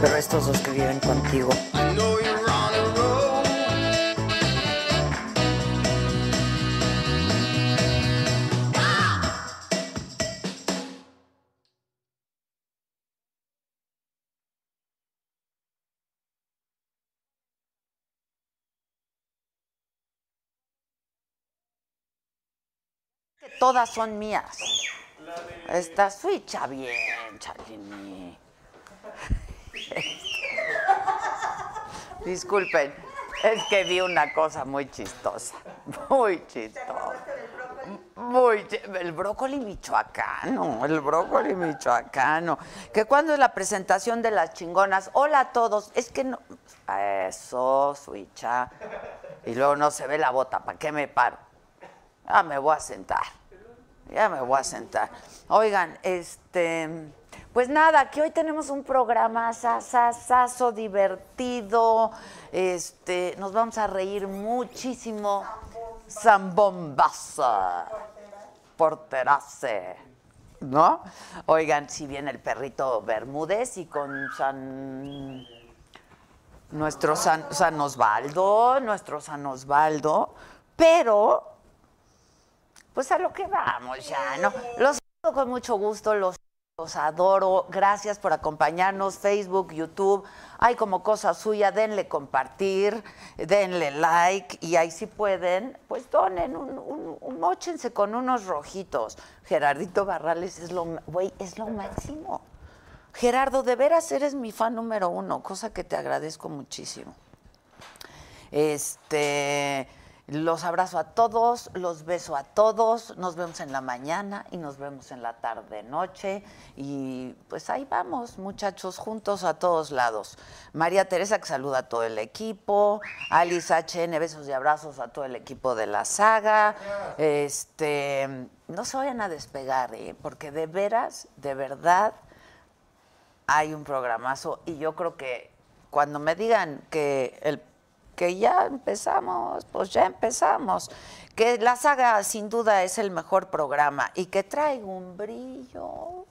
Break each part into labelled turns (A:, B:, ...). A: Pero estos dos que viven contigo. Que todas son mías. Esta switcha bien, Chalini. Disculpen, es que vi una cosa muy chistosa, muy chistosa. Muy chi- el brócoli michoacano, el brócoli michoacano. Que cuando es la presentación de las chingonas, hola a todos, es que no. Eso, switcha. Y luego no se ve la bota, ¿para qué me paro? Ah, me voy a sentar. Ya me voy a sentar. Oigan, este, pues nada, que hoy tenemos un programa sasasazo divertido. Este, nos vamos a reír muchísimo. Zambombaza. Porterace. ¿No? Oigan, si viene el perrito Bermúdez y con San nuestro San, San Osvaldo, nuestro San Osvaldo, pero pues a lo que vamos ya, ¿no? Los saludo con mucho gusto, los, los adoro. Gracias por acompañarnos, Facebook, YouTube. Hay como cosa suya, denle compartir, denle like y ahí si pueden, pues donen, un, un- un- móchense con unos rojitos. Gerardito Barrales es lo, ma- güey, es lo máximo. Gerardo, de veras eres mi fan número uno, cosa que te agradezco muchísimo. Este, los abrazo a todos, los beso a todos, nos vemos en la mañana y nos vemos en la tarde, noche. Y pues ahí vamos, muchachos, juntos a todos lados. María Teresa que saluda a todo el equipo, Alice HN, besos y abrazos a todo el equipo de la saga. Este, no se vayan a despegar, ¿eh? porque de veras, de verdad, hay un programazo y yo creo que cuando me digan que el que ya empezamos, pues ya empezamos, que la saga sin duda es el mejor programa y que traiga un brillo.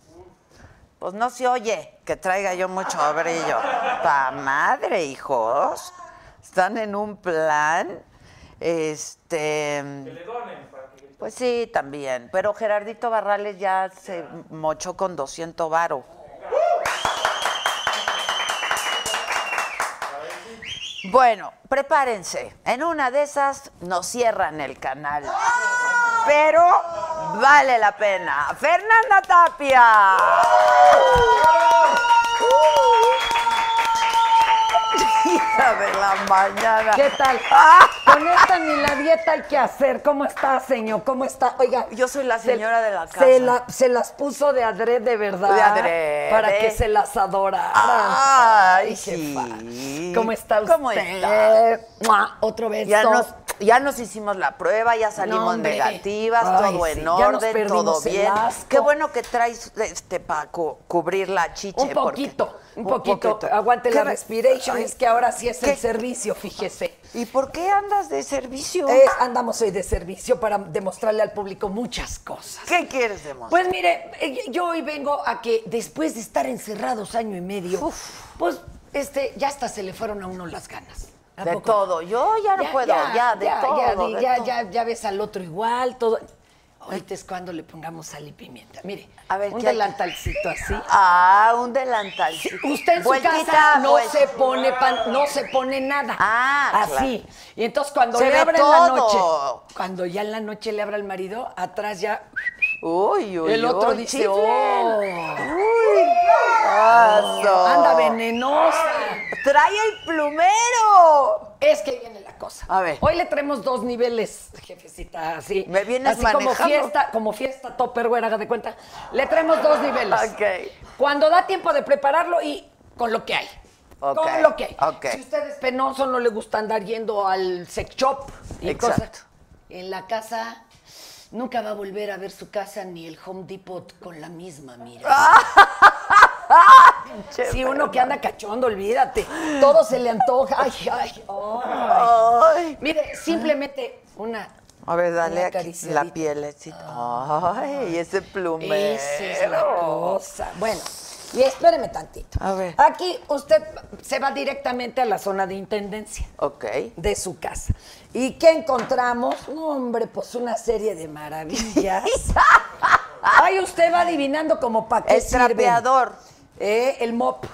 A: Pues no se oye que traiga yo mucho brillo. Pa madre, hijos. Están en un plan este pues sí, también. Pero Gerardito Barrales ya se mochó con 200 varos. Bueno, prepárense. En una de esas nos cierran el canal. Pero vale la pena. Fernanda Tapia. Hija de la mañana.
B: ¿Qué tal? Con esta ni la dieta hay que hacer. ¿Cómo está, señor? ¿Cómo está? Oiga,
A: Yo soy la
B: se-
A: señora de la casa.
B: Se, la- se las puso de adrede, ¿verdad?
A: De adrede.
B: Para que se las adoraran.
A: Ay,
B: jefa.
A: sí.
B: ¿Cómo está usted?
A: ¿Cómo está?
B: ¡Mua! Otro beso.
A: Ya nos, ya nos hicimos la prueba, ya
B: No,
A: salimos
B: hombre.
A: negativas,
B: Ay,
A: todo
B: sí,
A: en
B: ya nos
A: orden,
B: perdimos
A: todo
B: el
A: bien.
B: asco.
A: Qué bueno que traes este para cubrir la chiche.
B: Un poquito,
A: porque-
B: un poquito. Aguante
A: ¿Qué
B: la
A: re-
B: respiration,
A: Ay,
B: es que ahora sí es
A: ¿qué?
B: el servicio, fíjese.
A: ¿Y por qué andas de servicio?
B: Es- andamos hoy de servicio para demostrarle al público muchas cosas.
A: ¿Qué quieres demostrar?
B: Pues mire, eh, yo hoy vengo a que después de estar encerrados año y medio, pues este, ya hasta se le fueron a uno las ganas. ¿A
A: De
B: poco?
A: todo. Yo ya no puedo. Ya, de
B: ya,
A: todo.
B: Ya, di-
A: de
B: ya,
A: todo.
B: ya- ya ves al otro igual, todo. Ahorita es cuando le pongamos sal y pimienta. Mire,
A: A ver,
B: un
A: ¿qué hay?
B: delantalcito así.
A: Ah, un delantal.
B: Usted en
A: Vueltita,
B: su casa no
A: vuel-
B: se pone pan, no se pone nada.
A: Ah,
B: así. Y entonces cuando
A: Se
B: le
A: ve
B: abre en la noche,
A: todo.
B: cuando ya en la noche le abra al marido, atrás ya
A: Uy, uy,
B: el otro
A: uy,
B: dice,
A: chiflen.
B: "Oh,
A: Uy, eso.
B: anda venenosa."
A: Trae el plumero.
B: Es que viene la cosa.
A: A ver.
B: Hoy le traemos dos niveles, jefecita, así.
A: Me vienes
B: así
A: manejando.
B: como fiesta, como fiesta topperware, haga de cuenta. Le traemos dos niveles.
A: Ok.
B: Cuando da tiempo de prepararlo y con lo que hay.
A: Ok,
B: Con lo que hay.
A: ok.
B: Si usted es penoso, no le gusta andar yendo al sex shop y
A: Exacto.
B: cosas. En la casa nunca va a volver a ver su casa ni el Home Depot con la misma mira. Sí, uno que anda cachondo, olvídate. Todo se le antoja. Ay, ay, ay.
A: Oh. Ay.
B: Mire, simplemente una.
A: A ver, dale
B: Una
A: aquí
B: acariciadita.
A: la pielecita. Ay, ese plumero.
B: Esa es la cosa. Bueno, y espéreme tantito.
A: A ver.
B: Aquí usted se va directamente a la zona de intendencia
A: Ok.
B: de su casa. ¿Y qué encontramos? No, hombre, pues una serie de maravillas. Ay, usted va adivinando como para qué
A: El
B: sirven.
A: trapeador.
B: Eh, el mop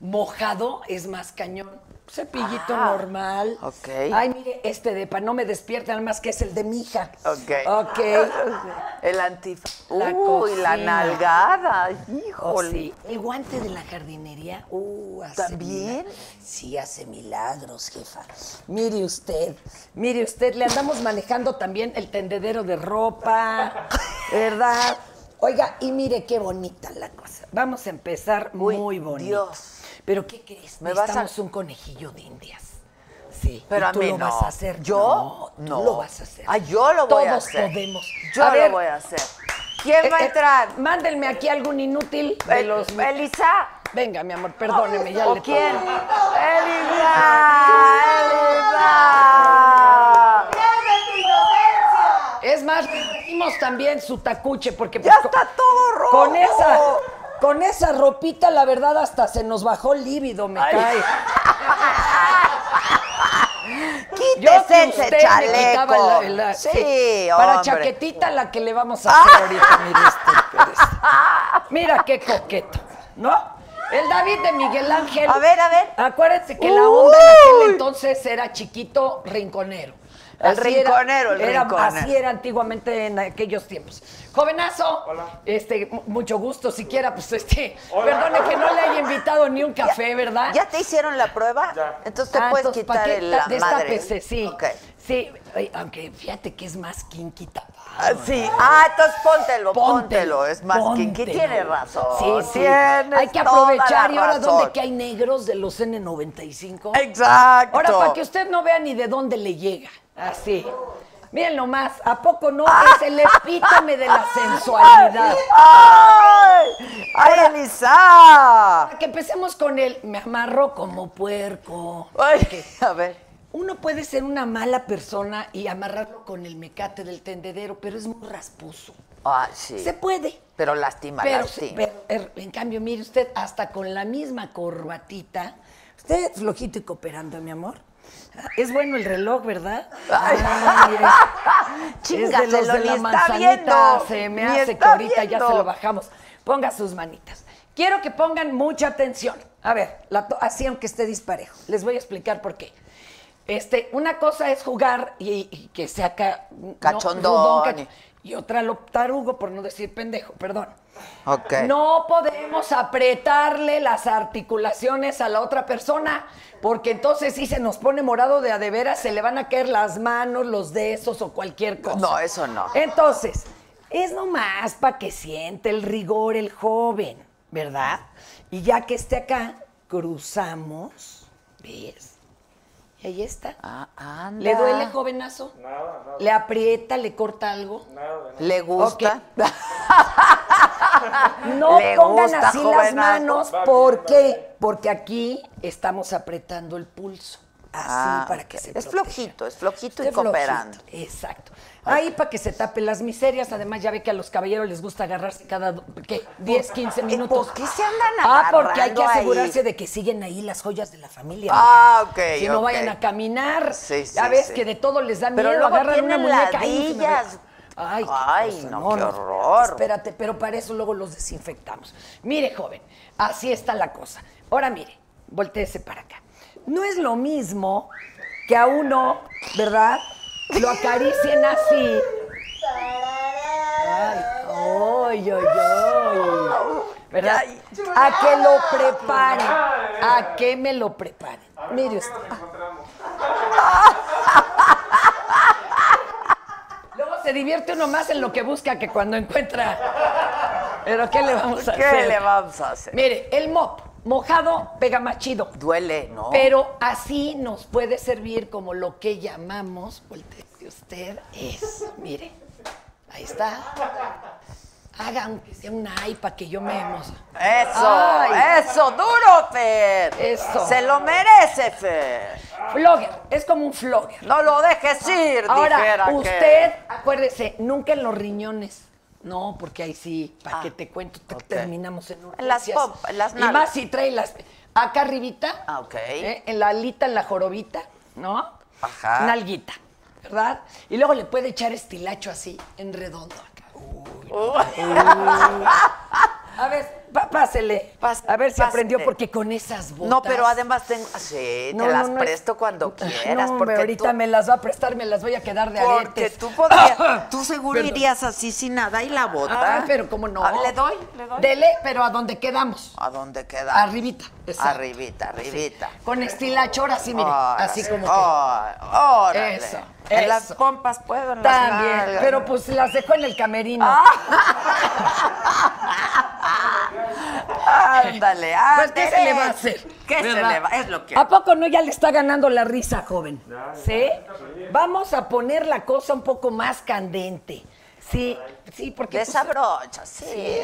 B: mojado es más cañón. Cepillito
A: Ah,
B: normal.
A: ok.
B: Ay, mire, este de pan no me despierta, nada más que es el de mi hija.
A: Ok.
B: Ok.
A: El antifa. Uy,
B: La
A: la
B: cocina.
A: nalgada.
B: Oh,
A: Híjole.
B: sí. El guante de la jardinería. Uh, hace
A: ¿También?
B: milagros. Sí, hace milagros, jefa. Mire usted. Mire usted, le andamos manejando también el tendedero de ropa, ¿verdad? Oiga, y mire qué bonita la cosa. Vamos a empezar
A: Uy,
B: muy bonito.
A: Dios.
B: Pero ¿qué crees?
A: Me
B: Me
A: vas a-
B: un conejillo de indias. Sí,
A: Pero
B: y
A: a
B: tú
A: mí
B: lo
A: no.
B: vas a hacer.
A: ¿Yo?
B: No,
A: No.
B: tú lo vas a hacer.
A: Ah, yo lo voy a
B: Todos
A: hacer.
B: podemos.
A: Yo
B: A
A: lo
B: ver,
A: voy a hacer. ¿Quién va a
B: eh, eh,
A: entrar?
B: mándenme aquí algún inútil de
A: Eh, El-
B: los
A: Elisa.
B: Venga, mi amor, perdóneme, ya
A: ¿O
B: le toca.
A: quién? ¡Elisa! ¡Elisa!
B: Es más, le trajimos también su tacuche porque
A: ¡Ya
B: pues,
A: está todo rojo!
B: con, con esa con esa ropita la verdad hasta se nos bajó el líbido, me
A: Ay.
B: cae. Yo
A: Quítese
B: que
A: ese
B: usted
A: chaleco.
B: me quitaba la, la- eh,
A: sí,
B: para
A: hombre.
B: chaquetita la que le vamos a hacer ahorita, mire usted, mire usted. Mira qué coqueto, ¿no? El David de Miguel Ángel.
A: A ver, a ver.
B: Acuérdense que la onda en
A: Uy.
B: aquel entonces era chiquito rinconero.
A: El
B: era-
A: rinconero, el
B: era-
A: rinconero.
B: Así era antiguamente en aquellos tiempos. Jovenazo, este, mu- mucho gusto siquiera, pues este, perdone que no le haya invitado ni un café, ¿verdad?
A: ¿Ya te hicieron la prueba? Entonces te
B: Ah,
A: puedes
B: entonces,
A: quitar
B: ¿pa' qué?
A: el, la madre.
B: Destápese, sí. Ah,
A: Ok.
B: Sí, oye, aunque fíjate que es más kinky tapado.
A: Ah, sí. Ah, entonces póntelo, póntelo. Es más,
B: póntelo.
A: Kinky tiene razón.
B: Sí, sí.
A: Tienes
B: Hay que
A: toda
B: aprovechar
A: la
B: y ahora
A: razón.
B: donde que hay negros de los N95.
A: Exacto.
B: Ahora, para que usted no vea ni de dónde le llega. Así. Miren nomás, ¿a poco no?
A: Ah.
B: Es el epítome de la sensualidad.
A: ¡Ay! ¡Ay, Elisa!
B: Para que empecemos con el me amarro como puerco.
A: Ay, a ver.
B: Uno puede ser una mala persona y amarrarlo con el mecate del tendedero, pero es muy rasposo.
A: Ah, sí.
B: Se puede.
A: Pero lastima,
B: Pero,
A: lastima.
B: pero, er, en cambio, mire usted, hasta con la misma corbatita. Usted es flojito y cooperando, mi amor. Es bueno el reloj, ¿verdad? Ah,
A: Ay.
B: mire.
A: Chingaselo,
B: es de los de
A: ni
B: la
A: está
B: manzanita.
A: viendo,
B: Se me
A: ni
B: hace que
A: está
B: ahorita
A: viendo.
B: ya se lo bajamos. Ponga sus manitas. Quiero que pongan mucha atención. A ver, la to- así aunque esté disparejo. Les voy a explicar por qué. Este, una cosa es jugar y, y que se acá
A: Cachondón.
B: y otra lo tarugo, por no decir pendejo, perdón.
A: Ok.
B: No podemos apretarle las articulaciones a la otra persona, porque entonces si se nos pone morado de a de veras, se le van a caer las manos, los dedos o cualquier cosa.
A: No, eso no.
B: Entonces, es nomás para que siente el rigor el joven, ¿verdad? Y ya que esté acá, cruzamos, ¿ves? Y ahí está.
A: Ah, anda.
B: ¿Le duele, jovenazo? Nada, ¿Le aprieta, le corta algo?
A: ¿Le gusta?
B: No
A: Le
B: pongan
A: gusta,
B: así
A: jovenazo.
B: las manos. ¿Por qué? Porque aquí estamos apretando el pulso. Así
A: Ah,
B: para
A: ok.
B: que se
A: Es
B: proteja.
A: flojito, es flojito y
B: Es flojito,
A: cooperando.
B: Exacto. Ahí para que se tapen las miserias. Además, ya ve que a los caballeros les gusta agarrarse cada do- ¿qué? 10, 15 minutos.
A: ¿por qué se andan
B: Ah, porque hay
A: agarrando
B: que
A: ahí?
B: asegurarse de que siguen ahí las joyas de la familia.
A: Ah, ok.
B: Que no
A: ok.
B: vayan a caminar.
A: Sí, sí,
B: ya ves
A: sí.
B: que de todo les da
A: Pero
B: miedo.
A: luego
B: agarran una
A: tienen
B: muñeca. ay, se me ve.
A: ladillas.
B: Ay, qué
A: Ay,
B: cosa,
A: no, qué horror.
B: Espérate, pero para eso luego los desinfectamos. Mire, joven, así está la cosa. Ahora mire, volteese para acá. No es lo mismo que a uno, ¿verdad? Lo acaricien así. Ay, ay, ay, ay. ¿Verdad? A que lo preparen. A que me lo preparen. Mire usted. Luego se divierte uno más en lo que busca que cuando encuentra. Pero ¿qué le vamos a hacer?
A: ¿Qué le vamos a hacer?
B: Mire, el mop, mojado, pega más chido.
A: Duele, ¿no?
B: Pero así nos puede servir como lo que llamamos, voltee usted, es, mire, ahí está. Haga aunque sea una ay para que yo me emociono.
A: Eso,
B: Ay.
A: eso, duro, Fer.
B: Eso.
A: Se lo merece, Fer.
B: Flogger, es como un flogger.
A: No lo dejes ir, dijera
B: Ahora,
A: que-
B: usted, acuérdese, nunca en los riñones. No, porque ahí sí, para
A: Ah,
B: que te cuento, te-
A: ok.
B: terminamos en
A: En las
B: urgencias.
A: pop- en las
B: Y
A: nalgas.
B: más si trae las... Acá arribita.
A: Ah, ok.
B: ¿eh? En la alita, en la jorobita, ¿no?
A: Ajá.
B: Nalguita, ¿verdad? Y luego le puede echar estilacho así, en redondo acá. A ver, pa- pásele.
A: Pas-
B: a ver si
A: pásele.
B: aprendió, porque con esas botas...
A: No, pero además tengo. ah, Sí,
B: No,
A: te
B: no,
A: las
B: no,
A: presto cuando
B: no,
A: quieras.
B: hombre,
A: porque
B: ahorita
A: tú,
B: me las va a prestar, me las voy a quedar de
A: Porque
B: aretes.
A: tú podrías. Tú seguro
B: Perdón.
A: irías así sin nada y la bota.
B: Ah, pero cómo no.
A: Ah, ¿Le doy? ¿Le doy?
B: Dele, pero a dónde quedamos.
A: ¿A dónde queda?
B: Arribita. exacto.
A: Arribita, arribita.
B: Con estilacho, ahora sí, mire.
A: Órale,
B: así como que.
A: ó- órale.
B: Eso,
A: En
B: eso.
A: las pompas puedo, en las
B: También,
A: nalgas. Ah,
B: pero pues las dejo en el camerino.
A: Ándale, ándale.
B: Pues, ¿qué se le va a hacer?
A: ¿Qué se
B: ¿Verdad?
A: le va? Es lo que.
B: ¿A poco no ya le está ganando la risa, joven? ¿Sí? Vamos a poner la cosa un poco más candente. Sí, sí, porque... pues,
A: Desabrocha, sí.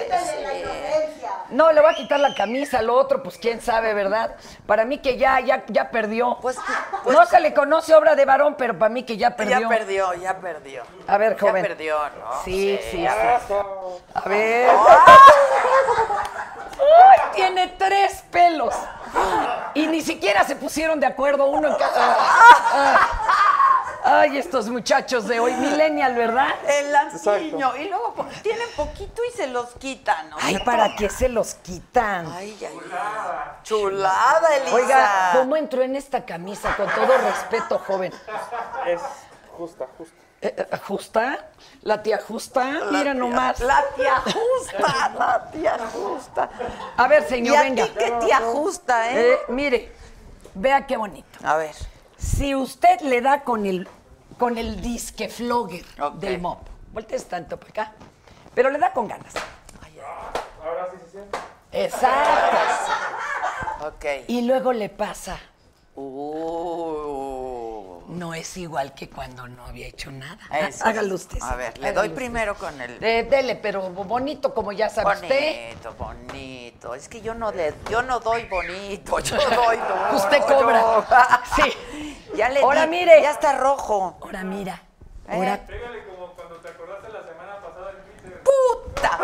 B: no, le voy a quitar la camisa, lo otro, pues quién sabe, ¿verdad? Para mí que ya, ya, ya perdió.
A: Pues, pues-
B: no se le conoce obra de varón, pero para mí que ya perdió.
A: Ya perdió, ya perdió.
B: A ver, joven.
A: Ya perdió, ¿no?
B: Sí, sí, sí.
A: a ver.
B: A ver. ¡Ay, tiene tres pelos! Y ni siquiera se pusieron de acuerdo uno en cada. Ay, estos muchachos de hoy, millennial, ¿verdad?
A: El lancillo. Y luego po- tienen poquito y se los quitan. ¿no?
B: Ay, ¿para qué se los quitan?
A: Ay, ya. Chulada, Elisa.
B: Oiga, pues, ¿cómo entró en esta camisa? Con todo respeto, joven.
C: Es justa, justa.
B: Eh, eh, ¿Justa? ¿La tía Justa?
A: La
B: Mira
A: tía-
B: nomás.
A: La tía justa, la tía justa.
B: A ver,
A: Y
B: señor,
A: a
B: venga.
A: ti que te ajusta, ¿eh?
B: Eh, mire, vea qué bonito.
A: A ver.
B: Si usted le da con el, con el disque flogger
A: Ok.
B: del mop, voltees tanto para acá, pero le da con ganas.
C: Ahora sí se siente.
B: Exacto.
A: Ok.
B: Y luego le pasa,
A: Uh.
B: no es igual que cuando no había hecho nada.
A: Eso.
B: Hágalo usted.
A: A
B: sí.
A: ver, le
B: Hágalo
A: doy
B: usted.
A: primero con el.
B: Eh, dele, pero bonito, como ya sabe usted.
A: Bonito, bonito. Es que yo no le, yo no doy bonito, yo doy duro.
B: Usted cobra.
A: Yo-
B: Sí.
A: Ya le
B: Ahora
A: di,
B: mire.
A: Ya está rojo.
B: Ahora mira,
A: Eh.
B: ahora
C: Pégale como cuando te acordaste la semana pasada en Twitter.
A: ¡Puta!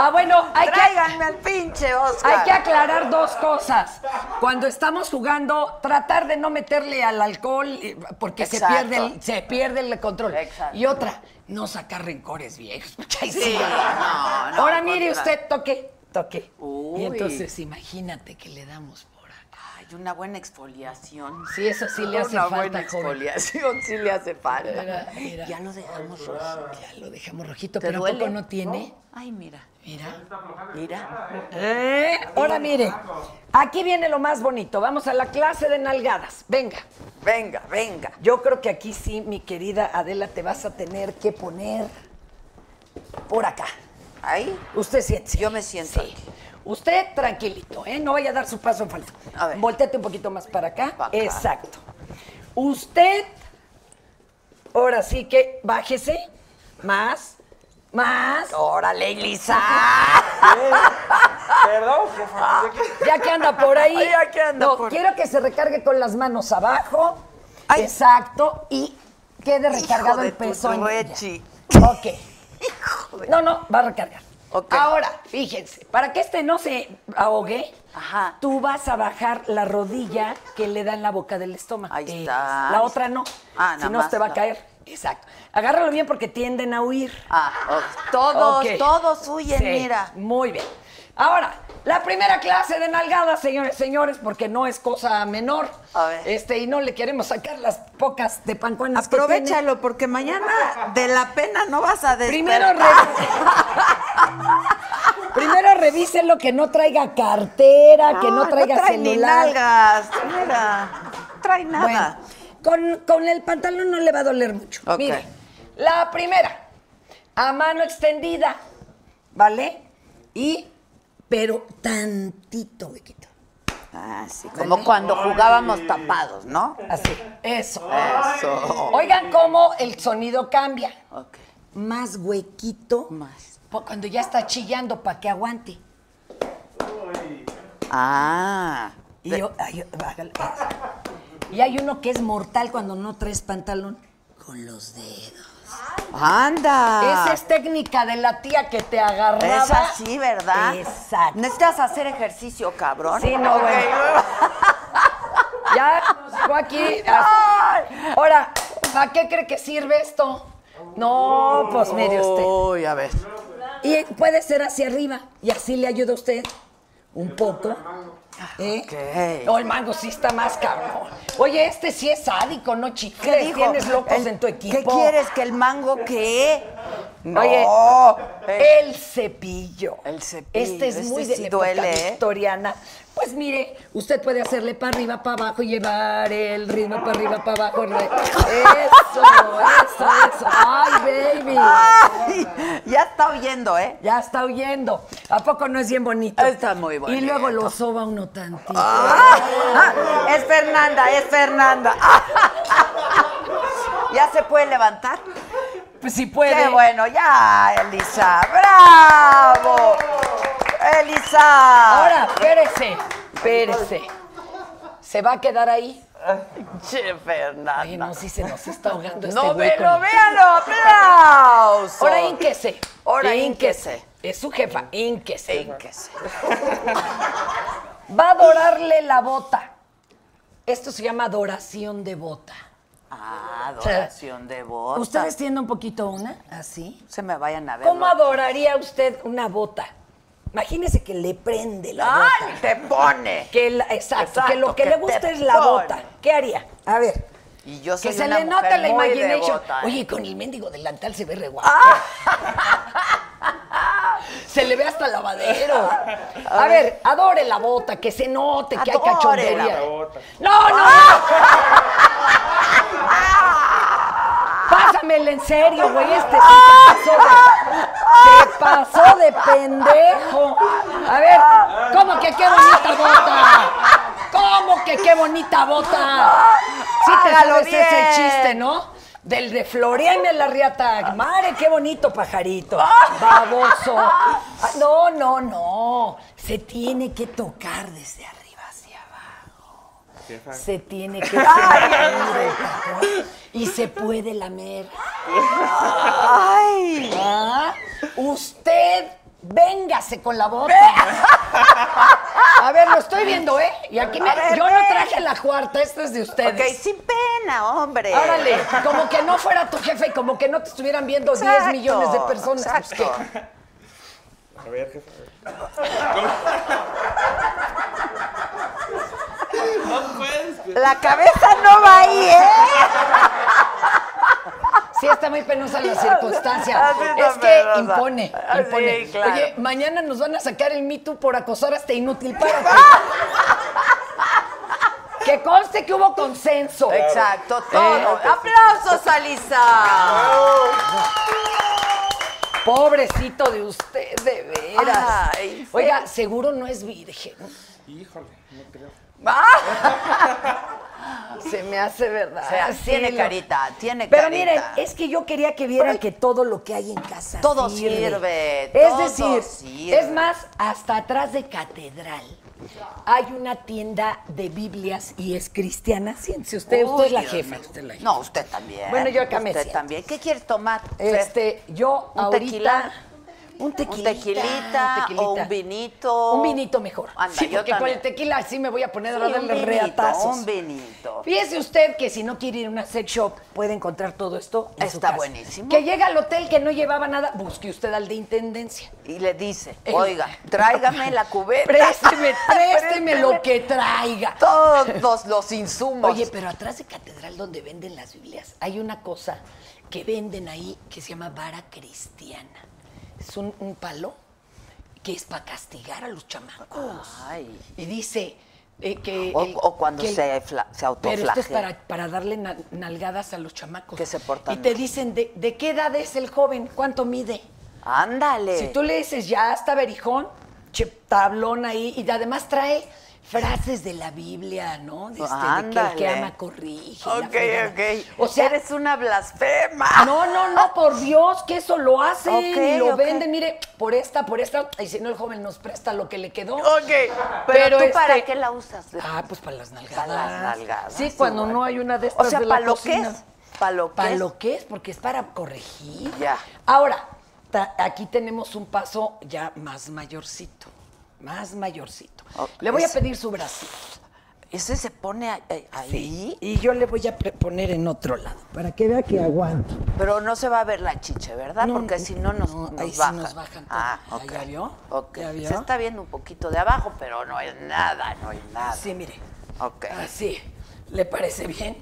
B: Ah, bueno, hay que,
A: Tráiganme al pinche Oscar.
B: hay que aclarar dos cosas. Cuando estamos jugando, tratar de no meterle al alcohol eh, porque se
A: Exacto.
B: pierde, el, se pierde el control.
A: Exacto.
B: Y otra, no sacar rencores viejos. Ay,
A: Sí,
B: sí.
A: no, no,
B: Ahora
A: al
B: mire
A: contrario.
B: usted, toque, toque.
A: Uy.
B: Y entonces imagínate que le damos por acá.
A: Ay, una buena exfoliación.
B: Sí, eso sí le hace
A: una
B: falta,
A: buena
B: joven.
A: exfoliación sí le hace falta.
B: Mira, mira.
A: Ya lo dejamos rojo.
B: Ya lo dejamos rojito,
A: ¿Te
B: pero ¿a
A: duele?
B: poco no tiene?
A: Ay, mira,
B: Mira.
A: mira.
B: ¿Eh? Ahora mire, aquí viene lo más bonito. Vamos a la clase de nalgadas. Venga.
A: Venga, venga.
B: Yo creo que aquí sí, mi querida Adela, te vas a tener que poner por acá.
A: Ahí.
B: Usted siente.
A: Yo me siento aquí.
B: Usted tranquilito, ¿eh? No vaya a dar su paso en falso.
A: A ver.
B: Volteate un poquito más para acá.
A: Para acá.
B: Exacto. Usted, ahora sí que bájese más, más.
A: Órale, Elisa.
D: Perdón, jefa. pues aquí-
B: Ya que anda por ahí.
A: Ya que anda
B: No,
A: por-
B: Quiero que se recargue con las manos abajo.
A: Ay.
B: Exacto. Y quede recargado
A: de
B: el
A: tu
B: peso. en ella.
A: rechi.
B: Ok.
A: Hijo de-
B: No, no, va a recargar.
A: Ok.
B: Ahora, fíjense, para que este no se ahogue,
A: Ajá.
B: tú vas a bajar la rodilla que le da en la boca del estómago.
A: Ahí
B: Eh,
A: está.
B: La otra no.
A: Ah,
B: si
A: nada
B: no,
A: más
B: te va a
A: la-
B: caer. Exacto. Agárralo bien porque tienden a huir.
A: Ah, ok. todos,
B: Ok.
A: todos huyen,
B: Sí,
A: mira.
B: Muy bien. Ahora, la primera clase de nalgadas, señores, señores, porque no es cosa menor.
A: A ver.
B: Este, y no le queremos sacar las pocas de pancuanas que tiene.
A: Aprovechalo, porque mañana de la pena no vas a
B: Primero,
A: despertar.
B: re- Primero revisen lo que no traiga cartera, que no
A: Ah,
B: traiga
A: trae ni
B: celular.
A: nalgas, mira, trae nada.
B: Bueno, con, con el pantalón no le va a doler mucho.
A: Ok.
B: Mire, la primera, a mano extendida, ¿vale? Y, pero tantito huequito.
A: Ah, sí, como cuando jugábamos tapados, ¿no?
B: Así, eso.
A: Eso.
B: Oigan cómo el sonido cambia.
A: Ok.
B: Más huequito.
A: Más.
B: po- Cuando ya está chillando para que aguante.
A: Ah.
B: Y, yo- ay, yo- hágale, eso. Y hay uno que es mortal cuando no traes pantalón. Con los dedos.
A: Anda.
B: Esa es técnica de la tía que te agarraba.
A: Es así, ¿verdad?
B: Exacto.
A: Necesitas hacer ejercicio, cabrón.
B: Sí, no,
A: Ok,
B: bueno.
A: luego-
B: Ya nos llegó aquí. a- Ahora, ¿para qué cree que sirve esto? No, pues mire usted.
A: Uy, a ver.
B: Y puede ser hacia arriba. Y así le ayuda a usted un poco. ¿eh?
A: Ah, ok.
B: No, el mango sí está más cabrón. Oye, este sí es sádico, ¿no, chicles?
A: dijo?
B: Tienes locos
A: El-
B: en tu equipo.
A: ¿Qué quieres? ¿Que el mango qué? No.
B: Oye,
A: Eh,
B: el cepillo.
A: El cepillo,
B: Este es
A: este
B: muy de
A: sí
B: la época
A: duele, ¿eh?
B: victoriana. Pues mire, usted puede hacerle para arriba, para abajo, y llevar el ritmo para arriba, para abajo. re- Eso, eso, eso. Ay, baby.
A: ay, ya está oyendo, ¿eh?
B: Ya está oyendo. ¿A poco no es bien bonito?
A: Está muy
B: Y luego
A: bonito.
B: lo soba uno tantito.
A: Ah, es Fernanda, es Fernanda. ¿Ya se puede levantar?
B: Pues si puede.
A: Qué bueno, ya, Elisa. ¡Bravo! Elisa.
B: Ahora, espérese, espérese. ¿Se va a quedar ahí?
A: Che, Fernanda.
B: Ay, no, sí se nos está ahogando este
A: no,
B: güey
A: velo,
B: con-
A: véalo, aplauso.
B: Ahora ínquese.
A: Ahora
B: ínquese.
A: ínquese.
B: Es su jefa, ínquese.
A: Ínquese.
B: Va a dorarle la bota. Esto se llama adoración de bota.
A: Ah, adoración de voz.
B: ¿Ustedes tienen un poquito una? ¿Así?
A: se me vayan a ver.
B: ¿Cómo adoraría usted una bota? Imagínese que le prende la bota.
A: ¡Ay, te pone!
B: Que la- exacto,
A: Exacto,
B: que lo que,
A: que
B: le
A: te
B: gusta es la
A: pone.
B: bota. ¿Qué haría? A ver.
A: Y yo soy
B: Que se
A: una
B: le nota
A: mujer
B: la
A: muy
B: imagination.
A: devota, ¿eh? Ah.
B: Oye, con el mendigo delantal se ve re guapo. se le ve hasta el lavadero. A ver, adore la bota, que se note que hay
A: Adore
B: cachondería.
A: la Ah.
D: bota.
B: No, no. Pásamela en serio, güey. Este sí
A: Ah.
B: se pasó de, se pasó de pendejo. A ver, ¿cómo que qué bonita bota? ¿Cómo que qué bonita bota? Sí te
A: Hágalo
B: sabes ese
A: bien.
B: chiste, ¿no? Del de floreame la riata. Mare, qué bonito pajarito. Baboso. Ah, No, no, no. Se tiene que tocar desde arriba hacia abajo. Se tiene que tocar y se puede lamer.
A: ¡Ay!
B: Ah, Usted véngase con la bota. A ver, lo estoy viendo, ¿eh? Y aquí me-
A: A ver,
B: yo
A: ve.
B: no traje la cuarta, esta es de
A: Ok,
B: ustedes.
A: sin pena, hombre.
B: Árale, como que no fuera tu jefe y como que no te estuvieran viendo 10
A: Exacto,
B: millones de personas. pues,
A: exacto.
B: ¿qué?
D: A ver, jefa.
A: La cabeza no va ahí, ¿eh?
B: Sí, está muy penosa la circunstancia.
A: Así está
B: es que
A: penosa.
B: impone,
A: Ah,
B: impone.
A: sí, claro.
B: Oye, mañana nos van a sacar el Me Too por acosar a este inútil. Párate. que conste que hubo consenso.
A: Exacto,
B: Eh,
A: todo.
B: ok.
A: ¡Aplausos, Alisa!
B: Pobrecito de usted, de veras.
A: Ay, sí.
B: Oiga, seguro no es virgen. Ah.
D: Híjole, no creo.
E: Se me hace verdad.
A: O sea,
E: Sí,
A: tiene
E: lo-
A: carita, tiene
B: Pero
A: carita.
B: miren, es que yo quería que vieran que todo lo que hay en casa
A: Todo sirve, todo
B: es decir,
A: sirve.
B: es más, hasta atrás de catedral hay una tienda de Biblias y es cristiana. Siéntese usted, este usted es la
A: Uy, Dios
B: jefa.
A: mío.
B: usted es la jefa.
A: No, usted también.
B: Bueno, yo acá me
A: Usted
B: siento.
A: también. ¿Qué quieres tomar? Fer?
B: Este, yo
A: ¿Un
B: ahorita-
A: tequila?
B: Un
A: Un
B: tequilita,
A: tequilita,
B: un tequilita.
A: o un vinito.
B: Un vinito mejor.
A: Anda,
B: sí,
A: yo
B: porque con
A: también.
B: el tequila sí me voy a poner
A: Sí,
B: a darle
A: un vinito,
B: reatazos.
A: un vinito.
B: Fíjese usted que si no quiere ir a una sex shop, puede encontrar todo esto. en su
A: Está
B: casa.
A: buenísimo.
B: Que llega al hotel que no llevaba nada, busque usted al de intendencia.
A: Y le dice,
B: El-
A: oiga, tráigame la cubeta.
B: Présteme, présteme lo que traiga.
A: Todos los insumos.
B: Oye, pero atrás de catedral donde venden las Biblias, hay una cosa que venden ahí que se llama vara cristiana. Es un, un palo que es para castigar a los chamacos.
A: Ay.
B: Y dice eh, que...
A: Ah. O-
B: el-
A: o cuando
B: que el-
A: se fla- se
B: Pero esto es
A: autoflagela.
B: para, para darle na- nalgadas a los chamacos.
A: Que se portan
B: Y te
A: mal.
B: dicen, de, ¿de qué edad es el joven? ¿Cuánto mide?
A: Ándale.
B: Si tú le dices, ya está Berijón, che, tablón ahí, y además trae frases de la Biblia, ¿no? De, este, de que el que
A: Ándale.
B: ama corrige. la
A: Ok,
B: fregada.
A: ok.
B: O sea,
A: eres una blasfema.
B: no, no, no, por Dios, que eso lo hacen
A: Ok,
B: y lo
A: ok.
B: venden, mire, por esta, por esta, y si no el joven nos presta lo que le quedó.
A: Ok. Pero,
B: Pero
A: tú para
B: este-
A: qué la usas?
B: Ah, pues para las nalgadas.
A: Para las nalgadas.
B: Sí, cuando
A: igual.
B: no hay una de estas
A: O sea,
B: de la
A: para lo que
B: cocina.
A: es. Para lo que
B: Para
A: es.
B: lo que es, porque es para corregir.
A: Ya.
B: Ahora, ta- aquí tenemos un paso ya más mayorcito. Más mayorcito.
A: Oh,
B: le voy
A: ese.
B: a pedir su brazo.
A: Ese se pone a- eh, ahí,
B: Y yo le voy a pre- poner en otro lado.
E: Para que vea que aguanto.
A: pero no se va a ver la chiche, ¿verdad?
B: No,
A: Porque si no nos,
B: no,
A: nos
B: ahí sí
A: bajan.
B: nos bajan todo.
A: Ah,
B: Ah,
A: ok.
B: ¿ya vio?
A: Ok.
B: ¿Ya vio?
A: Se está viendo un poquito de abajo, pero no es nada, no es nada.
B: Sí, Ah. mire.
A: Ok.
B: Así. ¿Le parece bien?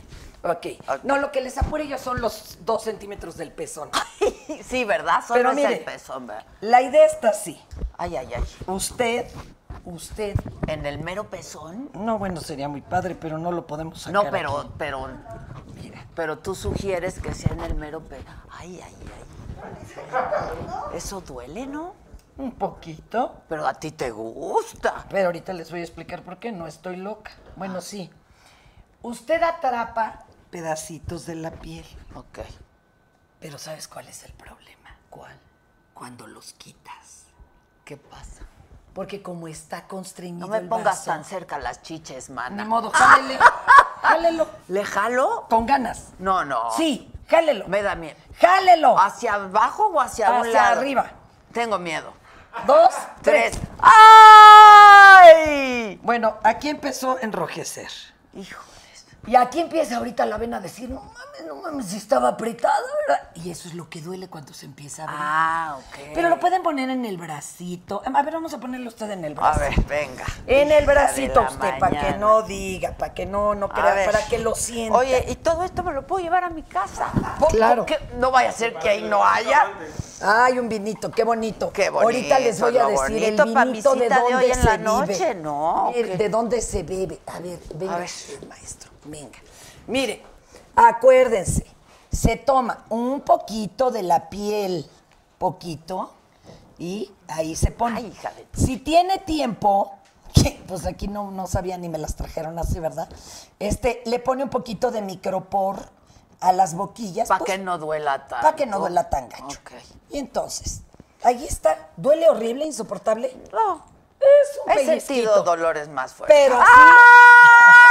B: Ok.
A: Ok.
B: No, lo que les apure ellos son los dos centímetros del pezón.
A: Sí, ¿verdad? Solo
B: Pero
A: es
B: mire.
A: el pezón, ¿verdad?
B: La idea está así.
A: Ay, ay, ay.
B: Usted, usted.
A: ¿En el mero pezón?
B: No, bueno, sería muy padre, pero no lo podemos sacar.
A: No, pero,
B: aquí.
A: pero,
B: Mira.
A: pero tú sugieres que sea en el mero pezón. Ay, ay, ay. Eso duele, ¿no?
B: Un poquito.
A: Pero a ti te gusta.
B: Pero ahorita les voy a explicar por qué. No estoy loca. Bueno, sí. Usted atrapa pedacitos de la piel.
A: Ok.
B: Pero ¿sabes cuál es el problema? ¿Cuál? Cuando los quitas.
A: ¿Qué pasa?
B: Porque como está constreñido
A: No me
B: el
A: pongas
B: vaso-
A: tan cerca las chiches,
B: Ni
A: mana.
B: modo, jálele. jálelo.
A: ¿Le jalo?
B: Con ganas.
A: No, no.
B: Sí, jálelo.
A: Me da miedo.
B: Jálelo.
A: ¿Hacia abajo o hacia, un
B: Hacia
A: lado?
B: arriba.
A: Tengo miedo.
B: Dos,
A: Tres.
B: tres.
A: ¡Ay!
B: Bueno, aquí empezó a enrojecer.
A: Híjoles.
B: Y aquí empieza ahorita la vena a decir, no mames, no mames, si estaba apretada, ¿verdad? Y eso es lo que duele cuando se empieza a ver.
A: Ah, ok.
B: Pero lo pueden poner en el bracito. Em, A ver, vamos a ponerlo usted en el
A: A
B: brazo.
A: ver, venga.
B: En
A: Hija
B: el
A: de
B: bracito
A: la
B: usted, para que
A: mañana.
B: no diga, para que no, no
A: A
B: crea,
A: ver.
B: para que lo sienta.
A: Oye, ¿y todo esto me lo puedo llevar a mi casa?
B: Claro.
A: ¿Qué? No vaya a ser que ahí no haya.
B: Ay, un vinito, qué bonito.
A: Qué bonito,
B: Ahorita les voy a
A: lo
B: decir el
A: bonito pa'
B: vinito de
A: visita de
B: dónde
A: hoy en
B: se
A: la
B: vive.
A: noche, ¿no?
B: Mire,
A: Ok.
B: De dónde se bebe. A ver, venga,
A: A ver.
B: usted, maestro, venga. Mire, acuérdense, se toma un poquito de la piel, poquito, y ahí se pone.
A: Ay, hija de tu-
B: Si tiene tiempo, pues aquí no, no sabía ni me las trajeron así, ¿verdad? Este, le pone un poquito de micropor a las boquillas.
A: Para
B: pues,
A: que no duela tanto.
B: para que no duela tan gacho.
A: Ok.
B: Y entonces, ahí está. ¿Duele horrible, insoportable?
A: No.
B: Es un
A: He
B: pellizquito.
A: sentido dolores más fuertes. ¡Ah!
B: Pero así,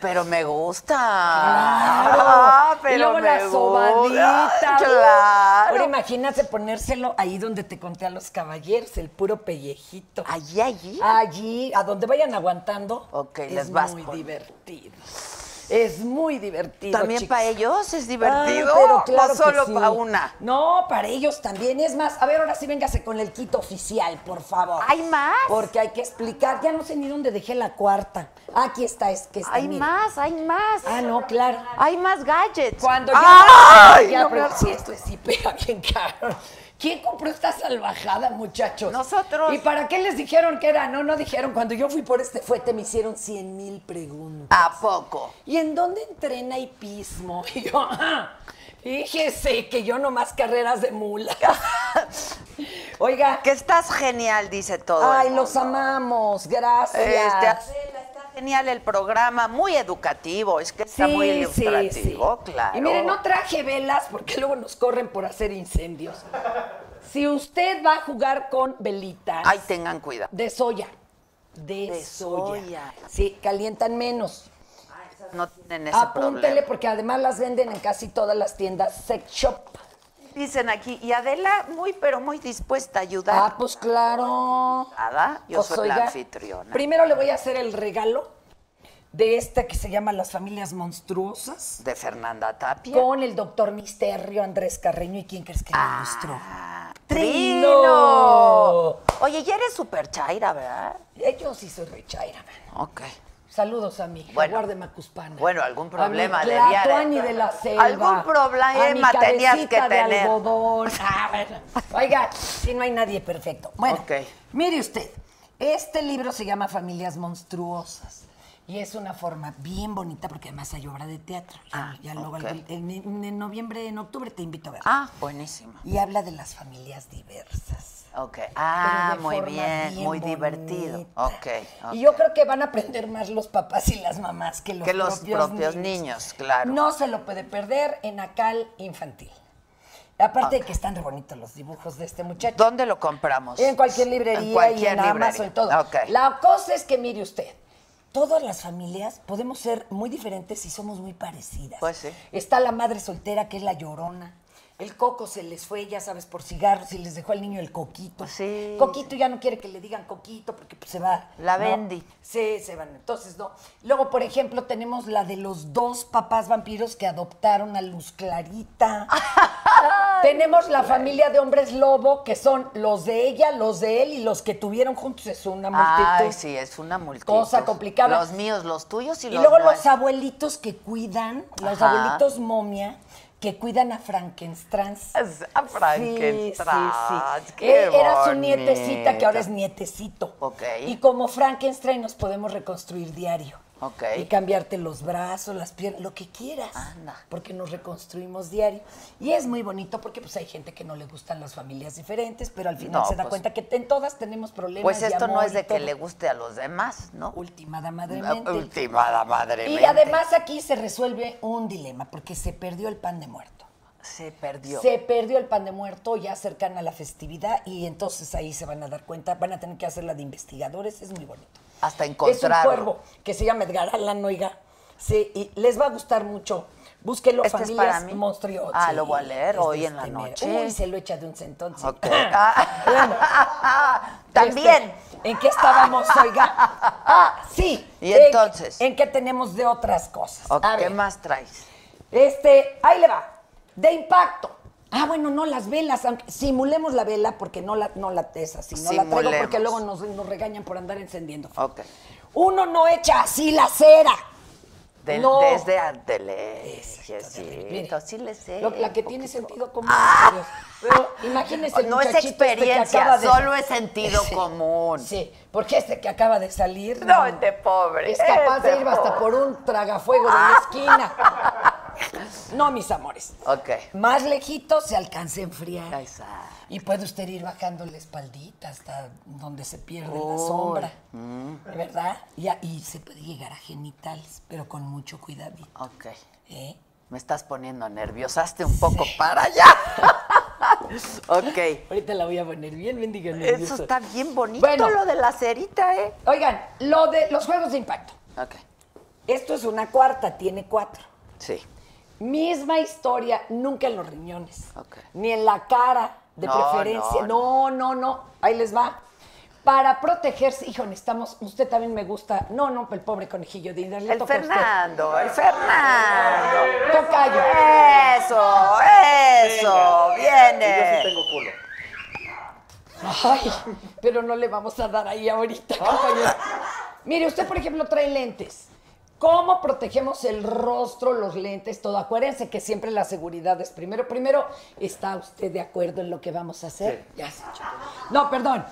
A: Pero me gusta.
B: claro.
A: Ah, pero
B: y luego
A: me
B: la
A: gusta. Ah,
B: sobadita. Ahora
A: Claro.
B: imagínate ponérselo ahí donde te conté a los caballeros, el puro pellejito.
A: Allí, allí.
B: Allí, a donde vayan aguantando,
A: Ok,
B: es
A: les vas
B: muy
A: poniendo.
B: divertido. Es muy divertido.
A: También
B: chicos.
A: para ellos es divertido.
B: Ah, pero claro
A: no solo
B: que sí.
A: para una.
B: No, para ellos también. Es más, a ver, ahora sí véngase con el quito oficial, por favor.
A: ¿Hay más?
B: Porque hay que explicar. Ya no sé ni dónde dejé la cuarta. Aquí está, es que está.
A: Hay
B: mire.
A: más, hay más.
B: Ah, no, claro.
A: Hay más gadgets.
B: Cuando ya.
A: ¡Ay!
B: ya,
A: No
B: pero
A: me-
B: sí, esto sí pega bien caro. ¿Quién compró esta salvajada, muchachos?
A: Nosotros.
B: ¿Y para qué les dijeron que era? No, no dijeron. Cuando yo fui por este fuete me hicieron cien mil preguntas.
A: ¿A poco?
B: ¿Y en dónde entrena hipismo? Y yo, ah, fíjese que yo nomás carreras de mula. Oiga,
A: Que estás genial, dice todo. el
E: Ay, los
A: mundo.
E: amamos, gracias.
A: Este, Adela, está genial el programa, muy educativo, es que está muy ilustrativo, claro.
B: Y mire, no traje velas porque luego nos corren por hacer incendios. Si usted va a jugar con velitas
A: Ay, tengan cuidado.
B: de soya, de,
A: De
B: soya.
A: soya.
B: sí, calientan menos.
A: No tienen ese
B: Apúntele
A: problema.
B: porque además las venden en casi todas las tiendas sex shop.
A: Dicen aquí, y Adela muy, pero muy dispuesta a ayudar.
B: Ah, pues claro.
A: Nada, yo
B: Pues,
A: soy la
B: oiga,
A: anfitriona.
B: Primero le voy a hacer el regalo de esta que se llama Las Familias Monstruosas.
A: De Fernanda Tapia.
B: Con el doctor Misterio Andrés Carreño. ¿Y quién crees que lo
A: Ah,
B: ilustró?
A: ¡Trino! Oye, ya eres super chaira, ¿verdad?
B: Eh, Yo sí soy rechaira, man.
A: Ok.
B: Saludos a mi
A: Bueno.
B: jaguar de Macuspana.
A: Bueno, algún problema
B: a mi
A: debía de-
B: Tlatoani de la selva.
A: Algún problema
B: a mi
A: tenías que
B: cabecita de
A: tener.
B: algodón. Ah, bueno. Oiga, si no hay nadie perfecto. Bueno,
A: Ok.
B: mire usted, este libro se llama Familias Monstruosas. Y es una forma bien bonita porque además hay obra de teatro. Ya,
A: Ah,
B: ya luego
A: ok.
B: al- en, en noviembre, en octubre te invito a ver.
A: Ah, buenísima.
B: Y habla de las familias diversas.
A: Ok. Ah,
B: pero de
A: muy
B: forma
A: bien, muy
B: bonita.
A: divertido. Ok. ok.
B: Y yo creo que van a aprender más los papás y las mamás que los,
A: Que los propios niños, claro.
B: No se lo puede perder en Acal Infantil. Aparte de que están re bonitos los dibujos de este muchacho.
A: ¿Dónde lo compramos?
B: En cualquier librería
A: En cualquier
B: y en
A: librería.
B: Amazon y todo.
A: Ok.
B: La cosa es que mire usted, todas las familias podemos ser muy diferentes si somos muy parecidas.
A: Pues sí.
B: Está la madre soltera que es la llorona. El coco se les fue, ya sabes, por cigarros y les dejó al niño el coquito.
A: Sí.
B: Coquito ya no quiere que le digan coquito porque pues, se va.
A: La
B: ¿no?
A: Bendy.
B: Sí, se van. Entonces, no. Luego, por ejemplo, tenemos la de los dos papás vampiros que adoptaron a Luz Clarita. tenemos la familia de hombres lobo, que son los de ella, los de él y los que tuvieron juntos. Es una multitud.
A: Ay, sí, es una multitud.
B: Cosa complicada.
A: Los míos, los tuyos y,
B: Y
A: los
B: luego los
A: nuestros.
B: abuelitos que cuidan, los
A: Ajá.
B: abuelitos momia, que cuidan a Frankenstein.
A: Es a Frankenstein. Eh, Qué
B: Eh, Era su nietecita, que ahora es
A: bonito.
B: nietecito.
A: Ok.
B: Y como Frankenstein nos podemos reconstruir diario.
A: Ok.
B: Y cambiarte los brazos, las piernas, lo que quieras.
A: Anda.
B: Porque nos reconstruimos diario. Y es muy bonito porque pues hay gente que no le gustan las familias diferentes, pero al final
A: No,
B: se da
A: pues-
B: cuenta que en todas tenemos problemas.
A: Pues
B: y
A: esto no
B: amor
A: es
B: y
A: de que
B: todo.
A: le guste a los demás, ¿no? Ah,
B: Ultimada madre
A: La Ultimada madre.
B: y
A: mente.
B: además aquí se resuelve un dilema, porque se perdió el pan de muerto.
A: se perdió.
B: Se perdió el pan de muerto ya cercana a la festividad y entonces ahí se van a dar cuenta, van a tener que hacer la de investigadores, es muy bonito.
A: Hasta
B: Es un
A: encontrarlo.
B: cuervo que se llama Edgar Allan, oiga. Sí, y les va a gustar mucho. Búsquelo,
A: ¿Este es para
B: familias
A: mí?
B: monstruosas.
A: Ah, lo voy a leer hoy en la noche.
B: este Uy, se lo echa de un centón. sí.
A: Ok. Ah, También.
B: Este, ¿En qué estábamos, oiga? Ah, sí.
A: ¿Y
B: ¿En-
A: entonces?
B: ¿En qué tenemos de otras cosas?
A: Ok,
B: A
A: ¿Qué
B: ver.
A: más traes?
B: Este, ahí le va. De impacto. Ah, bueno, no las velas, aunque- simulemos la vela porque no la, no la es así, no la traigo porque
A: Simulemos.
B: luego nos, nos regañan por andar encendiendo.
A: Ok.
B: Uno no echa así la cera.
A: Del-
B: No.
A: Desde Anteles.
B: Mire,
A: Sí, le sé.
B: lo- la que tiene
A: poquito.
B: sentido común. Dios. Pero imagínese el
A: No es
B: muchachito este que
A: experiencia,
B: acaba de-
A: solo es sentido común.
B: Sí, porque este que acaba de salir.
A: No, este pobre,
B: Es capaz
A: este
B: de ir hasta por
A: pobre.
B: un tragafuego de la
A: Ah.
B: esquina. No, mis amores.
A: Ok.
B: Más lejito se alcanza a enfriar.
A: Ahí está.
B: Y puede usted ir bajando la espaldita hasta donde se pierde la sombra.
A: mm.
B: ¿Verdad? Y, a- y se puede llegar a genitales, pero con mucho cuidadito.
A: Ok.
B: ¿eh?
A: Me estás poniendo nerviosa. Hazte un poco para allá. ok.
B: Ahorita la voy a poner bien, bendiga.
A: Eso está bien bonito
B: Bueno.
A: lo de la cerita, ¿eh?
B: Oigan, lo de los juegos de impacto.
A: Ok.
B: Esto es una cuarta, tiene cuatro.
A: Sí.
B: Misma historia, nunca en los riñones.
A: Ok.
B: Ni en la cara, de
A: No,
B: preferencia.
A: no,
B: No, no, no, Ahí les va. Para protegerse, hijo, necesitamos. Usted también me gusta. No, no, el pobre conejillo de India. le
A: El
B: toca a usted.
A: Fernando, el Fernando.
B: Tocayo.
A: ¡Eh! Eso, eso,
D: Yo sí
A: viene.
D: tengo culo.
B: Ay, pero no le vamos a dar ahí ahorita, compañero. Mire, usted, por ejemplo, trae lentes. ¿Cómo protegemos el rostro, los lentes, todo? Acuérdense que siempre la seguridad es primero. Primero, ¿está usted de acuerdo en lo que vamos a hacer? Ya se chocó. No, perdón.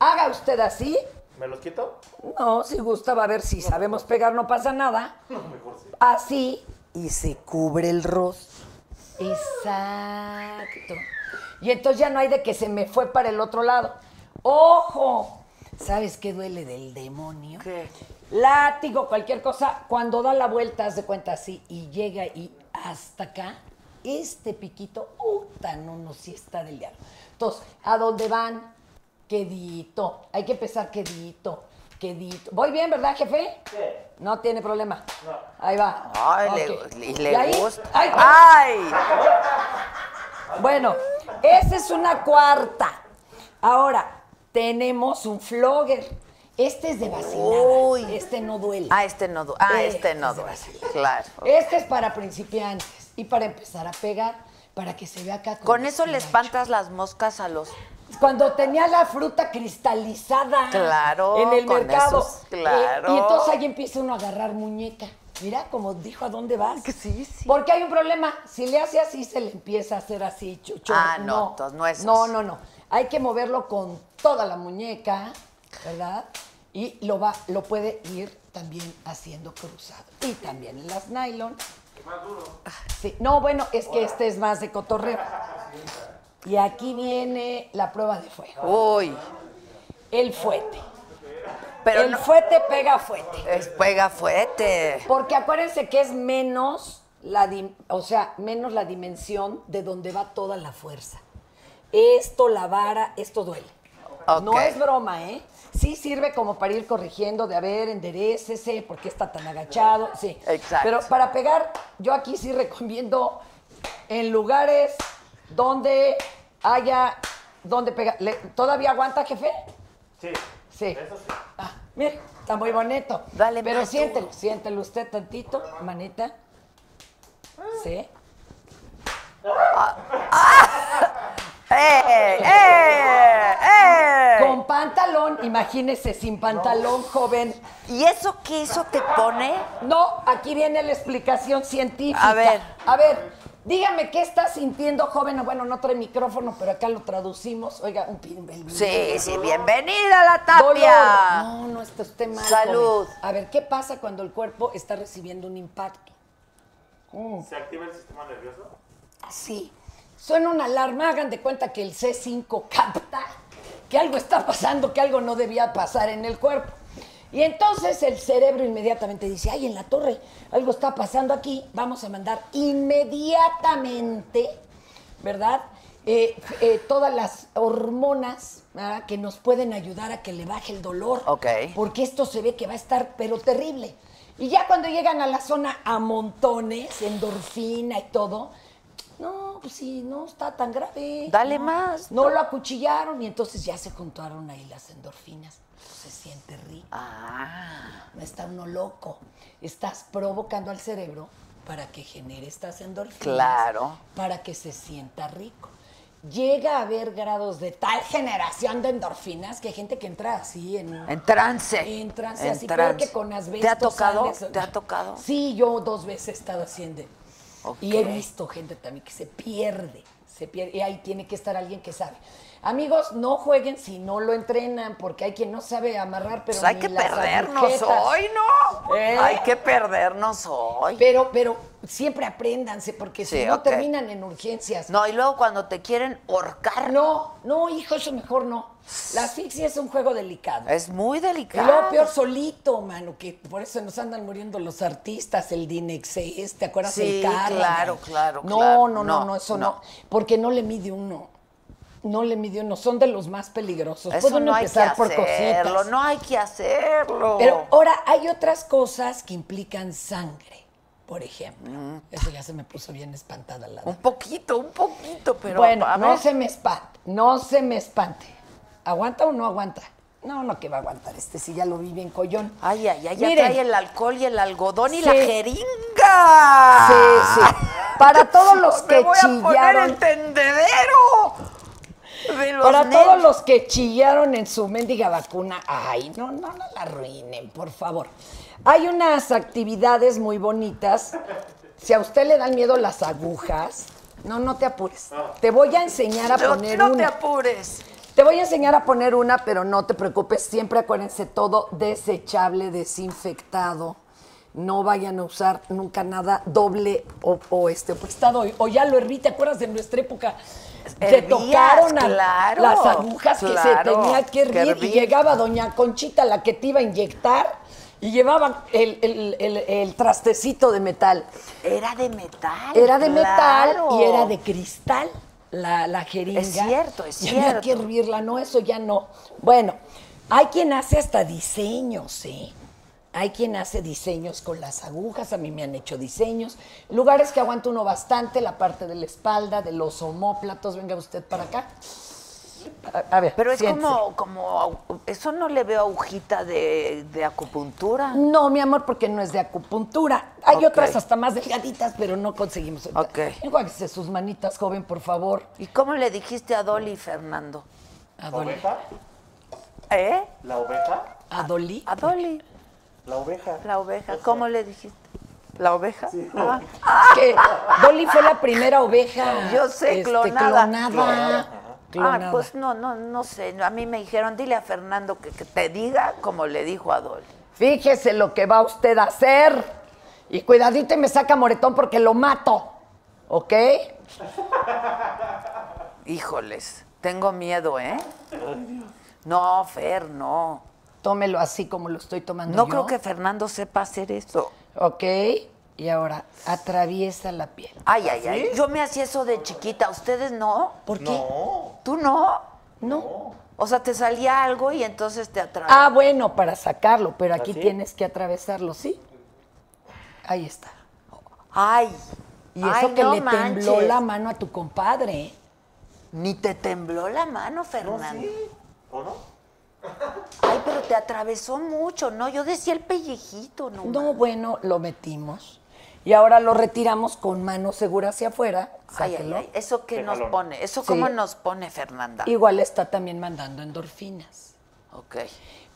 B: Haga usted así.
D: ¿Me los quito?
B: No, si gusta, va a ver si sabemos pegar, no pasa nada. Así, y se cubre el rostro. Exacto. Y entonces ya no hay de que se me fue para el otro lado. ¡Ojo! ¿Sabes qué duele del demonio?
A: ¿Qué?
B: Látigo, cualquier cosa. Cuando da la vuelta, haz de cuenta así y llega y hasta acá, este piquito, puta, no, no, sí está del diablo. Entonces, ¿a dónde van? Quedito. Hay que empezar quedito. Quedito. ¿Voy bien, verdad, jefe? Sí. No tiene problema. Ahí va.
A: Ay,
B: Ok.
A: le, y
B: ¿Y
A: le
B: ahí?
A: gusta. Ah.
B: Ay,
A: ¡Ay!
B: bueno, esa es una cuarta. Ahora, tenemos un flogger. Este es de vacilada.
A: Uy.
B: Este no duele.
A: Ah, este no duele. Ah,
B: Eh,
A: este no
B: es de
A: duele.
B: vacilada.
A: Claro.
B: Este es para principiantes y para empezar a pegar, para que se vea acá. como
A: Con eso le
B: estiracho.
A: espantas las moscas a los.
B: Cuando tenía la fruta cristalizada.
A: Claro,
B: En el
A: con
B: mercado.
A: esos, claro.
B: Eh, y entonces ahí empieza uno a agarrar muñeca. Mira, como dijo, ¿a dónde vas?
A: Sí, sí.
B: Porque hay un problema. Si le hace así, se le empieza a hacer así, chucho.
A: Ah, no, entonces no es
B: No,
A: eso.
B: no, no. Hay que moverlo con toda la muñeca, ¿verdad? Y lo va, lo puede ir también haciendo cruzado. Y también en las nylon. Sí. No, bueno, es que este es más de cotorreo. Y aquí viene la prueba de fuego.
A: Uy.
B: El fuete.
A: Pero
B: el
A: no-
B: fuete pega fuete.
A: Es pega fuerte.
B: Porque acuérdense que es menos la, dim- o sea, menos la dimensión de donde va toda la fuerza. Esto, la vara, esto duele.
A: Ok.
B: No es broma, ¿eh? Sí sirve como para ir corrigiendo de, a ver, enderecese, porque está tan agachado? Sí.
A: Exacto.
B: Pero para pegar, yo aquí sí recomiendo en lugares donde haya, donde pegar. ¿Todavía aguanta, jefe? Sí. Ah, mira, está muy bonito.
A: Dale,
B: Pero
A: más
B: siéntelo, siéntelo usted tantito, manita.
A: Ah.
B: Sí.
A: ¡Eh! ¡Eh! ¡Eh!
B: Con pantalón, imagínese, sin pantalón, joven.
A: ¿Y eso qué eso te pone?
B: No, aquí viene la explicación científica.
A: A ver.
B: A ver, dígame qué está sintiendo, joven. Bueno, no trae micrófono, pero acá lo traducimos. Oiga, un pin
A: Sí, sí, bienvenida a la
B: Dolor.
A: tapia.
B: No, no, esto esté mal.
A: Salud.
B: joven. A ver, ¿qué pasa cuando el cuerpo está recibiendo un impacto?
D: ¿Se activa el sistema nervioso?
B: Sí. Suena una alarma, hagan de cuenta que el C5 capta que algo está pasando, que algo no debía pasar en el cuerpo. Y entonces el cerebro inmediatamente dice, ay, en la torre, algo está pasando aquí, vamos a mandar inmediatamente, ¿verdad? Eh, eh, todas las hormonas ¿verdad? que nos pueden ayudar a que le baje el dolor.
A: Ok.
B: Porque esto se ve que va a estar, pero terrible. Y ya cuando llegan a la zona a montones, endorfina y todo, no, pues sí, no está tan grave.
A: Dale
B: No,
A: más.
B: No lo acuchillaron y entonces ya se juntaron ahí las endorfinas. Se siente rico.
A: Ah,
B: No está uno loco. Estás provocando al cerebro para que genere estas endorfinas.
A: Claro.
B: Para que se sienta rico. Llega a haber grados de tal generación de endorfinas que hay gente que entra así en un
A: En trance.
B: en trance,
A: En
B: así creo
A: trance.
B: que con asbesto.
A: ¿Te ha tocado?
B: sales.
A: ¿Te ha tocado?
B: Sí, yo dos veces he estado haciendo.
A: Ok.
B: Y he visto gente también que se pierde, se pierde. Y ahí tiene que estar alguien que sabe. Amigos, no jueguen si no lo entrenan, porque hay quien no sabe amarrar, pero
A: Pues hay
B: ni
A: que
B: las
A: perdernos
B: agujetas.
A: hoy, ¿no?
B: ¿Eh?
A: Hay que perdernos hoy.
B: Pero, pero siempre apréndanse, porque si
A: Sí,
B: no
A: ok.
B: terminan en urgencias.
A: No, y luego cuando te quieren horcar,
B: no, no, hijo, eso mejor no. La asfixia es un juego delicado.
A: es muy
B: Y
A: delicado.
B: luego peor solito, mano, que por eso nos andan muriendo los artistas, el Dinexes, ¿te acuerdas?
A: Sí,
B: el Carro,
A: claro,
B: man.
A: claro, claro.
B: no, No, no,
A: No,
B: no, eso no.
A: no.
B: Porque no le mide uno. No le mide uno. Son de los más peligrosos.
A: Eso
B: pues, Pueden
A: no hay que
B: empezar por
A: hacerlo,
B: cositas.
A: no hay que hacerlo.
B: Pero oh, ahora hay otras cosas que implican sangre, por ejemplo.
A: Mm.
B: Eso ya se me puso bien espantada la
A: un poquito, un poquito, pero
B: bueno, no
A: vamos.
B: se me espante, no se me espante. ¿Aguanta o no aguanta? No, no, que va a aguantar este, si ya lo vi bien collón.
A: Ay, ay, ay, ya
B: Miren,
A: trae el alcohol y el algodón y
B: Sí.
A: la jeringa.
B: Sí, sí. Para todos los
A: Ah. Me
B: que
A: voy a poner
B: chillaron,
A: el tendedero de los
B: para todos
A: nervios.
B: los que chillaron en su mendiga vacuna, ay, no, no, no la arruinen, por favor. Hay unas actividades muy bonitas. Si a usted le dan miedo las agujas, no, no te apures. Te voy a enseñar a
A: No-
B: poner
A: no, te
B: una.
A: apures.
B: Te voy a enseñar a poner una, pero no te preocupes, siempre acuérdense todo desechable, desinfectado.
E: no vayan a usar nunca nada doble o, o este. pues,
B: Estado, o ya lo herví, ¿te acuerdas de nuestra época? Te
A: Hervías,
B: tocaron a-
A: claro,
B: las agujas que
A: claro,
B: se tenía que
A: que
B: hervir y
A: hervir.
B: llegaba doña Conchita, la que te iba a inyectar, y llevaban el, el- el- el trastecito de metal.
A: Era de metal.
B: Era de
A: claro.
B: metal y era de cristal la, la jeringa.
A: Es cierto, es
B: Y había que
A: cierto.
B: hervirla, no, eso ya no. Bueno, hay quien hace hasta diseños, ¿eh? Hay quien hace diseños con las agujas, a mí me han hecho diseños. Lugares que aguanta uno bastante, la parte de la espalda, de los homóplatos, venga usted para acá. A, a ver,
A: Pero es
B: siéntese.
A: como, como, au- eso no le veo agujita de, de acupuntura.
B: No, mi amor, porque no es de acupuntura. Hay
A: Ok.
B: otras hasta más delgaditas, pero no conseguimos.
A: Ok.
B: Enjuáguese sus manitas, joven, por favor.
A: ¿Y cómo le dijiste a Dolly, Fernando?
B: Adolí.
D: ¿Oveja?
A: ¿Eh?
D: ¿La oveja?
B: Adolí.
A: A Dolly,
D: ¿La oveja?
A: la oveja. ¿Cómo le dijiste? ¿La oveja? Ah,
B: que Dolly fue la primera oveja.
A: Yo sé,
B: este,
A: clonada.
B: Clonada.
A: Ah,
B: Clonada.
A: pues no, no, no sé. A mí me dijeron, dile a Fernando que, que te diga como le dijo a Dolly.
B: Fíjese lo que va usted a hacer. Y cuidadito y me saca moretón porque lo mato. ¿Ok?
A: Híjoles, tengo miedo, ¿eh? No, Fer, no.
B: Tómelo así como lo estoy tomando
A: No
B: yo.
A: creo que Fernando sepa hacer eso.
B: Ok. Y ahora, atraviesa la piel.
A: Ay, ay, ay. Yo me hacía eso de chiquita. ¿Ustedes no?
B: ¿Por qué?
D: No.
A: ¿Tú no?
B: No.
A: O sea, te salía algo y entonces te atrapaba.
B: Ah, bueno, para sacarlo, pero aquí
D: ¿Así?
B: tienes que atravesarlo, ¿sí? Ahí está.
A: Ay.
B: Y
A: Ay,
B: eso que
A: no
B: le tembló
A: manches.
B: la mano a tu compadre. ¿eh?
A: Ni te tembló la mano, Fernando.
D: ¿O no?
A: Ay, pero te atravesó mucho, ¿no? Yo decía el pellejito, ¿no?
B: No, bueno, lo metimos. Y ahora lo retiramos con mano segura hacia afuera.
A: Ay, ay,
B: sáquelo.
A: ay. ¿Eso qué
D: Qué
A: nos
D: jalón.
A: pone? ¿Eso
B: pues, Sí.
A: cómo nos pone, Fernanda?
B: Igual está también mandando endorfinas.
A: Ok.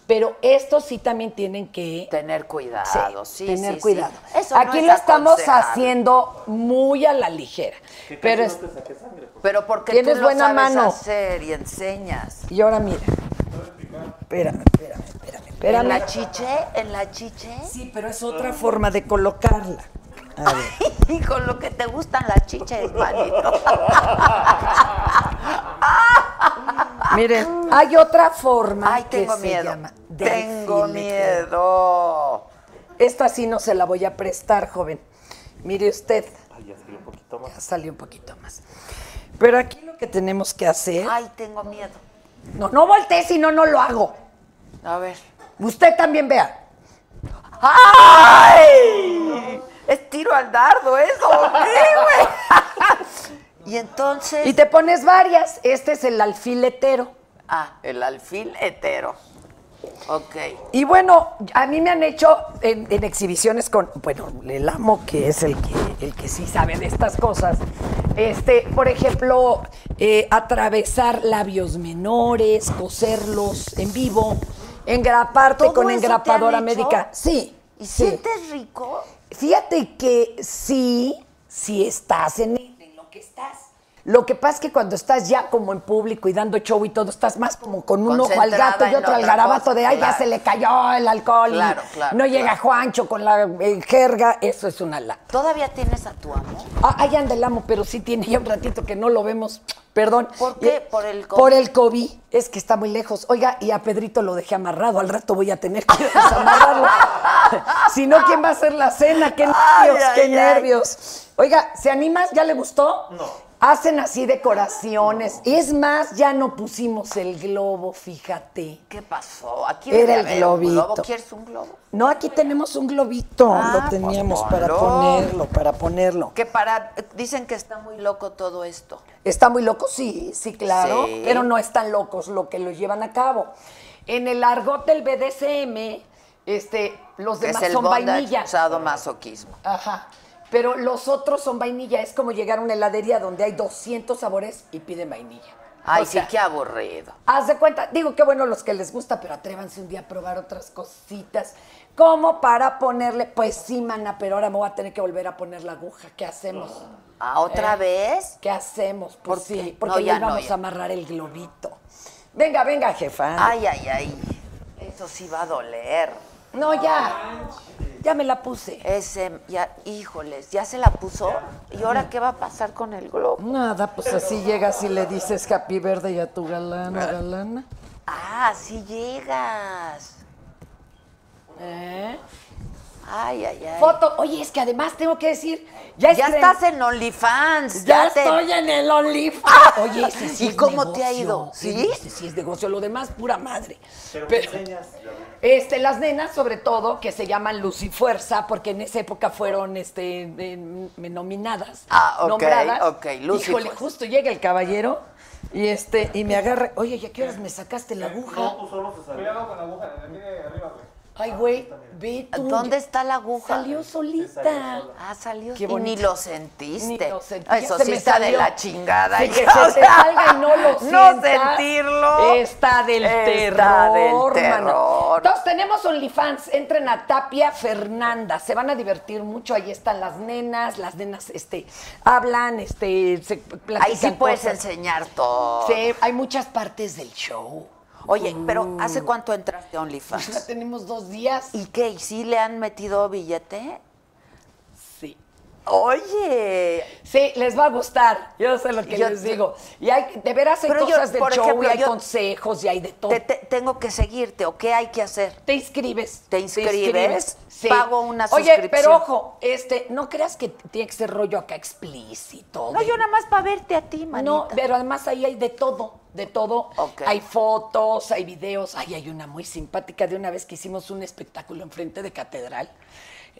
B: Pero estos sí también tienen que
A: Tener cuidado, sí,
B: tener
A: sí,
B: cuidado.
A: sí. Eso
B: Aquí
A: no
B: lo
A: es
B: estamos
A: aconsejable.
B: haciendo muy a la ligera.
D: Que casi
B: Pero
D: no
B: es-
D: te saqué sangre. porque
A: Pero porque
B: Tienes
A: tú lo
B: buena
A: sabes
B: mano.
A: hacer y enseñas.
B: y ahora mira. Espérame, espérame, espérame, espérame.
A: ¿En la chiche? ¿En la chiche?
B: Sí, pero es otra forma de colocarla.
A: Y con lo que te gustan las chiches, manito.
B: Miren, hay otra forma
A: Ah. Ay, tengo
B: que se
A: miedo.
B: llama
A: Tengo
B: delfín.
A: miedo.
B: Esta sí no se la voy a prestar, joven. Mire usted,
D: Ay, ya salió un poquito más.
B: ya salió un poquito más. Pero aquí lo que tenemos que hacer...
A: Ay, tengo miedo.
B: No, no voltee, si no, no lo hago.
A: A ver.
B: Usted también vea.
A: ¡Ay! Es tiro al dardo
B: ¿eh?
A: eso, ¿o qué, güey? y entonces.
B: Y te pones varias. Este es el alfiletero.
A: Ah, el alfil hetero. Ok.
B: Y bueno, a mí me han hecho en, en exhibiciones con, bueno, el amo que es el que, el que sí sabe de estas cosas. Este, por ejemplo, eh, atravesar labios menores, coserlos en vivo, engraparte
A: ¿Todo
B: con
A: eso te
B: engrapadora
A: han hecho?
B: médica. Sí.
A: ¿Y
B: sí.
A: sientes rico?
B: Fíjate que sí, sí estás en, en lo que estás. Lo que pasa es que cuando estás ya como en público y dando show y todo, estás más como con un ojo al
A: Concentrada
B: gato y
A: en
B: otro al
A: otra
B: garabato
A: cosa,
B: de, ay,
A: claro.
B: ya se le cayó el alcohol
A: Claro,
B: y
A: claro,
B: no llega
A: claro.
B: Juancho con la eh, jerga. Eso es una lata.
A: ¿Todavía tienes a tu amo?
B: Ah, ahí anda el amo, pero sí tiene ya un ratito que no lo vemos. Perdón.
A: ¿Por qué?
B: Eh,
A: ¿Por el COVID?
B: Por el COVID. Es que está muy lejos. Oiga, y a Pedrito lo dejé amarrado. Al rato voy a tener que desamarrarlo. si no, ¿quién va a hacer la cena? ¡Qué
A: Ay,
B: nervios!
A: ay,
B: ¡Qué
A: ay.
B: nervios! Oiga, ¿se animas? ¿Ya le gustó?
D: No.
B: Hacen así decoraciones. Es más, ya no pusimos el globo, fíjate.
A: ¿Qué pasó? Aquí
B: Era
A: debe
B: el
A: haber un globo.
B: globito.
A: ¿Quieres un globo?
B: No, aquí tenemos un globito.
A: Ah,
B: lo teníamos
A: pues
B: para
A: ponlo.
B: ponerlo, para ponerlo.
A: Que para. Dicen que está muy loco todo esto.
B: ¿Está muy loco? Sí, sí, claro.
A: Sí.
B: Pero no están locos lo que lo llevan a cabo. En el argot del BDSM, este, los
A: Que
B: demás
A: es el
B: son
A: bondage
B: vainilla.
A: usado masoquismo.
B: Ajá. Pero los otros son vainilla. Es como llegar a una heladería donde hay 200 sabores y piden vainilla.
A: Ay,
B: O sea,
A: sí, qué aburrido.
B: Haz de cuenta, digo que bueno los que les gusta, pero atrévanse un día a probar otras cositas. Como para ponerle, pues sí, mana, pero ahora me voy a tener que volver a poner la aguja. ¿Qué hacemos?
A: ¿Ah, otra
B: Eh.
A: vez?
B: ¿Qué hacemos?
A: ¿Por
B: Pues
A: qué?
B: sí,
A: No,
B: porque
A: ya
B: le
A: no,
B: vamos
A: ya.
B: a amarrar el globito. Venga, venga, jefa.
A: Ay, ay, ay. Eso sí va a doler.
B: No, ya. Ya me la puse.
A: Ese, ya, híjoles, ya se la puso. ¿Y ahora qué va a pasar con el globo?
E: Nada, pues así llegas y le dices happy verde y a tu galana, galana.
A: Ah, sí llegas.
B: ¿Eh?
A: Ay, ay, ay.
B: Foto. Oye, es que además tengo que decir, ya,
A: ya
B: estren-
A: estás en OnlyFans.
B: Ya
A: te-
B: estoy en el OnlyFans. Oye, ese
A: Ah.
B: sí
A: ¿Y
B: es
A: cómo te ha
B: negocio.
A: ido? ¿Sí?
B: Ese sí es negocio. Lo demás, pura madre.
D: Pero me
B: Pero-
D: enseñas.
B: Este, las nenas, sobre todo, que se llaman Luz y Fuerza, porque en esa época fueron este, en- en- nominadas.
A: Ah, ok,
B: nombradas.
A: ok, Luz y
B: Híjole,
A: Fuerza.
B: justo llega el caballero y este, y me agarra. Oye, ¿ya qué horas me sacaste la aguja?
D: No, tú solo se salió.
F: Cuidado con la aguja, de aquí de arriba, güey.
B: Ay, güey, ve tú.
A: Ah, ¿Dónde está la aguja?
B: Salió solita.
A: Ah, salió.
B: Qué
A: y ni
B: bonito.
A: lo sentiste.
B: Ni lo sentí,
A: Ah,
B: ya
A: Eso
B: se
A: sí
B: me
A: está de
B: salió.
A: la chingada.
B: Sí,
A: hija,
B: que
A: o
B: se te
A: sea,
B: salga y no lo
A: No
B: sientas,
A: sentirlo.
B: Está del
A: Está
B: terror,
A: del
B: mano.
A: terror.
B: Entonces tenemos OnlyFans, entren a Tapia Fernanda, se van a divertir mucho, ahí están las nenas, las nenas este, hablan, este, se platican
A: Ahí sí puedes
B: cosas.
A: enseñar todo.
B: Sí, hay muchas partes del show.
A: Oye, pero
B: Mm.
A: ¿hace cuánto entraste a
B: Ya
A: OnlyFans?
B: tenemos dos días.
A: ¿Y qué? ¿Y sí le han metido billete?
B: Sí.
A: Oye,
B: Sí, les va a gustar. Yo sé lo que
A: Yo
B: les
A: te-
B: digo. Y hay, de veras hay
A: Pero yo,
B: cosas del
A: por
B: show
A: ejemplo,
B: y hay
A: yo-
B: consejos y hay de todo.
A: te- te- tengo que seguirte o qué hay que hacer.
B: Te inscribes.
A: Te inscribes,
B: sí.
A: pago una
B: Oye,
A: suscripción.
B: pero ojo, este, no creas que t- tiene que ser rollo acá explícito.
A: No,
B: de-
A: yo nada más para verte a ti, manita.
B: No, pero además ahí hay de todo, de todo.
A: Ok.
B: Hay fotos, hay videos. Ay, hay una muy simpática de una vez que hicimos un espectáculo enfrente de catedral.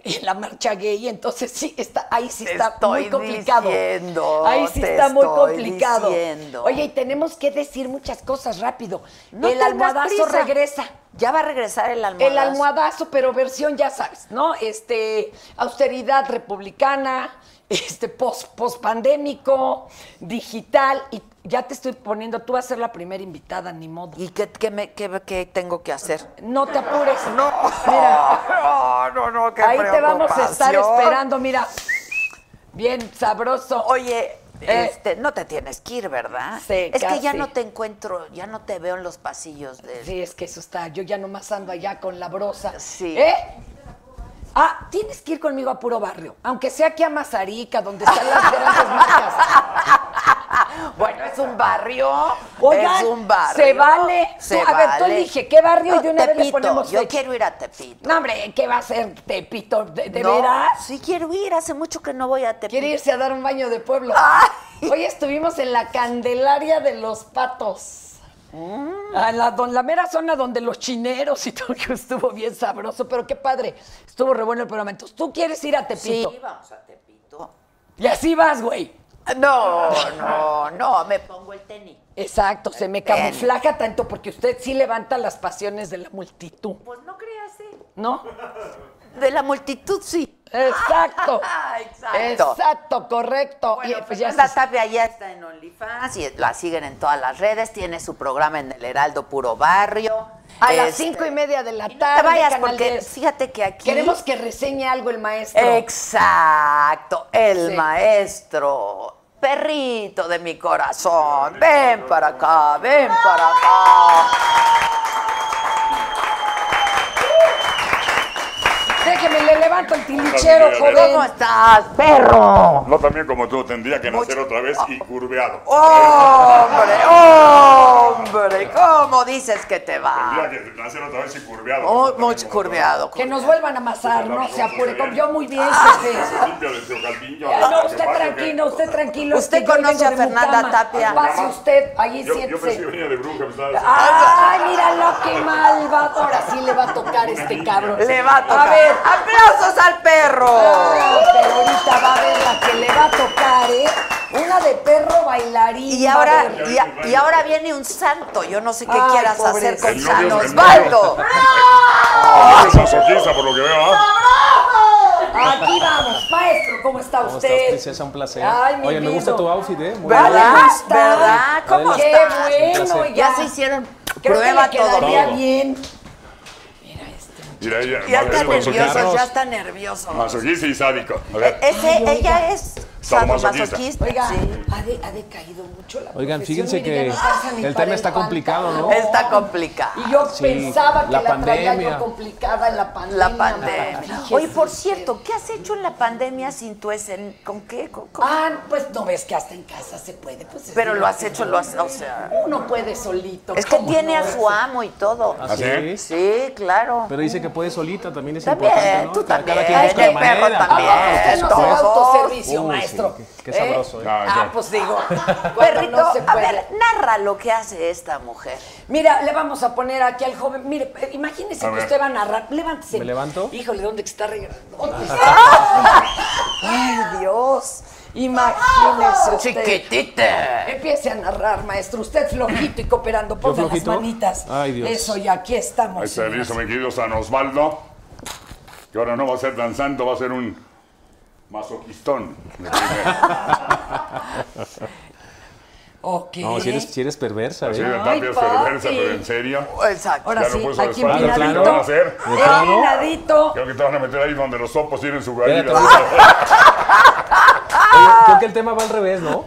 B: En la marcha gay, entonces sí, está, ahí sí
A: Te
B: está muy
A: estoy
B: complicado.
A: diciendo,
B: ahí sí
A: te
B: está muy
A: estoy
B: complicado.
A: diciendo.
B: Oye, y tenemos que decir muchas cosas rápido.
A: No
B: El
A: tengas
B: almohadazo
A: prisa.
B: regresa.
A: Ya va a regresar el almohadazo.
B: El almohadazo, pero versión, ya sabes, ¿no? Este, austeridad republicana, este, post, pandémico, digital, y ya te estoy poniendo, tú vas a ser la primera invitada, ni modo.
A: ¿Y qué, qué me, qué, qué tengo que hacer?
B: No te apures.
A: No, no,
B: Mira,
A: no, no, qué
B: ahí te vamos a estar
A: preocupación.
B: esperando, mira. Bien sabroso.
A: Oye,
B: Eh.
A: este, no te tienes que ir, ¿verdad?
B: Sí,
A: es que ya
B: casi.
A: no te encuentro, ya no te veo en los pasillos de.
B: Sí, es que eso está. Yo ya nomás ando allá con la brosa.
A: Sí.
B: ¿Eh? Ah, tienes que ir conmigo a puro barrio, aunque sea aquí a Mazarica, donde están las grandes marcas.
A: Bueno, es un barrio.
B: Oigan,
A: es un barrio.
B: se vale.
A: Se
B: Tú- a ver, tú
A: vale.
B: elige qué barrio y de una vez le
A: Tepito,
B: ponemos
A: Yo
B: fecha.
A: quiero ir a Tepito.
B: No, hombre, ¿qué va a hacer Tepito? ¿De, de
A: No,
B: veras?
A: Sí quiero ir, hace mucho que no voy a Tepito.
B: Quiere irse a dar un baño de pueblo.
A: Ay.
B: Hoy estuvimos en la Candelaria de los Patos. A la, don- la mera zona donde los chineros y todo que estuvo bien sabroso, pero qué padre, estuvo re bueno el programa. Entonces, tú quieres ir a Tepito.
A: Sí, vamos a Tepito.
B: Y así vas, güey.
A: No, no, no, me pongo el tenis.
B: Exacto, se
A: Ven.
B: me camuflaja tanto porque usted sí levanta las pasiones de la multitud,
A: Pues no creas, ¿eh?
B: ¿no?
A: De la multitud, sí.
B: Exacto.
A: Exacto.
B: Exacto, correcto.
A: Bueno,
B: y pues ya
A: Fernanda
B: se-
A: Tapia eh, ya está en OnlyFans y la siguen en todas las redes. Tiene su programa en el Heraldo Puro Barrio.
B: a las
A: Este,
B: cinco y media de la
A: y no
B: tarde.
A: te vayas
B: Canal
A: porque
B: 10.
A: fíjate que aquí.
B: Queremos que reseñe algo el maestro.
A: Exacto, el
B: Sí.
A: maestro. Perrito de mi corazón, ven para acá, ven para acá.
B: Déjeme, le levanto el tilichero,
A: ¿Cómo
B: joven.
A: estás, perro?
G: No también como tú, tendría que nacer
A: Mucho- Oh.
G: otra vez y curveado.
A: Hombre, hombre, ¿cómo dices que te
G: Tendría
A: va?
G: que nacer otra vez y curveado.
A: Oh,
G: Como
A: mucho
G: tú.
A: curveado.
B: Que nos vuelvan a amasar, no se apure. Como Yo muy bien, jefe.
G: Limpio de tu calviño.
B: Ay, Ah, No, usted tranquilo, usted tranquilo. es
A: Usted
B: que yo
A: conoce
B: vengo
A: a
B: de
A: Fernanda
B: Mucama.
A: Tapia.
B: Pase usted, ahí
G: Yo, yo pensé que
B: siéntese.
G: venía de bruja, me estaba
A: Ah.
B: Ay, míralo, qué mal va. Ahora sí le va a tocar este cabrón.
A: Le va a tocar.
B: A ver,
A: aplausos al perro.
B: Ah, Pero ahorita va a ver la que le va a tocar, ¿eh? Una de perro bailarín.
A: Y
B: va a
A: ahora,
B: ver.
A: y, a- y ahora viene un santo. Yo no sé qué
B: Ay,
A: quieras hacer
B: pobrecito.
A: con
G: El novio
A: San
G: del novio.
A: Osvaldo.
G: diciendo. Es masoquista por lo que veo, ¿ah?
B: Aquí vamos, maestro, ¿cómo está
F: ¿Cómo
B: usted?
F: estás, princesa? Un placer.
B: Ay, mi
F: Oye, me gusta
B: lindo.
F: tu outfit, ¿eh? Muy
B: Ay,
A: ¿Verdad?
B: ¿cómo está?
A: ¿Verdad? ¿Cómo
B: Qué
A: estás?
F: Un
B: bueno,
F: placer.
A: Ya se hicieron
B: Creo
A: prueba
B: que le quedaría
F: todo.
B: bien.
G: Mira, ella,
A: Ya
G: más
A: está nerviosos,
G: bien
F: nervioso.
A: Eh,
G: masoquista.
A: ya está nervioso.
G: Masoquista y sádico. A ver.
A: Ese, ella es
G: Sadomasoquista.
A: Sadomasoquista,
B: Oiga,
A: sí.
B: ha, de- ha decaído mucho la
F: Oigan,
B: profesión,
F: fíjense
B: mire,
F: que
B: ya no alcanza ni
F: el
B: para
F: tema está complicado, ¿no?
B: pantalón.
A: Está complicado.
B: Y yo
F: Sí,
B: pensaba que la,
F: la
B: traía yo
F: pandemia.
B: complicada en la pandemia.
A: La
B: mano.
A: pandemia.
B: Fíjese
A: Oye, por
B: usted.
A: cierto, ¿qué has hecho en la pandemia sin tu esen? ¿Con qué? ¿Con- con-
B: Ah, pues no ves que hasta en casa se puede. Pues, es
A: Pero lo has
B: divertido.
A: hecho, lo has, o sea,
B: Uno puede solito.
A: es que
B: ¿cómo
A: tiene
B: no?
A: a su amo y todo.
G: ¿Así? ¿eh?
F: es.
A: Sí, claro.
F: Pero dice que puede solita, también es importante,
A: También,
F: ¿no?
A: tú
F: Cada-
A: también,
F: cada quien
A: el
F: busca la
A: perro
F: manera.
A: también,
B: Ah, usted no se da
A: todos.
B: autoservicio,
F: Uy, sí,
B: maestro.
F: qué- qué sabroso, ¿eh?
G: Ah,
B: Ah,
G: ok.
B: pues digo, cuando
A: Perrito,
B: no se
A: a
B: puede.
A: ver, narra lo que hace esta mujer.
B: Mira, le vamos a poner aquí al joven. Mire, eh, imagínese
G: A
B: que
G: ver.
B: usted va a narrar. Levántese.
F: ¿Me levanto?
B: Híjole, ¿dónde que está regresando? ¿Dónde está? Ay, Dios.
G: Ah,
B: Imagínese usted.
A: Chiquitita.
B: Empiece a narrar, maestro. Usted flojito y cooperando. Ponga las
F: flojito?
B: manitas.
F: Ay, Dios.
B: Eso, y aquí estamos.
G: Ahí está
B: señoras.
G: listo, mi querido San Osvaldo. Que ahora no va a ser tan santo, va a ser un masoquistón.
B: Ok.
F: No, si eres, si eres perversa,
G: Sí,
F: ¿eh?
G: de tapias
B: papi.
G: perversa, pero en serio.
A: Exacto.
B: Ahora
G: Ya no
B: sí,
G: puedes
B: aquí
G: hablar.
F: Claro,
B: miradito.
G: ¿Qué
F: claro.
G: van a hacer?
F: ¿De plano?
B: miradito.
G: Creo que te van a meter ahí donde los sopos tienen su
F: Espérate,
G: guarida.
F: Oye,
B: Ah.
F: creo que el tema va al revés, ¿no?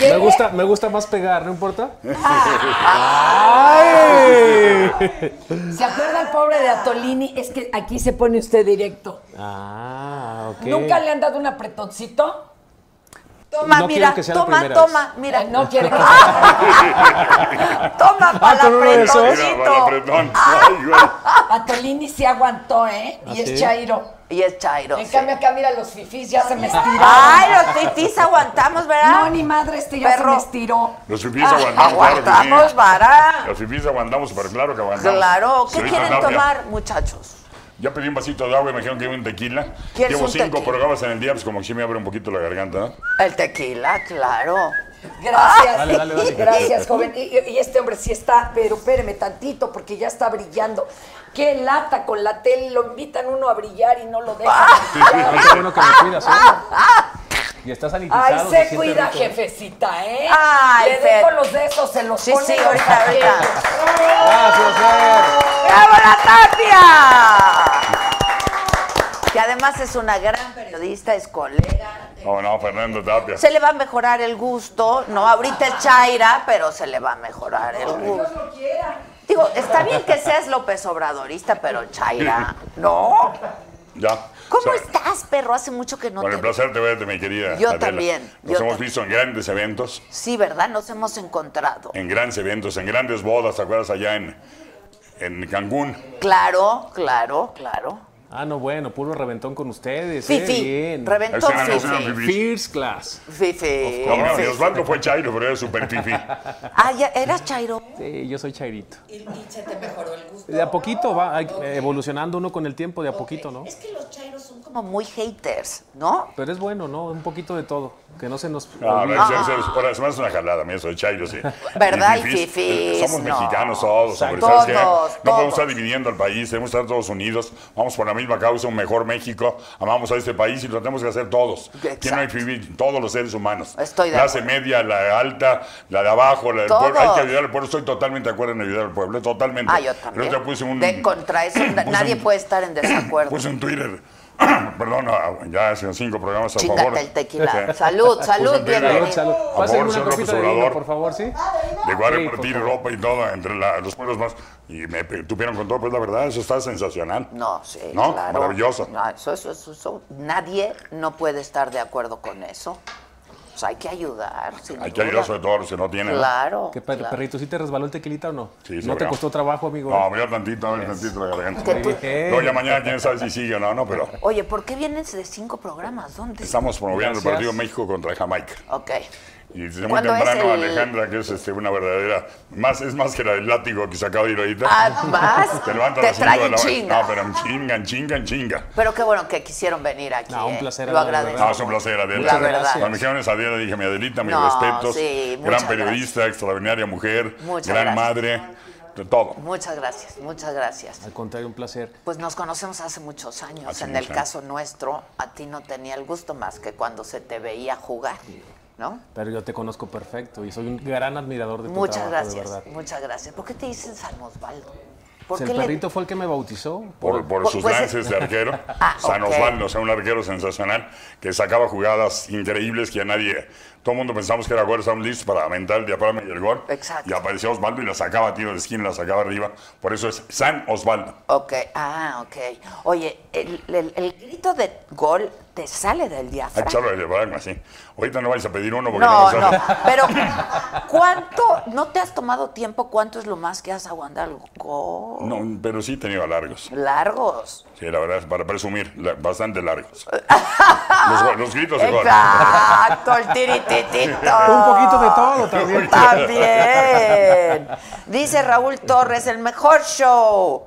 F: Me gusta, me gusta más pegar, ¿no importa?
B: Ah.
F: ¡Ay!
B: ¿Se acuerda el pobre de Atolini? Es que aquí se pone usted directo.
F: Ah, ok.
B: ¿Nunca le han dado un apretoncito?
A: Toma,
F: No
A: mira,
F: quiero que sea la
A: toma,
F: primera
A: toma,
B: Mira,
A: mira.
B: no quiere que...
A: Toma para
F: con uno de esos.
G: Mira, para
A: apretoncito.
G: apretón.
A: Ah.
G: Ay, güey.
B: Atolini se aguantó, ¿eh? Y
F: ¿Ah, sí?
B: es Chairo.
A: Y es Chairo.
B: En
A: sí.
B: cambio acá, mira, los fifís ya se me estiraron.
A: Ay, los titis aguantamos, ¿verdad?
B: No, ni madre, este ya se
A: Perro.
B: me estiró.
G: Los fifís aguantamos, claro que sí.
A: Aguantamos, vara.
G: Los fifís aguantamos, pero claro que aguantamos.
A: Claro, ¿qué
G: Señorita
A: quieren
G: Tapia,
A: tomar, muchachos?
G: Ya pedí un vasito de agua y me dijeron que iba un tequila.
A: ¿Quieres
G: Llevo
A: un
G: cinco
A: tequila?
G: programas en el día, pues como que sí me abre un poquito la garganta, ¿no?
A: El tequila, claro.
B: Gracias.
F: Dale, dale, dale.
B: Gracias, joven. Y, y este hombre sí está, pero espéreme tantito, porque ya está brillando. Qué lata con la tele, lo invitan uno a brillar y no lo dejan.
A: Ah.
F: Ay, qué bueno que me cuidas, ¿eh? Y está sanitizado.
B: Ay, se,
F: siente
B: cuida,
F: rico.
B: jefecita, ¿eh?
A: Ay,
B: Le
A: Fer.
B: dejo los de esos, se los
A: Sí,
B: pone
A: sí,
B: y los
A: ahorita, ahorita.
B: saquea.
F: Gracias, Fer.
A: ¡Bravo la Tapia! Que además es una gran periodista, es colega.
G: No, no, Fernando Tapia.
A: Se le va a mejorar el gusto, no, ahorita es Chaira, pero se le va a mejorar el gusto. Digo, está bien que seas López Obradorista, pero Chaira, no.
G: Ya.
A: ¿Cómo
G: Sa-
A: estás, perro? Hace mucho que no
G: Con el
A: te...
G: placer de verte, mi querida.
A: Yo
G: Adela.
A: también,
G: Nos
A: yo
G: hemos
A: tam-
G: visto en grandes eventos,
A: Sí, ¿verdad? Nos hemos encontrado.
G: en grandes eventos, en grandes bodas, ¿te acuerdas? Allá en, en Cancún.
A: Claro, claro, claro.
F: Ah, no, bueno, puro reventón con ustedes. eh,
A: Fifi,
F: bien.
A: reventón
G: Ese ganó, ese
A: Fifi.
G: ganó
F: First class.
A: Fifi.
G: No, no,
A: Fifi.
G: ni Osvaldo fue Chairo, pero era super fifi.
A: Ah, ya, ¿eras Chairo?
F: Sí, yo soy Chairito. ¿Y, se te mejoró el gusto? De a poquito va hay- evolucionando uno con el tiempo, de a poquito, ¿no?
A: Es que los Chairos son como muy haters, ¿no?
F: Pero es bueno, ¿no? Un poquito de todo. Que no se nos.
G: No, no,
F: olvide.
G: es- es- es- ahora, se me hace una jalada, mira, soy Chairo, sí.
A: ¿Verdad?
G: Y
A: Y
G: fifís,
A: fifís,
G: Somos
A: no.
G: mexicanos todos, hombre,
A: Exacto.
G: ¿sabes qué?
A: Todos,
G: No
A: todos.
G: podemos estar dividiendo al país, debemos estar todos unidos. Vamos por la misma causa, un mejor México. Amamos a este país y lo tenemos que hacer todos.
A: Exacto.
G: Que no hay fifís, todos los seres humanos.
A: Estoy de
G: La clase
A: acuerdo.
G: media, la alta, la de abajo, la del
A: Todos.
G: pueblo. Hay que ayudar al pueblo. Estoy totalmente de acuerdo en ayudar al pueblo, totalmente.
A: Ah, yo
G: El
A: también.
G: otro día puse un-
A: De contra eso, na-
G: puse
A: nadie
G: un-
A: puede estar en desacuerdo.
G: Puse un Twitter. Perdón, ah, ya hace cinco programas a favor.
A: Chíngate el tequila. Salud, salud,
G: Puse Twitter.
F: Salud,
A: bienvenido.
F: salud.
G: A
F: Pásenme
G: favor,
F: una
G: señor López
F: copita de vino,
G: Obrador.
F: por favor, ¿sí?
G: Llegó a
F: Sí,
G: repartir
F: por favor.
G: ropa y todo entre la- los pueblos más. Y me pe- tupieron con todo, pues la verdad, eso está sensacional.
A: No, sí,
G: ¿No?
A: claro.
G: Maravilloso.
A: No, eso, eso, eso, eso. Nadie no puede estar de acuerdo con eso. O sea, hay que ayudar. sin
G: Hay que
A: duda.
G: ayudar sobre todo a los que no tienen. ¿no?
A: Claro.
F: ¿Qué per-
A: claro.
F: perrito? ¿Sí te resbaló el tequilita o no?
G: Sí,
F: no
G: sobre-
F: te costó trabajo, amigo. ¿eh?
G: No, abrió tantito, abrió tantito la garganta.
A: Te pu-
F: Bien.
G: No, ya mañana quién sabe si sigue o no, no, pero
A: Oye, ¿por qué vienes de cinco programas? ¿Dónde?
G: estamos promoviendo
F: Gracias.
G: el partido México contra Jamaica.
A: Ok.
G: Y desde muy
A: ¿Cuándo es
G: temprano
A: el-
G: Alejandra, que es este, una verdadera. Más, es más que la del látigo que se acaba de ir ahorita.
A: Además,
G: Te
A: te,
G: levanta a las cinco
A: trae
G: de
A: en
G: la
A: chinga.
G: No, pero en chinga, en chinga, en chinga.
A: Pero qué bueno que quisieron venir aquí.
F: No, un
A: ¿eh?
F: placer,
A: Lo
F: la
A: agradezco.
F: verdad.
G: No, es un placer, Adela.
A: La verdad.
G: Cuando me dijeron esa Adela, dije, mi Adelita, mis
A: No,
G: respetos.
A: sí, muchas
G: gran periodista, extraordinaria mujer,
A: Muchas
G: gran
A: gracias.
G: madre, de todo.
A: Muchas gracias, muchas gracias.
F: Al contrario, un placer.
A: Pues nos conocemos hace muchos años.
G: Hace
A: en
G: muchos
A: el
G: años.
A: caso nuestro, a ti no tenía el gusto más que cuando se te veía jugar, ¿no?
F: Pero yo te conozco perfecto y soy un gran admirador de tu
A: Muchas
F: trabajo, de
A: gracias,
F: verdad.
A: muchas gracias. ¿Por qué te dicen San Osvaldo? ¿Por
F: el
A: qué le-
F: perrito fue el que me bautizó.
G: por, por
A: Por-
G: sus
A: pues,
G: lances de arquero.
A: Ah,
G: San
A: ok.
G: Osvaldo, o sea, un arquero sensacional que sacaba jugadas increíbles que a nadie. Todo el mundo pensamos que era gol, estaban listos para aventar el diafragma y el gol.
A: Exacto.
G: Y aparecía Osvaldo y la sacaba a tiro de esquina, la sacaba arriba. Por eso es San Osvaldo.
A: Ok, ah, ok. Oye, el, el- el grito de gol te sale del
G: Hay que
A: diafragma.
G: echarlo de diafragma, sí. Ahorita no vais a pedir uno porque
A: No,
G: no,
A: no,
G: lo sabe.
A: pero ¿cuánto, no te has tomado tiempo? ¿Cuánto es lo más que has aguantado? Go-
G: No, pero sí tenía largos.
A: Largos.
G: Sí, la verdad, para presumir, la- bastante largos. Los, go- los gritos de gol.
A: Exacto, el tirititito.
F: Un poquito de todo también.
A: También. Dice Raúl Torres, el mejor show.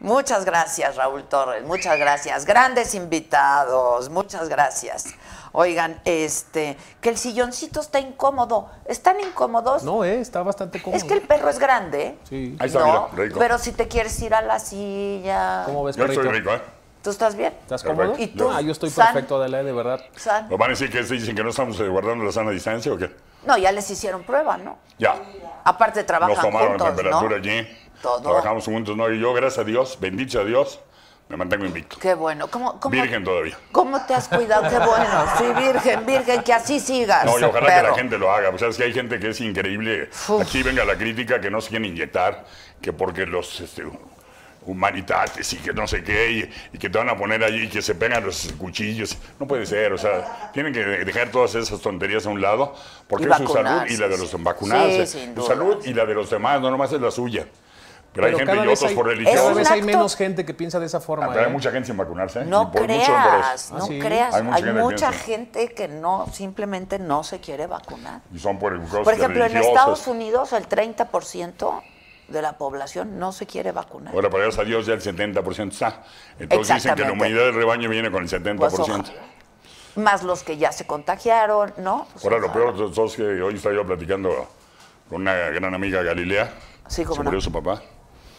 A: Muchas gracias, Raúl Torres. Muchas gracias. Grandes invitados. Muchas gracias. Oigan, este, que el silloncito está incómodo. ¿Están incómodos?
F: No, eh, está bastante cómodo.
A: Es que el perro es grande.
F: Sí.
G: Ahí está,
A: ¿no?
G: mira, rico.
A: Pero si te quieres ir a la silla.
F: ¿Cómo ves,
G: Yo estoy
F: perrito?
G: rico, ¿eh?
A: ¿Tú estás bien?
F: ¿Estás cómodo?
A: ¿Y tú?
F: Ah, yo estoy
A: San?
F: perfecto, Adelaide, de verdad.
A: San?
G: ¿Nos van a decir que dicen que no estamos eh, guardando la sana distancia o qué?
A: No, ya les hicieron prueba, ¿no?
G: Ya.
A: Aparte trabajan
G: Nos tomaron
A: juntos,
G: la temperatura
A: ¿no?
G: allí.
A: Todo.
G: Trabajamos juntos, ¿no? Y yo, gracias a Dios, bendito a Dios, me mantengo invicto.
A: Qué bueno. ¿Cómo, cómo,
G: Virgen todavía.
A: ¿Cómo te has cuidado? Qué bueno. Sí, virgen, virgen, que así sigas.
G: No, y ojalá que
A: perro.
G: la gente lo haga. Pues sabes que hay gente que es increíble.
A: Uf.
G: Aquí venga la crítica que no se quieren inyectar, que porque los este, humanitates y que no sé qué, y, y que te van a poner allí, que se pegan los cuchillos. No puede ser, o sea, tienen que dejar todas esas tonterías a un lado, porque
A: Y
G: es su salud y
A: vacunarse,
G: la de
A: sí.
G: los vacunarse.
A: Sí, sin
G: Su
A: duda.
G: salud y la de los demás, no nomás es la suya. Pero, hay gente
F: cada
G: y
F: vez
G: otros por religión.
A: Es
F: Cada
A: un
F: vez hay
A: acto-
F: menos gente que piensa de esa forma.
G: Ah, pero
F: ¿eh?
G: hay mucha gente sin vacunarse. ¿eh?
A: No
G: Y por mucho
A: creas,
G: embarazo.
A: no
F: Ah, sí.
A: creas. Hay
G: Hay
A: mucha,
G: mucha gente que piensa.
A: gente que no, simplemente no se quiere vacunar.
G: Y son por cosas
A: Por ejemplo, en
G: religiosas.
A: Estados Unidos el 30% de la población no se quiere vacunar.
G: Ahora, para gracias a Dios, ya el 70% está. Entonces dicen que
A: Exactamente.
G: la humanidad del rebaño viene con el 70%.
A: Pues, ojalá. Más los que ya se contagiaron, ¿no? Pues,
G: Ahora, lo
A: ojalá.
G: peor de todo es que hoy estaba yo platicando con una gran amiga Galilea.
A: Sí, cómo
G: se
A: no.
G: murió su papá.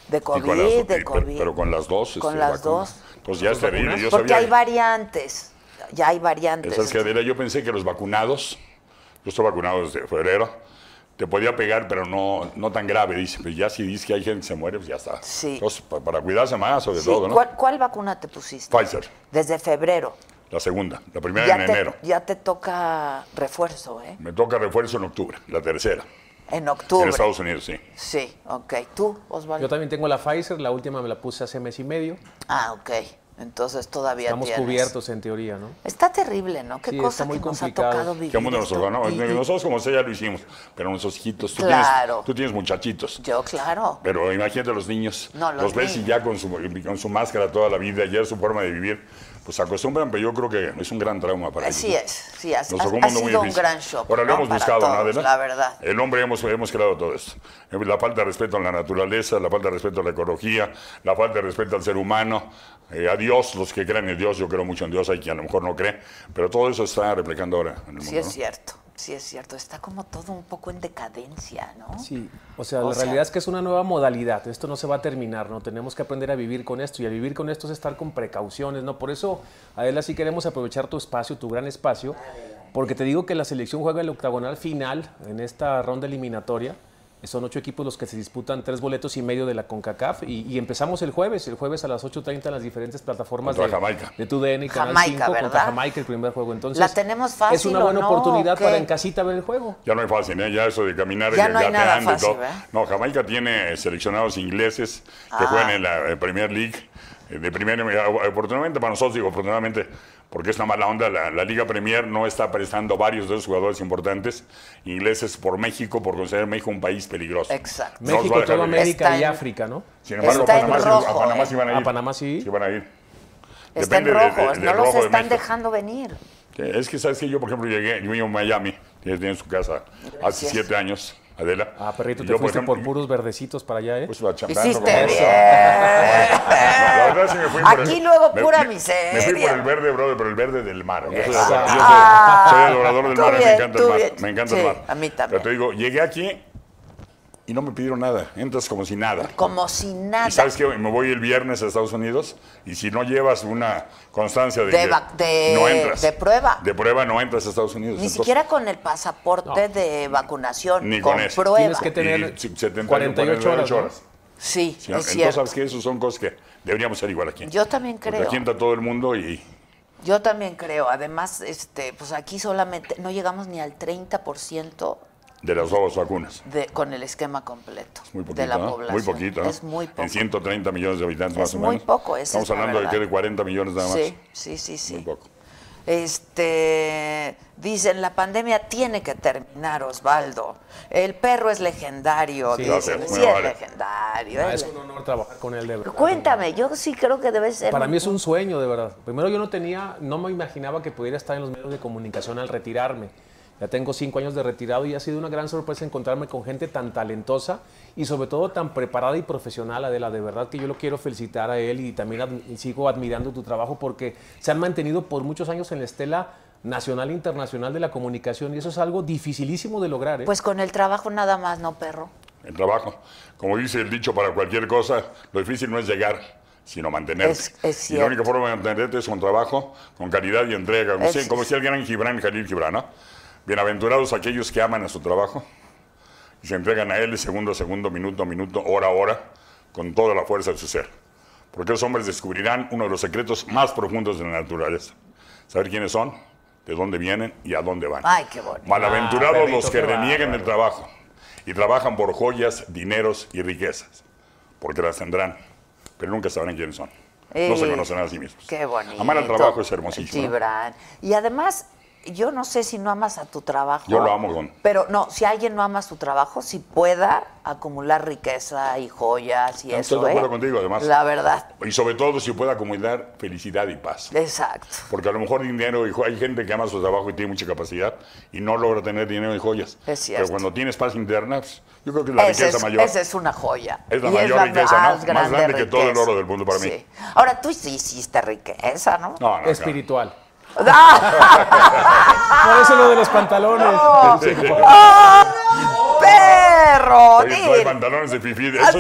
A: De
G: y
A: COVID,
G: con las- y-
A: de
G: pero-
A: COVID.
G: Pero, con las dos.
A: Con
G: este,
A: las
G: vacunas.
A: dos.
G: Entonces ya es terrible. Yo
A: Porque
G: sabía-
A: hay variantes. Ya hay variantes.
G: Esas caderas, yo pensé que los vacunados, yo estoy vacunado desde febrero, te podía pegar, pero no, no tan grave, dice. Pero ya si dice que hay gente que se muere, pues ya está.
A: Sí.
G: Entonces, pa- para cuidarse más, sobre
A: Sí,
G: todo, ¿no?
A: ¿cuál, cuál vacuna te pusiste?
G: Pfizer,
A: Desde febrero.
G: la segunda, la primera
A: ya,
G: en
A: te,
G: enero.
A: ya te toca refuerzo, ¿eh?
G: Me toca refuerzo en octubre, la tercera.
A: En
G: En
A: octubre.
G: Estados Unidos, sí.
A: Sí, ok. ¿Tú, Osvaldo?
F: Yo también tengo la Pfizer, la última me la puse hace mes y medio.
A: Ah, ok. Entonces todavía
F: Estamos
A: tienes.
F: cubiertos en teoría, ¿no?
A: Está terrible, ¿no? Qué
F: Sí,
A: cosa
F: está muy
A: que
F: complicado.
A: nos ha tocado vivir.
G: ¿Qué mundo nos
A: esto.
G: tocó? No, Eh,
F: Y- y-
G: nosotros como sea ya lo hicimos, pero nuestros hijitos, tú,
A: Claro.
G: tienes, tú tienes muchachitos.
A: Yo, claro.
G: Pero imagínate los niños,
A: No, los
G: los, ves
A: niños.
G: y ya con su, con su máscara toda la vida, ya es su forma de vivir, pues se acostumbran, pero yo creo que es un gran trauma para
A: Así
G: ellos.
A: es, sí, ha,
G: Nos
A: ha-
G: tocó un
A: ha
G: mundo muy
A: sido un
G: difícil.
A: gran shock.
G: Ahora lo
A: ¿no?
G: hemos
A: Para
G: buscado,
A: todos,
G: ¿no, Adela?
A: La verdad.
G: El hombre hemos, hemos creado todo esto. La falta de respeto a la naturaleza, la falta de respeto a la ecología, la falta de respeto al ser humano, eh, a Dios, los que crean en Dios, yo creo mucho en Dios, hay quien a lo mejor no cree, pero todo eso está replicando ahora en el mundo.
A: Sí, es
G: ¿no?
A: cierto. Sí, es cierto. Está como todo un poco en decadencia, ¿no?
F: Sí, o sea,
A: O
F: la
A: sea-
F: realidad es que es una nueva modalidad, esto no se va a terminar, ¿no? Tenemos que aprender a vivir con esto y al vivir con esto es estar con precauciones, ¿no? Por eso, Adela, sí queremos aprovechar tu espacio, tu gran espacio, porque te digo que la selección juega el octagonal final en esta ronda eliminatoria. Son ocho equipos los que se disputan tres boletos y medio de la CONCACAF y, y empezamos el jueves, el jueves a las 8.30 en las diferentes plataformas
G: Contra
F: de,
G: Jamaica.
F: de TUDN y Canal
A: Jamaica,
F: 5 contra
A: ¿verdad?
F: Jamaica el primer juego. Entonces,
A: La tenemos
F: Es
A: fácil,
F: una
A: ¿o
F: buena
A: no? ¿O
F: oportunidad
A: qué?
F: para en casita ver el juego.
G: Ya no es fácil, ¿eh? ya eso de caminar
A: Ya
G: y
A: no hay nada
G: gateando y
A: fácil, ¿eh?
G: todo.
A: ¿verdad?
G: No, Jamaica tiene seleccionados ingleses que juegan
A: Ah.
G: en la eh, Premier League. eh, De primera, eh, oportunamente para nosotros, digo, oportunamente, porque es una mala onda, la, la Liga Premier no está prestando varios de esos jugadores importantes ingleses por México, por considerar México un país peligroso.
A: Exacto.
G: No los va a
F: México,
G: dejar
F: toda
G: vivir.
F: América
A: Está
F: y
A: en-
F: África, ¿no?
G: Sin embargo,
A: Está
G: a
A: en
G: Panamá, sí- a
A: rojo,
G: Panamá
A: ¿eh?
G: sí van a ir.
F: A Panamá sí.
G: Sí van a ir.
A: Está en
G: Depende de-
A: rojo.
G: de-
A: no
G: del
A: los
G: rojo de
A: están
G: México.
A: dejando venir.
G: Sí, Es que sabes que yo, por ejemplo, llegué, yo vivo en Miami, que tiene su casa hace
A: Gracias.
G: siete años, Adela.
F: Ah, perrito,
G: Y
F: te
G: yo,
F: fuiste
G: ejemplo,
F: por puros verdecitos para allá, ¿eh?
G: Pues achantando
A: Hiciste
G: como
A: bien.
G: loco. La verdad sí me fui por
A: Aquí
G: el-
A: luego
G: me-
A: pura
G: me-
A: miseria.
G: Me fui por el verde, brother, pero el verde del mar. Yo soy, yo soy-
A: Ah,
G: soy adorador del
A: tú
G: mar,
A: bien,
G: me encanta
A: tú
G: el mar.
A: bien.
G: Me encanta
A: Sí,
G: el mar.
A: a mí también.
G: Pero te digo, llegué aquí y no me pidieron nada. Entras como si nada.
A: Como si nada.
G: Y sabes que me voy el viernes a Estados Unidos y si no llevas una constancia de,
A: De
G: que
A: vac- de-
G: no entras.
A: de prueba.
G: De prueba no entras a Estados Unidos.
A: Ni
G: Entonces,
A: siquiera con el pasaporte de vacunación.
G: Ni
A: con
G: con eso.
A: prueba.
F: Tienes que tener
G: y 70,
F: 48 horas.
G: 48
F: ¿no?
G: horas.
A: Sí,
G: Sí,
A: es
G: Entonces,
A: cierto.
G: ¿sabes qué? Esas son cosas que deberíamos ser igual aquí.
A: Yo también
G: Porque
A: creo.
G: Aquí entra todo el mundo y
A: Yo también creo. Además, este, pues aquí solamente no llegamos ni al 30%
G: de las nuevas vacunas.
A: de, con el esquema completo
G: Muy poquito,
A: de la
G: ¿no?
A: población.
G: Muy poquito. ¿no?
A: Es muy poco.
G: En 130 millones de habitantes
A: Es
G: más o
A: muy
G: menos.
A: poco, esa es
G: Estamos
A: la
G: hablando de que
A: verdad.
G: de 40 millones nada más.
A: Sí, sí, sí, sí.
G: Muy poco.
A: Este, dicen, la pandemia tiene que terminar, Osvaldo. El perro es legendario,
F: Sí,
A: dicen.
G: va a ser,
A: Sí,
G: bueno,
A: es
G: vale.
A: legendario.
F: Ah,
A: es
F: es un honor trabajar con él, de
A: le-
F: verdad.
A: Cuéntame, yo sí creo que debe ser...
F: Para mí es un sueño, de verdad. Primero yo no tenía, no me imaginaba que pudiera estar en los medios de comunicación al retirarme. Ya tengo cinco años de retirado y ha sido una gran sorpresa encontrarme con gente tan talentosa y sobre todo tan preparada y profesional, Adela. De verdad que yo lo quiero felicitar a él y también admi- sigo admirando tu trabajo porque se han mantenido por muchos años en la estela nacional e internacional de la comunicación y eso es algo dificilísimo de lograr. ¿eh?
A: Pues con el trabajo nada más, ¿no, perro?
G: El trabajo. Como dice el dicho, para cualquier cosa, lo difícil no es llegar, sino mantenerte.
A: Es- es
G: y la única
A: cierto.
G: forma de mantenerte es con trabajo, con calidad y entrega. Como,
A: Es-
G: decía, como decía el gran Gibran, Jalil Gibran, ¿no? Bienaventurados aquellos que aman a su trabajo y se entregan a él segundo a segundo, minuto a minuto, hora a hora, con toda la fuerza de su ser. Porque los hombres descubrirán uno de los secretos más profundos de la naturaleza. Saber quiénes son, de dónde vienen y a dónde van.
A: Ay, qué bonito.
G: Malaventurados
F: Ah, perrito,
G: los que
F: qué
G: renieguen
F: bárbaro.
G: del trabajo y trabajan por joyas, dineros y riquezas, porque las tendrán, pero nunca sabrán quiénes son. No se
A: Eh,
G: conocerán a sí mismos.
A: Qué bonito.
G: Amar al trabajo es hermosísimo. ¿no?
A: Gibran. Y además, yo no sé si no amas a tu trabajo.
G: Yo lo amo, Gon.
A: Pero no, si alguien no ama su trabajo, si pueda acumular riqueza y joyas y
G: Estoy
A: eso.
G: de acuerdo
A: ¿eh?
G: contigo, además.
A: La verdad.
G: Y sobre todo si puede acumular felicidad y paz.
A: Exacto.
G: Porque a lo mejor dinero y jo- hay gente que ama su trabajo y tiene mucha capacidad y no logra tener dinero y joyas.
A: Es cierto.
G: Pero cuando tienes paz interna, pues, yo creo que es la
A: Esa
G: riqueza
A: es,
G: mayor.
A: esa es una joya.
G: Es la
A: Y
G: mayor riqueza, ¿no? Más grande que todo el
A: riqueza.
G: oro del mundo para mí.
A: Sí. Ahora tú sí hiciste riqueza, ¿no?
G: No, no, claro.
F: Espiritual.
A: ¡Ah!
F: Por eso lo de los pantalones. Sí,
A: ¡Oh, no! ¡Perro!
G: Oye, no hay
A: Dil.
G: pantalones de eh, fifí. Eso,
A: sí.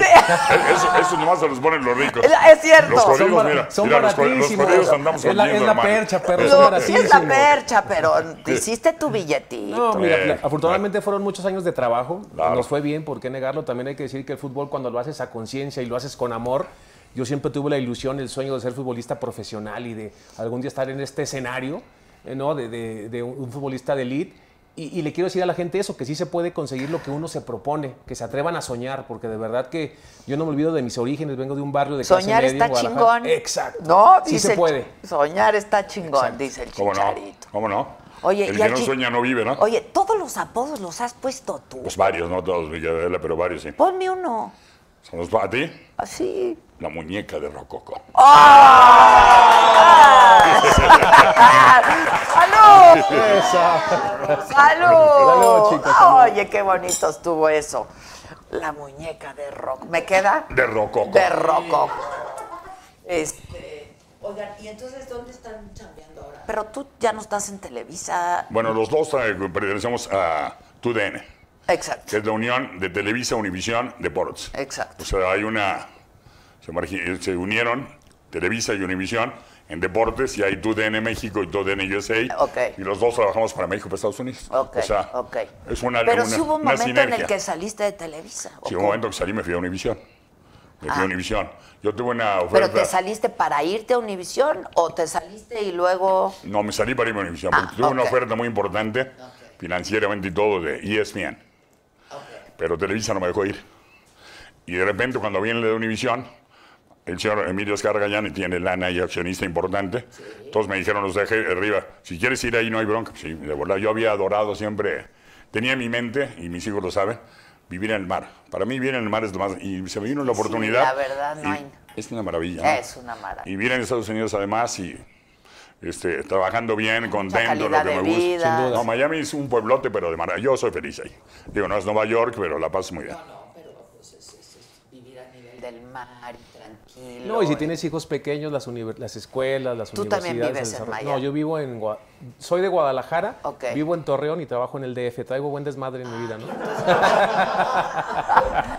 G: eso, eso nomás se los ponen los ricos.
A: Es cierto.
G: Los
F: Son,
G: corridos,
F: bara-
G: mira,
F: son
G: mira, los cor- los
F: baratísimos.
G: corridos andamos
F: es la, es
G: vendiendo,
F: la
G: hermano.
F: percha, perro, son
A: No, sí es la
F: baratísimos.
A: percha, pero te hiciste tu billetito.
F: No, mira,
G: Eh,
F: la- afortunadamente fueron muchos años de trabajo,
G: Claro.
F: nos fue bien, ¿por qué negarlo? También hay que decir que el fútbol cuando lo haces a conciencia y lo haces con amor, yo siempre tuve la ilusión, el sueño de ser futbolista profesional y de algún día estar en este escenario, eh, ¿no? De, de- de un un futbolista de elite. Y, y le quiero decir a la gente eso, que sí se puede conseguir lo que uno se propone, que se atrevan a soñar, porque de verdad que yo no me olvido de mis orígenes, vengo de un barrio de clase
A: Soñar
F: media en
A: está
F: Guadalajara.
A: chingón.
F: Exacto.
A: No,
F: sí
A: dice
F: se
A: el-
F: puede.
A: Soñar está chingón, dice el
G: ¿Cómo no?
A: chicharito.
G: ¿Cómo no?
A: Oye,
G: el
A: y
G: que no
A: aquí-
G: sueña no vive, ¿no?
A: Oye, todos los apodos los has puesto tú.
G: Pues varios, no todos, Villadela, pero varios sí.
A: Ponme uno.
G: Son los para ti,
A: Así.
G: la muñeca de Rococo.
A: ¡Oh! ¡Salud!
F: Salud,
A: ¡Salud!
F: chicos, salud.
A: Oye, qué bonito estuvo eso. La muñeca de rock. ¿Me queda?
G: De Rococo.
A: De roco. Este. Oigan, ¿y entonces dónde están chambeando ahora? Pero tú ya no estás en Televisa.
G: Bueno, los dos eh, pertenecemos a TUDN,
A: Exacto.
G: que es la unión de Televisa, Univisión, Deportes.
A: Exacto.
G: O sea, hay una. Se, margi- eh, se unieron Televisa y Univisión en deportes y hay TUDN México y TUDN USA.
A: Ok.
G: Y los dos trabajamos para México y para Estados Unidos.
A: Ok,
G: o sea,
A: ok.
G: es una
A: Pero
G: una-
A: sí hubo un
G: una
A: momento en el
G: sinergia.
A: que saliste de Televisa. ¿o
G: Sí, un
A: cómo?
G: momento que salí me fui a Univisión. Me fui
A: Ah.
G: a Univisión. Yo tuve una oferta.
A: ¿Pero te saliste para irte a Univisión o te saliste y luego...
G: No, me salí para irme a Univisión.
A: Ah,
G: porque tuve una
A: ok.
G: oferta muy importante, financieramente y todo, de E ESPN. Pero Televisa no me dejó ir. Y de repente, cuando viene la de Univisión, el señor Emilio Escargallani tiene lana y accionista importante. Entonces me dijeron los de arriba, si quieres ir ahí no hay bronca. Sí, de verdad, yo había adorado siempre, tenía en mi mente, y mis hijos lo saben, vivir en el mar. Para mí vivir en el mar es lo más... Y se me vino la oportunidad.
A: la verdad, no
G: y
A: hay-
G: Es una maravilla. ¿no?
A: Es una maravilla.
G: Y vivir en Estados Unidos además y este, trabajando bien, contento, lo
A: calidad
G: que
A: de
G: me gusta.
A: vida. Sin duda.
G: No, Miami es un pueblote, pero de maravilla. Yo soy feliz ahí. Digo, no es Nueva York, pero la paso muy bien.
A: pues, Vivir a nivel del mar, y tranquilo.
F: No, y si tienes hijos pequeños, las, univer- las escuelas, las
A: Tú
F: universidades.
A: también vives
F: el
A: en
F: desarrollo-
A: Miami.
F: No, yo vivo en. Gua- soy de Guadalajara,
A: Ok.
F: vivo en Torreón y trabajo en el DF. Traigo buen desmadre en mi vida, ¿no?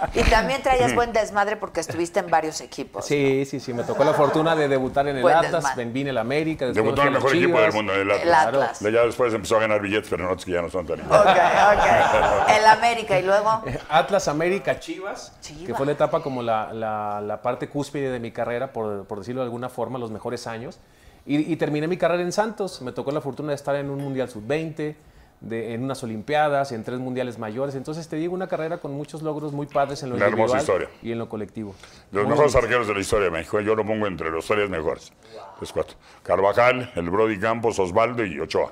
A: Y también traías buen desmadre porque estuviste en varios equipos.
F: Sí, sí, sí, me tocó la fortuna de debutar en el
A: Buen
F: Atlas,
A: desmadre.
F: vine en el América. después
G: Debutó
F: fui
G: en
F: a
G: el
F: las
G: mejor equipo del
F: Chivas.
G: mundo, el Atlas.
A: El Atlas.
G: Ya después empezó a ganar billetes, pero no, es que ya no son tan
A: Ok, ok. El América y luego.
F: Atlas, América, Chivas,
A: Chivas.
F: que fue la etapa como la, la- la parte cúspide de mi carrera, por, por decirlo de alguna forma, los mejores años. Y, y terminé mi carrera en Santos. Me tocó la fortuna de estar en un Mundial Sub-20, de- en unas Olimpiadas, en tres Mundiales mayores. Entonces te digo, una carrera con muchos logros muy padres en lo
G: Una hermosa
F: individual
G: historia.
F: y en lo colectivo.
G: De los
F: Muy
G: mejores
F: bonito.
G: arqueros de la historia de México, yo lo pongo entre los tres mejores. Los cuatro. Carvajal, el Brody Campos, Osvaldo y Ochoa.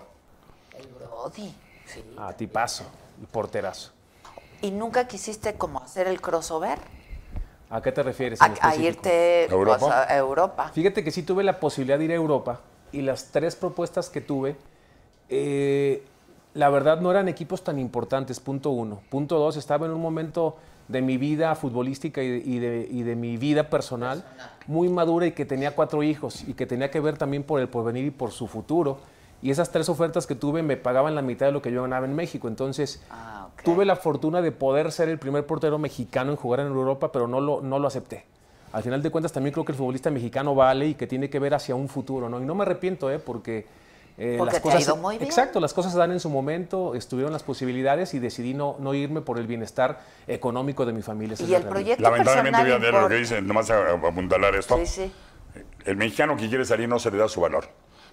A: Brody.
F: Ah, tipazo y porterazo.
A: ¿Y nunca quisiste como hacer el crossover?
F: ¿A qué te refieres?
A: A,
F: en
A: a
F: específico?
A: irte pues,
G: ¿Europa?
A: a Europa.
F: Fíjate que sí tuve la posibilidad de ir a Europa y las tres propuestas que tuve, eh, la verdad no eran equipos tan importantes, punto uno. Punto dos, estaba en un momento de mi vida futbolística y de, y de- y de mi vida personal muy madura y que tenía cuatro hijos y que tenía que ver también por el porvenir y por su futuro. Y esas tres ofertas que tuve me pagaban la mitad de lo que yo ganaba en México. Entonces,
A: Ah, ok.
F: tuve la fortuna de poder ser el primer portero mexicano en jugar en Europa, pero no lo, no lo acepté. Al final de cuentas, también creo que el futbolista mexicano vale y que tiene que ver hacia un futuro, ¿no? Y no me arrepiento, ¿eh? Porque, eh,
A: Porque
F: las
A: te ha
F: cosas.
A: ido muy bien.
F: Exacto, las cosas se dan en su momento, estuvieron las posibilidades y decidí no, no irme por el bienestar económico de mi familia. esa es
A: Y
F: la
A: el
F: realidad.
A: proyecto
G: Lamentablemente, voy a
A: personal.
G: leer lo que
A: importa.
G: dicen, nomás a- a apuntalar esto.
A: Sí, sí.
G: El mexicano que quiere salir no se le da su valor.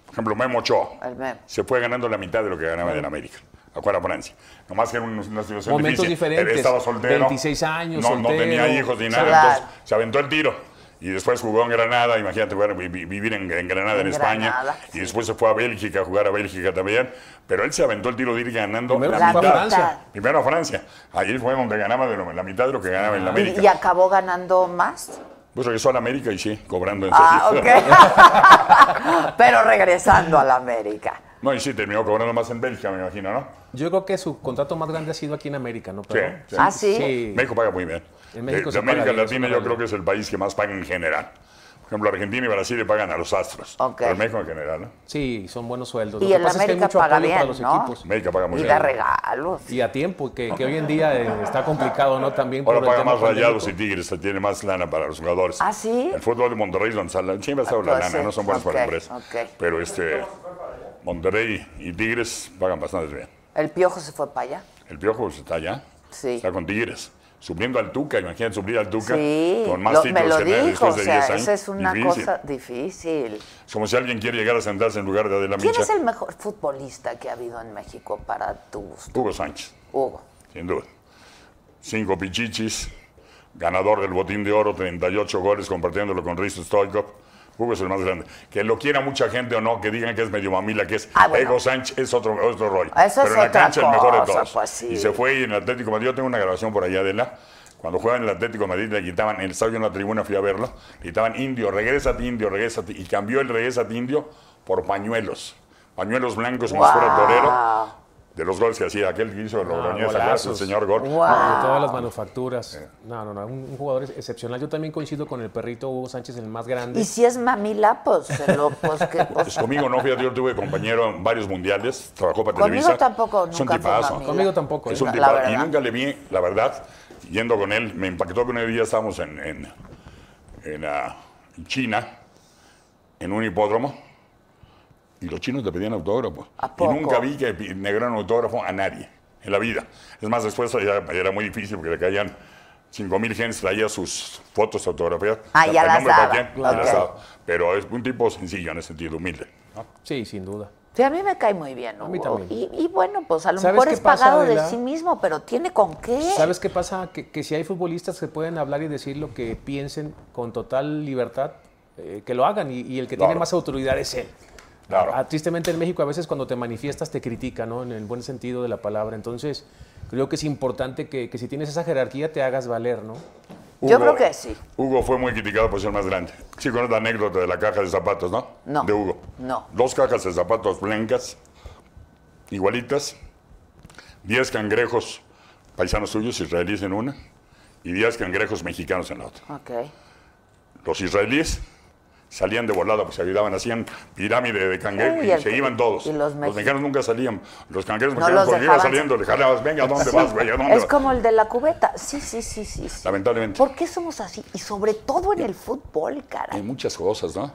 G: Por ejemplo, Memo Ochoa
A: El Memo.
G: se fue ganando la mitad de lo que ganaba en América. Acuerda Francia. Nomás que era una, una situación
F: Momentos
G: difícil.
F: diferentes.
G: Él estaba soltero.
F: 26 años,
G: No, no
F: soltero.
G: tenía hijos ni nada.
A: Claro.
G: Entonces se aventó el tiro. Y después jugó en Granada. Imagínate jugar- vi- vi- vivir en, en Granada, en,
A: En
G: España.
A: Granada,
G: Y después se fue a Bélgica a jugar a Bélgica también. Pero él se aventó el tiro de ir ganando
F: Primero
G: la
F: fue a
G: mitad.
F: Francia.
G: Primero a Francia. Ahí fue donde ganaba de lo- la mitad de lo que ganaba en la América.
A: Ah, Y, y acabó ganando más.
G: Pues regresó a la América y sí, cobrando en
A: Ah,
G: serio.
A: ok. Pero regresando a la América.
G: No, y sí, terminó cobrando más en Bélgica, me imagino, ¿no?
F: Yo creo que su contrato más grande ha sido aquí en América, ¿no?
G: Sí,
F: Pedro?
G: sí.
A: Ah, sí.
F: Sí.
G: México paga muy bien.
F: En México
G: de,
F: se
G: de
F: paga
G: América
F: bien, es
G: Latina
F: una
G: yo creo
F: realidad.
G: que es el país que más paga en general. Por ejemplo, Argentina y Brasil le pagan a los astros.
A: Ok.
G: Pero México en general, ¿no?
F: Sí, son buenos sueldos.
A: Y
F: Lo que
A: el
F: pasa es que hay
A: América
F: mucho
A: paga
F: apoyo para
A: bien,
F: los
A: ¿no?
F: equipos.
G: México paga muy
A: Y da
G: bien.
A: regalos.
F: Y a tiempo, que, que hoy en día eh, está complicado, ¿no? También
G: Ahora
F: el
G: paga
F: tema
G: más rayados y
F: pandémico.
G: tigres, tiene más lana para los jugadores.
A: ¿Ah, sí?
G: El fútbol de Monterrey donde sale- siempre ha estado la
A: Pues
G: lana,
A: sí,
G: no son buenos para
A: ok,
G: la empresa.
A: ok.
G: Pero este, Monterrey y Tigres pagan bastante bien.
A: El piojo se fue para allá.
G: El Piojo pues, está allá.
A: Sí.
G: Está con Tigres. Supliendo al Tuca, imagínate suplir al Tuca
A: Sí,
G: con más
A: lo- me
G: títulos
A: lo
G: que nadie
A: dijo, o
G: después de 10
A: sea,
G: años.
A: esa es una
G: Difícil.
A: cosa difícil.
G: Es como si alguien quiere llegar a sentarse en lugar de Adela
A: ¿Quién
G: Micha.
A: es el mejor futbolista que ha habido en México para tu gusto,
G: Hugo Sánchez,
A: Hugo?
G: sin duda. Cinco pichichis, ganador del botín de oro, 38 goles compartiéndolo con Risto Stoikov. Hugo es el más grande. Que lo quiera mucha gente o no, que digan que es medio mamila, que es
A: Ah, bueno.
G: Ego Sánchez, es otro, otro rollo.
A: Eso es
G: Pero en la
A: otra
G: cancha el mejor de
A: cosa,
G: todos.
A: pues, sí.
G: Y se fue y en el Atlético de Madrid, yo tengo una grabación por allá de la. Cuando jugaba en el Atlético de Madrid le quitaban, en el estadio en la tribuna fui a verlo, le gritaban indio, regrésate indio, regrésate. Y cambió el regrésate indio por pañuelos. Pañuelos blancos como si fuera torero. De los goles que hacía aquel que
A: Ah,
G: hizo el Logroñés, ¿te acuerdas? el
F: golazos.
G: señor Gol.
F: De todas las manufacturas. No, no, no. Un, un jugador es- excepcional. Yo también coincido con el perrito Hugo Sánchez, el más grande.
A: Y si es mamila, pues, se lo- pues, que, pues,
G: Pues conmigo no, fíjate, yo tuve compañero en varios mundiales, trabajó para
A: Conmigo
G: Televisa.
A: tampoco,
G: Es un
A: nunca fue
G: tipazo.
A: mamila.
F: Conmigo tampoco. ¿eh?
G: Es un
A: La
G: tipazo.
A: verdad.
G: Y nunca le vi, la verdad, yendo con él, me impactó que un día estábamos en, en, en, ah, en China, en un hipódromo, y los chinos te pedían autógrafos.
A: ¿A
G: Y
A: poco?
G: nunca vi que pi- negaran autógrafo a nadie en la vida. Es más, después ya era muy difícil porque le caían 5 mil gentes, traía sus fotos autografiadas.
A: Ah, ya
G: el
A: las
G: nombre para
A: daba.
G: quién, ya las
A: Ok.
G: daba. Pero es un tipo sencillo en ese sentido, humilde. ¿no?
F: Sí, sin duda.
A: sí, a mí me cae muy bien, Hugo.
F: mí también.
A: Y, y bueno, pues a lo
F: ¿Sabes
A: mejor
F: qué
A: es
F: pasa,
A: pagado de
F: Adela?
A: sí mismo, pero tiene con qué.
F: ¿Sabes qué pasa? Que, que si hay futbolistas que pueden hablar y decir lo que piensen con total libertad, eh, que lo hagan. Y, y el que
G: Claro.
F: tiene más autoridad es él.
G: Claro.
F: Ah, tristemente en México a veces cuando te manifiestas te critica, ¿no? En el buen sentido de la palabra. Entonces creo que es importante que, que si tienes esa jerarquía te hagas valer, ¿no?
A: Yo creo que sí.
G: Hugo fue muy criticado por ser más grande. Sí, conoces la anécdota de la caja de zapatos, ¿no?
A: No.
G: De Hugo.
A: No.
G: Dos cajas de zapatos blancas, igualitas, diez cangrejos paisanos suyos, israelíes en una, y diez cangrejos mexicanos en la otra.
A: Ok.
G: Los israelíes salían de volada, pues se ayudaban, hacían pirámide de cangrejos
A: Uy,
G: y
A: el-
G: se iban todos.
A: y los mexicanos.
G: mexicanos nunca salían. Los cangrejos
A: No
G: mexicanos
A: los
G: porque iban
A: dejaban.
G: saliendo, le jalabas, venga, ¿a dónde vas, güey? ¿A dónde
A: es
G: vas?
A: como el de la cubeta. Sí, sí, sí, sí. sí.
G: Lamentablemente.
A: ¿Por qué somos así? Y sobre todo en el fútbol,
G: Hay
A: caray.
G: muchas cosas, ¿no?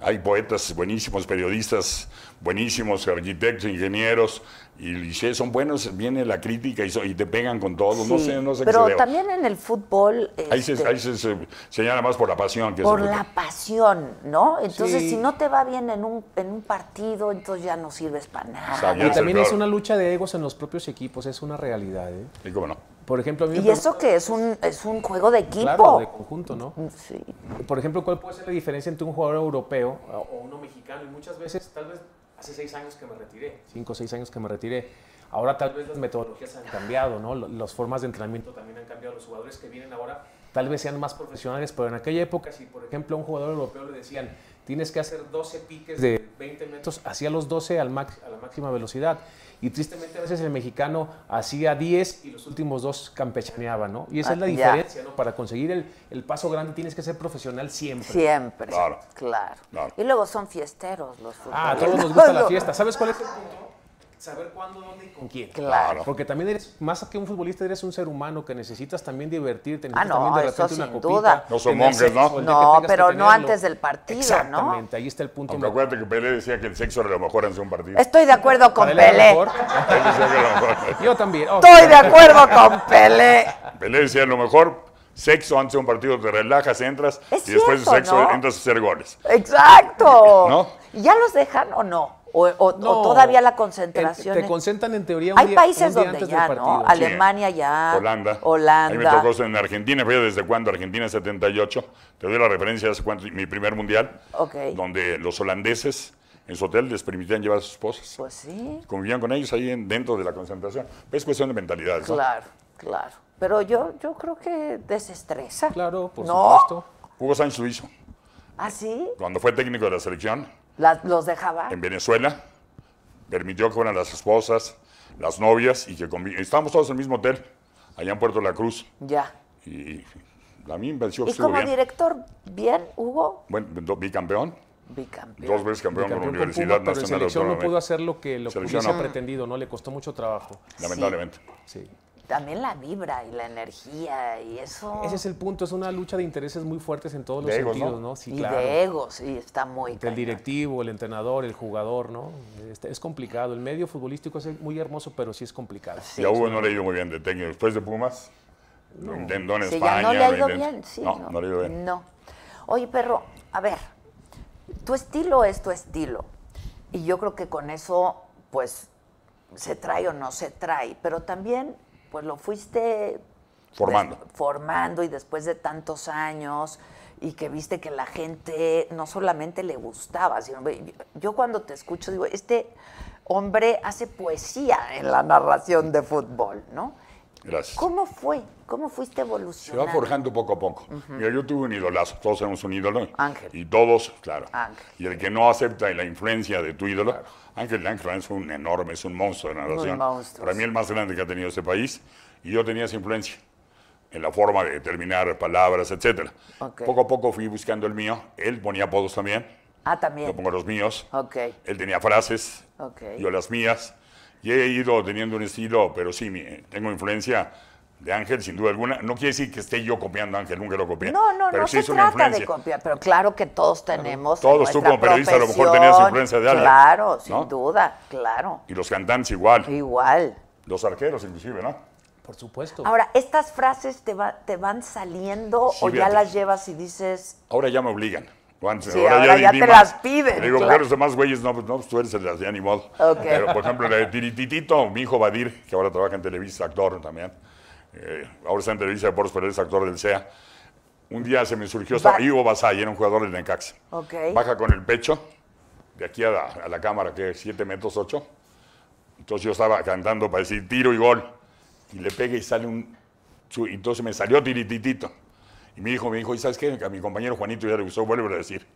G: Hay poetas buenísimos, periodistas buenísimos, arquitectos, ingenieros, y, y si son buenos, viene la crítica y, so- y te pegan con todo. No
A: Sí,
G: sé, no sé qué se
A: Pero
G: deba.
A: también en el fútbol.
G: Ahí se,
A: este,
G: ahí se- se señala más por la pasión que se
A: por
G: fue.
A: la pasión, ¿no? Entonces,
F: Sí.
A: si no te va bien en un, en un partido, entonces ya no sirves para nada.
G: O sea, ya
F: Y
G: se-
F: también es
G: claro.
F: una lucha de egos en los propios equipos, es una realidad. ¿eh?
G: Y cómo no.
F: Por ejemplo, a mí me
A: Y
F: pregun-
A: eso que es un, es un juego de equipo.
F: Claro, de conjunto, ¿no?
A: Sí.
F: Por ejemplo, ¿cuál puede ser la diferencia entre un jugador europeo eh, o uno mexicano? Y muchas veces, tal vez hace seis años que me retiré, cinco o seis años que me retiré. Ahora tal vez las metodologías han cambiado, ¿no? Lo- Las formas de entrenamiento también han cambiado. Los jugadores que vienen ahora tal vez sean más profesionales, pero en aquella época, si por ejemplo a un jugador europeo le decían tienes que hacer 12 piques de 20 metros, hacía los 12 al max- a la máxima velocidad. Y tristemente a veces el mexicano hacía 10 y los últimos dos campechaneaba, ¿no? Y esa
A: Ah,
F: es la
A: ya.
F: diferencia. ¿no? Para conseguir el, el paso grande tienes que ser profesional siempre.
A: Siempre.
G: Claro.
A: Claro.
G: Claro.
A: Y luego son fiesteros los
F: Ah, a
A: futbolistas.
F: todos nos gusta la fiesta. ¿Sabes cuál es el punto? Saber cuándo, dónde y con quién.
A: Claro.
F: Porque también eres, más que un futbolista, eres un ser humano que necesitas también divertirte,
A: Ah,
F: necesitas
A: no,
F: también de
A: eso
F: repente
A: sin
F: una copita.
A: duda.
G: No son
F: tener
G: monjes, ¿no?
F: sexo, pues, el día que
A: No,
F: tengas que
A: pero no
F: tenerlo.
A: antes del partido, ¿no?
F: Exactamente, ahí está el punto.
G: Aunque acuérdate que Pelé decía que el sexo era lo mejor en un partido.
A: Estoy de acuerdo con
F: Para él era
A: Pelé.
F: mejor.
G: Él decía que era lo mejor.
F: Yo también. Oh,
A: Estoy de acuerdo con Pelé.
G: Pelé decía lo mejor, sexo antes de un partido, te relajas, entras,
A: Es
G: y después de
A: cierto,
G: sexo
A: ¿no?
G: entras a hacer goles.
A: Exacto.
G: ¿No?
A: ¿Y ¿Ya los dejan o no? ¿O, o- o
F: No.
A: todavía la
F: Te
A: concentración? es-
F: concentran en teoría un
A: Hay
F: día-
A: países
F: un día
A: donde
F: antes
A: ya,
F: del
A: ¿no?
F: partido.
G: Sí.
A: Alemania ya.
G: Holanda.
A: Holanda.
G: A mí me tocó eso en Argentina, fíjate desde cuándo, Argentina 78. Te doy la referencia de hace cuánto, mi primer mundial.
A: Ok.
G: Donde los holandeses en su hotel les permitían llevar a sus esposas.
A: Pues sí,
G: Convivían con ellos ahí en- dentro de la concentración. Pues Es cuestión de mentalidad. ¿no?
A: claro, claro. Pero yo, yo creo que desestresa.
F: Claro, por
A: ¿No?
F: supuesto.
G: Hugo Sánchez lo hizo.
A: ¿Ah, sí?
G: Cuando fue técnico de la selección
A: La- ¿Los dejaba?
G: en Venezuela, permitió que fueran las esposas, las novias y que convi- Estábamos todos en el mismo hotel, allá en Puerto La Cruz.
A: Ya.
G: Y a mí me pareció
A: ¿Y
G: que estuvo
A: como
G: bien.
A: director, bien, Hugo?
G: Bueno, do- bicampeón,
A: Bicampeón.
G: dos veces campeón,
F: Campeón
G: con
F: con
G: Universidad
F: Puma, pero en
G: Nacional
F: selección no
G: Autónoma de
F: pudo
G: México.
F: hacer lo que lo que
G: Selección
F: hubiese
G: no.
F: pretendido, ¿no? Le costó mucho trabajo.
G: Lamentablemente.
F: Sí.
A: También la vibra y la energía y eso.
F: Ese es el punto, es una lucha de intereses muy fuertes en todos
G: De
F: los
G: egos,
F: sentidos,
G: ¿no?
F: ¿no? Sí,
A: y
F: claro.
A: de egos, y está muy
F: El
A: cañón.
F: directivo, el entrenador, el jugador, ¿no? Este, es complicado. El medio futbolístico es muy hermoso, pero sí es complicado.
G: Y a Hugo no le ha ido muy bien de técnico. Después de Pumas, lo intentó en
A: Sí, ya
G: España.
A: no le ha
G: lo
A: ido
G: intentó-
A: bien, sí.
G: No, no, le ha ido bien.
A: No. Oye, perro, a ver, tu estilo es tu estilo. Y yo creo que con eso, pues, se trae o no se trae. Pero también, pues, lo fuiste...
G: Formando.
A: des- formando y después de tantos años y que viste que la gente no solamente le gustaba, sino yo cuando te escucho digo, este hombre hace poesía en la narración de fútbol, ¿no?
G: Gracias.
A: ¿Cómo fue? ¿Cómo fuiste
G: Se va
A: evolucionando?
G: forjando poco a poco. Mira, yo tuve un idolazo, todos tenemos un ídolo.
A: Ángel.
G: Y todos, claro.
A: Ángel.
G: Y el que no acepta la influencia de tu ídolo, Ángel Ángel Fernández fue un enorme, es un monstruo de narración.
A: monstruo,
G: Para mí el más grande que ha tenido este país. Y yo tenía esa influencia en la forma de terminar palabras, etcétera.
A: Ok.
G: Poco a poco fui buscando el mío. Él ponía apodos también.
A: Ah,
G: Yo
A: también.
G: pongo los míos.
A: Ok.
G: Él tenía frases,
A: Ok.
G: yo las mías. Y he ido teniendo un estilo, pero sí, mi- tengo influencia de Ángel, sin duda alguna. No quiere decir que esté yo copiando a Ángel, nunca lo copié.
A: No, no,
G: pero
A: no se
G: sí es una
A: trata de
G: influencia.
A: copiar, pero claro que todos tenemos. en
G: Todos tú
A: nuestra
G: como periodista a lo mejor
A: profesión,
G: tenías influencia de alguien,
A: Claro, sin
G: ¿no?
A: duda, claro.
G: Y los cantantes igual,
A: Igual.
G: los arqueros inclusive, ¿no?
F: Por supuesto.
A: Ahora, ¿estas frases te, va- te van saliendo
G: Sí,
A: o ya
G: fíjate.
A: las llevas y dices,
G: Ahora ya me obligan. O antes,
A: Sí, ahora ya
G: di
A: te
G: más.
A: las piden,
G: Le digo,
A: claro.
G: pero los demás güeyes, no, pues no, pues tú eres el de las ya ni modo.
A: Ok.
G: Pero, por ejemplo, la de Tirititito, mi hijo Badir, que ahora trabaja en Televisa, actor también. eh, ahora está en Televisa Deportes, pero es actor del SEA. Un día se me surgió, estaba
A: Va-
G: Ivo Basay, era un jugador del Necaxa.
A: Ok.
G: Baja con el pecho, de aquí a la, a la cámara, que es 7 metros 8. Entonces yo estaba cantando para decir tiro y gol. Y le pegué y sale un... su- y Entonces me salió tirititito. Y mi hijo me dijo, ¿y sabes qué? A mi compañero Juanito ya le gustó, vuelve a decir.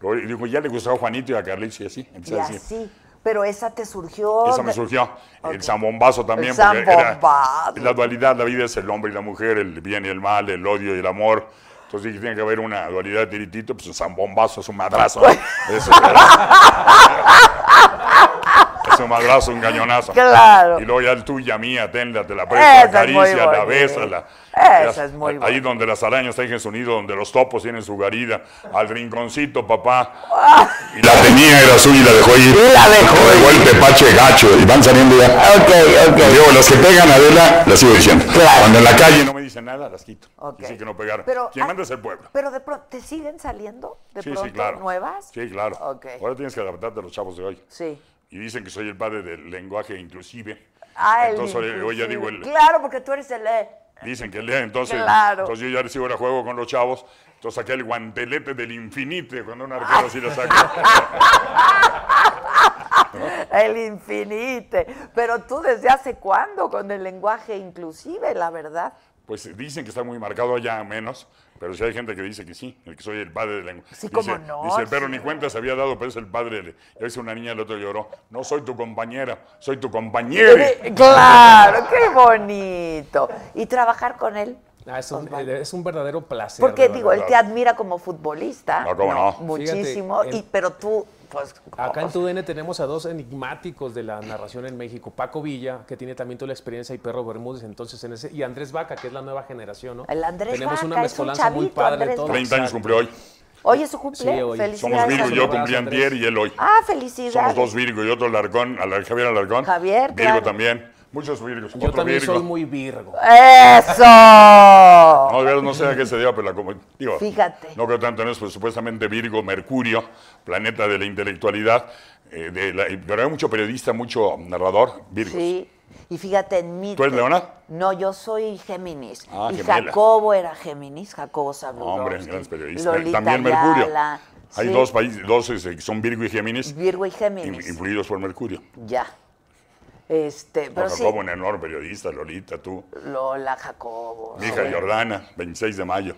G: Luego, Y dijo, ya le gustó a Juanito y a Carlitos y así. Empecé
A: y
G: a decir.
A: así? Pero esa te surgió.
G: Eso me
A: de-
G: surgió.
A: Ok.
G: El zambombazo también.
A: El
G: porque era
A: zambombazo.
G: la dualidad, la vida es el hombre y la mujer, el bien y el mal, el odio y el amor. Entonces dije, tiene que haber una dualidad de tiritito, pues un zambombazo es un madrazo. ¿no?
A: Pues-
G: Eso era. es un madrazo, un cañonazo.
A: Claro.
G: Y luego ya el tuya, mía, tenla, te la presta,
A: Eso es muy
G: acaricia, la
A: bonito.
G: besa. La,
A: Eso
G: ya-
A: es muy
G: Ahí
A: bonito.
G: donde las arañas tienen su nido, donde los topos tienen su guarida, al rinconcito, papá. Y la tenía, era suya y la dejó ir.
A: Y la dejó
G: Dejó el tepache gacho y van saliendo ya. Ok, ok. Digo, las que pegan a Adela, las sigo diciendo. Cuando en la calle no me dicen nada, las quito.
A: Ok.
G: Dicen que no pegaron.
A: Pero,
G: Quien
A: ah,
G: manda es el pueblo.
A: Pero de pronto, ¿te siguen saliendo de
G: sí,
A: pronto
G: sí, claro.
A: nuevas?
G: Sí, claro.
A: Ok.
G: Ahora tienes que adaptarte a los chavos de hoy.
A: Sí.
G: Y dicen que soy el padre del lenguaje inclusive.
A: Ah, el
G: Entonces, hoy- hoy ya
A: inclusive.
G: digo el...
A: Claro, porque tú eres el... eh,
G: Dicen que leen, entonces,
A: Claro.
G: entonces yo ya recibo el juego con los chavos. Entonces saqué el guantelete del infinite cuando un arquero así lo saca.
A: El infinite. Pero tú desde hace cuándo con el lenguaje inclusive, la verdad.
G: Pues dicen que está muy marcado allá menos, pero sí hay gente que dice que sí, el que soy el padre del lenguaje.
A: Sí,
G: dice,
A: cómo no,
G: Dice, pero
A: sí.
G: ni cuenta se había dado, pero es el padre. del-". Ya dice una niña, el otro lloró. No soy tu compañera, soy tu compañera.
A: eh,
F: Eh,
A: Claro, qué bonito. Y trabajar con él.
F: Ah, es, un, es un verdadero placer.
A: pues Porque
F: de
A: digo, él
F: verdad.
A: te admira como futbolista.
G: No, cómo no.
A: Muchísimo.
F: Fíjate,
A: y,
F: en-
A: pero tú, pues.
F: Acá en TUDN tenemos a dos enigmáticos de la narración en México. Paco Villa, que tiene también toda la experiencia, y Perro Bermúdez, entonces en ese, y Andrés Vaca, que es la nueva generación, ¿no?
A: El Andrés
F: Tenemos
A: Vaca
F: una
A: es un
F: mezcolanza muy
A: chavito,
F: padre.
A: Andrés
F: todo.
G: 30 años
F: Exacto.
G: cumplió hoy.
A: Hoy es su cumple.
F: Sí,
G: Somos
F: hoy.
A: Felicidades.
G: Virgo y yo
F: Abrazo,
G: cumplí
F: Andrés.
G: antier y él hoy.
A: Ah,
G: Somos
A: felicidades.
G: dos Virgo y otro Largón, Alar- Javier Alarcón.
A: Javier,
G: Virgo
A: claro.
G: también. Muchos Virgos.
F: Yo
G: otro
F: también
G: Virgo.
F: soy muy virgo.
A: ¡Eso!
G: No, de verdad, no sé a qué se dio, pero la como- digo,
A: Fíjate.
G: No creo tanto en eso, pero supuestamente Virgo, Mercurio, planeta de la intelectualidad, eh, de la- pero hay mucho periodista, mucho narrador, Virgo.
A: Sí. Y fíjate en mí.
G: ¿Tú eres
A: te-
G: Leona?
A: No, yo soy Géminis.
G: Ah,
A: y
G: gemela.
A: Jacobo era Géminis, Jacobo Sabludowski.
G: Hombre, grandes periodistas.
A: Lolita
G: también Mercurio.
A: Ayala.
G: Hay
A: Sí,
G: dos países, dos este, que son Virgo y Géminis,
A: Virgo y
G: in-
A: Géminis.
G: influidos por Mercurio.
A: Ya. Este, pero
G: Por
A: sí.
G: Jacobo, un enorme periodista, Lolita, tú,
A: Lola, Jacobo.
G: mi hija
A: sí.
G: Jordana, 26 de mayo.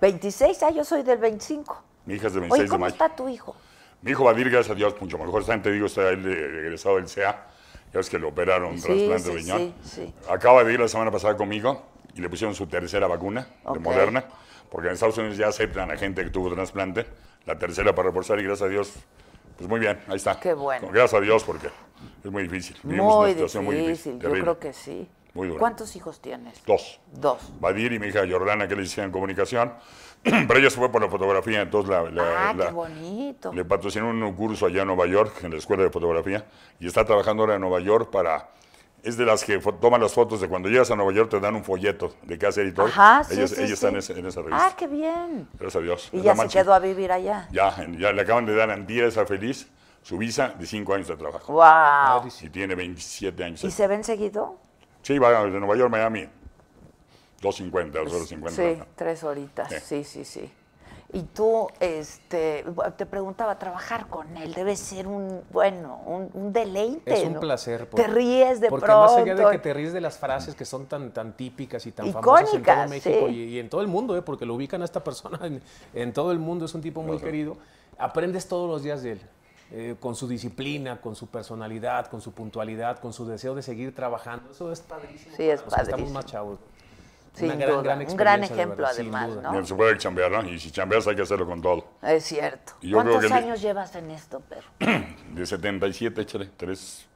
A: 26, ah, yo soy del 25.
G: Mi hija es de 26
A: Oye,
G: de
A: ¿cómo
G: mayo.
A: está tu hijo?
G: Mi hijo Badir, gracias a Dios, mucho mejor. Está, te digo, está él eh, egresado del CEA. Ya ves que lo operaron,
A: Sí,
G: trasplante de
A: sí,
G: riñón.
A: sí, sí.
G: Acaba de ir la semana pasada conmigo y le pusieron su tercera vacuna
A: Ok.
G: de Moderna, porque en Estados Unidos ya aceptan a gente que tuvo trasplante, la tercera para reforzar y gracias a Dios, pues muy bien, ahí está.
A: Qué bueno.
G: Gracias a Dios porque es muy difícil. Vivimos
A: Muy
G: una situación
A: difícil,
G: muy
A: yo
G: terrible.
A: creo que sí.
G: Muy duro.
A: ¿Cuántos hijos tienes?
G: Dos.
A: Dos.
G: Badir y mi hija Jordana, que le hicieron comunicación, pero ella se fue por la fotografía, entonces la... la-
A: ah,
G: Eh, la-
A: qué bonito.
G: le patrocinó un curso allá en Nueva York, en la Escuela de Fotografía, y está trabajando ahora en Nueva York para... Es de las que fo- toman las fotos de cuando llegas a Nueva York, te dan un folleto de qué hacer y todo.
A: Ajá, sí,
G: Ella,
A: sí,
G: ella
A: sí.
G: está en, ese- en esa revista.
A: Ah, qué bien.
G: Gracias a Dios.
A: Y
G: Es
A: ya
G: la
A: se
G: mancha.
A: quedó a vivir allá.
G: Ya, en- ya le acaban de dar Antía esa feliz su visa de 5 años de trabajo.
A: ¡Wow!
G: Y tiene 27 años.
A: ¿Y se ven seguido?
G: Sí, va de Nueva York, Miami. 2.50, 2.50.
A: Pues, Sí, tres horitas. Sí, sí, sí. Y tú, este, bu- te preguntaba, trabajar con él debe ser un, bueno, un, un deleite.
F: Es un
A: ¿no?
F: placer.
A: Te
F: porque-
A: ríes de
F: porque
A: pronto.
F: más allá de que te ríes de las frases que son tan, tan típicas y tan famosas en todo
A: Icónicas,
F: México
A: sí.
F: y, y en todo el mundo, ¿eh? porque lo ubican a esta persona en, en todo el mundo, es un tipo muy querido. Aprendes todos los días de él, eh, con su disciplina, con su personalidad, con su puntualidad, con su deseo de seguir trabajando. Eso es padrísimo.
A: Sí, es
F: para los que
A: padrísimo.
F: Estamos más chavos.
A: Sin
F: Una
A: duda, un gran
F: experiencia, de
A: ejemplo,
F: sin
A: además,
F: duda.
A: ¿no?
G: Bien, se puede chambear, ¿no? Y si chambeas hay que hacerlo con todo.
A: Es cierto.
G: Y yo creo
A: ¿Cuántos
G: que le-
A: años llevas en esto, perro?
G: De 77, échale, 3,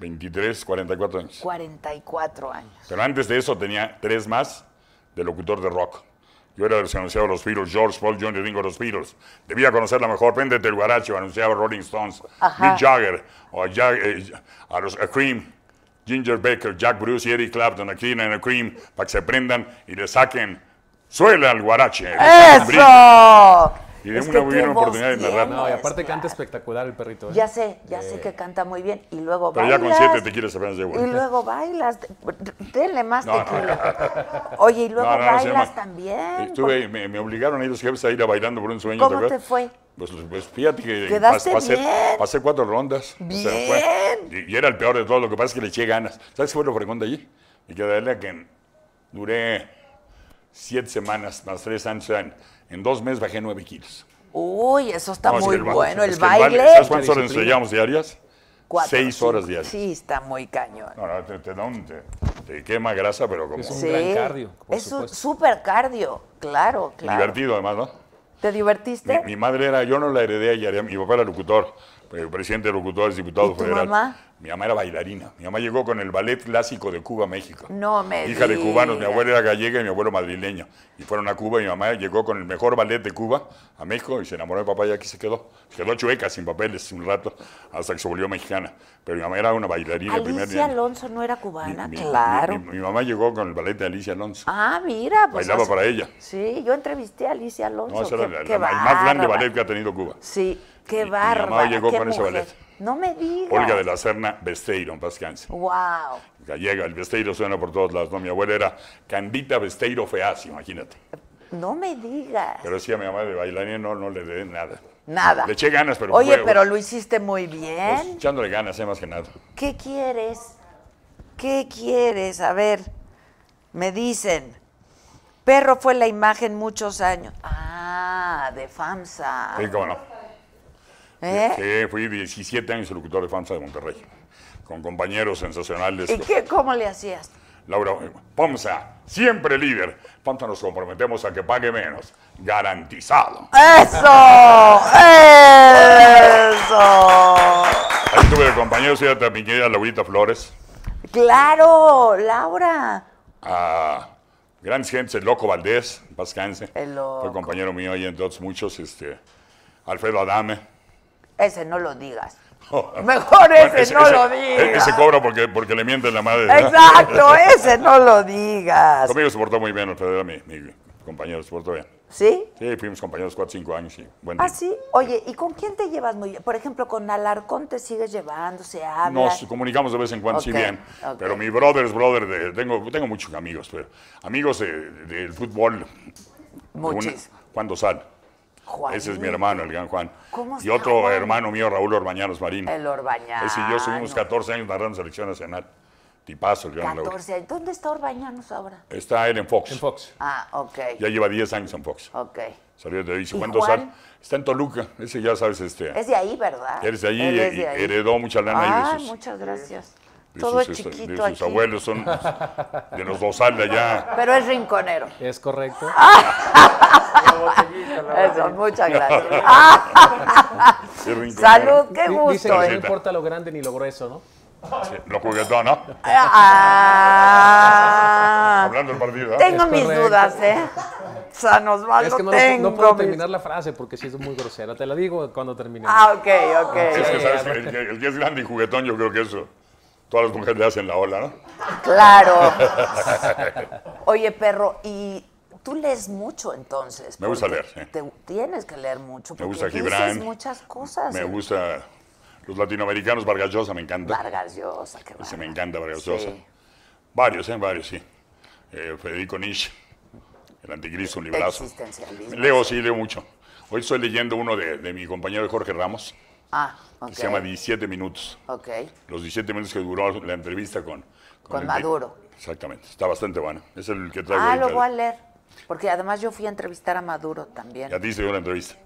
G: 23, 44 años.
A: 44 años.
G: Pero antes de eso tenía tres más de locutor de rock. Yo era el que anunciaba los Beatles, George, Paul, John y Ringo los Beatles. Debía conocer la mejor, Péndete el Guaracho, anunciaba Rolling Stones,
A: Ajá.
G: Mick Jagger, o a, Jag- eh, a los, a Cream, Ginger Baker, Jack Bruce y Eric Clapton, aquí en el Cream, para que se prendan y le saquen suela al Guarache. le saquen brillo.
A: ¡Eso!
G: Y de
A: Es
G: una
A: que
G: buena
A: qué voz
G: oportunidad de narrar.
A: tienes,
F: No, y aparte
A: Pues,
F: canta
A: claro.
F: espectacular el perrito. ¿eh?
A: Ya sé, ya sé que canta muy bien. Y luego
G: Pero ya
A: bailas.
G: con siete te quieres apenas de
A: Y
G: vuelta.
A: luego bailas. Denle más
G: No, no.
A: tequila. Oye, y luego
G: No, no, no se
A: bailas
G: llama.
A: también.
G: Estuve, me, me obligaron ahí los jefes a ir a bailando por un sueño.
A: ¿Cómo
G: acuerdas?
A: te fue?
G: Pues, pues fíjate que
A: Quedaste
G: pasé,
A: bien.
G: pasé cuatro rondas. O sea, fue- y, y era el peor de todo, lo que pasa es que le eché ganas. ¿Sabes qué fue lo fregón de allí? Y que de verdad que duré siete semanas más tres años. o sea, en, en dos meses bajé nueve kilos.
A: Uy, eso está
G: No, es
A: muy
G: que ba-
A: bueno. El
G: es que
A: baile.
G: ¿Sabes cuántas horas ensayamos diarias?
A: Cuatro,
G: Seis
A: cinco.
G: horas diarias.
A: Sí, está muy cañón.
G: No, no, te, te da un- te- te Te quema grasa, pero como...
F: Es un gran cardio, por
A: es un
F: supuesto.
A: super cardio, claro, claro.
G: Divertido, además, ¿no?
A: ¿Te divertiste?
G: Mi, mi madre era, yo no la heredé a ella, era- mi papá era locutor, eh, presidente de locutores, diputado
A: ¿Y tu
G: federal.
A: mamá?
G: Mi mamá era bailarina. Mi mamá llegó con el ballet clásico de Cuba, a México.
A: No me
G: Hija de cubanos, mi
A: digas.
G: abuela era gallega y mi abuelo madrileño. Y fueron a Cuba y mi mamá llegó con el mejor ballet de Cuba a México y se enamoró de papá y aquí se quedó. Se quedó chueca, sin papeles, un rato, hasta que se volvió mexicana. Pero mi mamá era una bailarina de primer
A: Alicia
G: día.
A: Alonso no era cubana,
G: Mi- mi-
A: claro.
G: Mi, mi- mi mamá llegó con el ballet de Alicia Alonso.
A: ah, mira, pues
G: Bailaba
A: hace-
G: para ella.
A: Sí, yo entrevisté a Alicia Alonso.
G: No, esa era
A: qué-
G: la-
A: qué
G: la- el más grande
A: bárbara.
G: ballet que ha tenido Cuba.
A: Sí, qué
G: Mi- mi mamá
A: bárbara.
G: llegó
A: qué
G: con ese
A: mujer.
G: ballet.
A: No me digas.
G: Olga de la Serna Besteiro, en paz descanse.
A: Wow.
G: Gallega, el Besteiro suena por todos lados. ¿no? Mi abuela era Candita Besteiro Feaz, imagínate.
A: No me digas.
G: Pero decía mi mamá de bailarina, no, no le dé nada.
A: Nada.
G: Le eché ganas, pero
A: Oye,
G: fue-
A: pero lo hiciste muy
G: Pues,
A: bien.
G: echándole ganas, eh, más que nada.
A: ¿Qué quieres? ¿Qué quieres? A ver, me dicen. Perro fue la imagen muchos años. Ah, de FAMSA.
G: Sí, cómo no.
A: Ah, ¿Eh?
G: Sí, fui 17 años locutor de FAMSA de Monterrey. Con compañeros sensacionales.
A: ¿Y qué, cómo le hacías?
G: Laura, Pomsa, siempre líder. Pomsa, nos comprometemos a que pague menos. Garantizado.
A: ¡Eso! ¡Eso!
G: Ahí tuve de compañeros, fíjate, a mi querida Laurita Flores,
A: Claro, Laura.
G: a grandes gentes, Ah, el Loco Valdés, en paz descanse.
A: El Loco.
G: Fue compañero mío ahí, entre otros muchos, este, Alfredo Adame.
A: Ese no lo digas.
G: Bueno,
A: ese no lo
G: e- Ese
A: digas.
G: cobra porque, porque le mienten la madre. ¿no?
A: Exacto, ese no lo digas.
G: Conmigo se portó muy bien, Alfredo era mi, mi compañero, se portó bien.
A: ¿Sí?
G: Sí, fuimos compañeros 4 5 años, sí. Buen
A: Ah,
G: tipo.
A: sí. Oye, ¿y con quién te llevas muy bien? Por ejemplo, con Alarcón te sigues llevando, se habla.
G: Nos comunicamos de vez en cuando, sí
A: Ok,
G: bien.
A: ok.
G: Pero mi brother es brother, de- tengo, tengo muchos amigos, pero amigos de- del fútbol.
A: Muchis.
G: Una- Juan Dosal.
A: Juanito.
G: Ese es mi hermano, el gran Juan.
A: ¿Cómo
G: y
A: está
G: otro
A: Juan?
G: hermano mío, Raúl Orbañanos Marín.
A: El Orbañano.
G: Ese y yo estuvimos 14 años narrando selección nacional. Tipazo, el gran Raúl.
A: 14 años. ¿Dónde está Orbañanos ahora?
G: Está él en Fox.
F: En Fox.
A: Ah, ok.
G: Ya lleva 10 años en Fox.
A: Ok.
G: Salió de ahí.
A: ¿Y Juan?
G: Juan Dosal está en Toluca. Ese ya sabes, este.
A: Es de ahí, ¿verdad?
G: Eres de allí
A: Él es
G: y-
A: de ahí.
G: heredó mucha lana ahí de
A: Ah,
G: sus-
A: muchas gracias.
G: de
A: Todo
G: sus, este,
A: chiquito
G: de sus
A: aquí.
G: abuelos son de los Dosal de allá.
A: Pero es rinconero.
F: Es correcto.
A: Ah, Eso, muchas gracias. Ah.
G: Sí, rinconero.
A: Salud, qué
F: Di- Dicen
A: gusto.
F: que no
A: ¿eh?
F: importa lo grande ni lo grueso, ¿no?
G: Sí, Lo juguetón, ¿no?
A: Ah.
G: Hablando del partido. ¿eh?
A: tengo
F: Es
A: mis
F: correcto.
A: dudas, ¿eh? San Osvaldo,
F: es que no, lo-
A: tengo
F: no puedo
A: mis-
F: terminar la frase porque si es muy grosera. Te la digo cuando termine.
A: Ah, ok, ok.
G: Es que, ¿sabes? El, que- el que es grande y juguetón, yo creo que eso. Todas las mujeres le hacen la ola, ¿no?
A: Claro. Oye, perro, y tú lees mucho entonces.
G: Me gusta
A: porque
G: leer, sí.
A: te- tienes que leer mucho.
G: Me
A: Porque
G: gusta
A: dices
G: Gibran.
A: muchas cosas.
G: Me gusta los latinoamericanos, Vargas Llosa me encanta.
A: Vargas Llosa, qué
G: Ese
A: bárbaro.
G: me encanta Vargas
A: Sí.
G: Llosa. Varios, ¿eh? Varios, sí. Eh, Federico Nietzsche, El Anticristo, un librazo.
A: Existencialismo.
G: Leo, sí, leo mucho. Hoy estoy leyendo uno de, de mi compañero Jorge Ramos,
A: Ah, ok.
G: que se llama 17 minutos.
A: Ok.
G: Los 17 minutos que duró la entrevista con...
A: Con
G: el-
A: Maduro.
G: Exactamente, está bastante bueno. Es el que traigo
A: Ah,
G: ahorita.
A: lo voy a leer. Porque además yo fui a entrevistar a Maduro también.
G: Y a ti se dio una entrevista.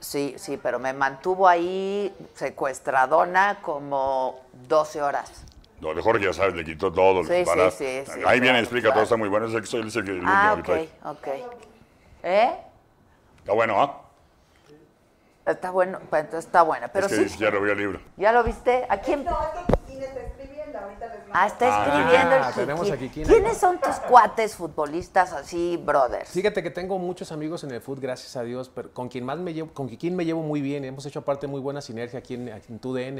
A: Sí, sí, pero me mantuvo ahí secuestradona como 12 horas.
G: Lo de Jorge, ya sabes, le quitó todo. el
A: Sí, sí,
G: balazo.
A: sí, sí,
G: Ahí
A: claro,
G: viene, explica
A: claro.
G: todo, está muy bueno. Es el que soy, es el, que- el
A: Ah,
G: último que
A: ok,
G: trae.
A: ok. ¿Eh?
G: Está bueno, ¿ah?
A: Está bueno, pues entonces está buena. Pero
G: es que
A: sí,
G: ya lo vio el libro.
A: ¿Ya lo viste? ¿A quién? Ah, está escribiendo el
F: Ah, tenemos
A: Kiki.
F: a Kikín ahí.
A: ¿Quiénes son tus cuates futbolistas así, brothers?
F: Fíjate que tengo muchos amigos en el food, gracias a Dios, pero con quien más me llevo, con quien me llevo muy bien. Hemos hecho aparte muy buena sinergia aquí en, aquí en TUDN.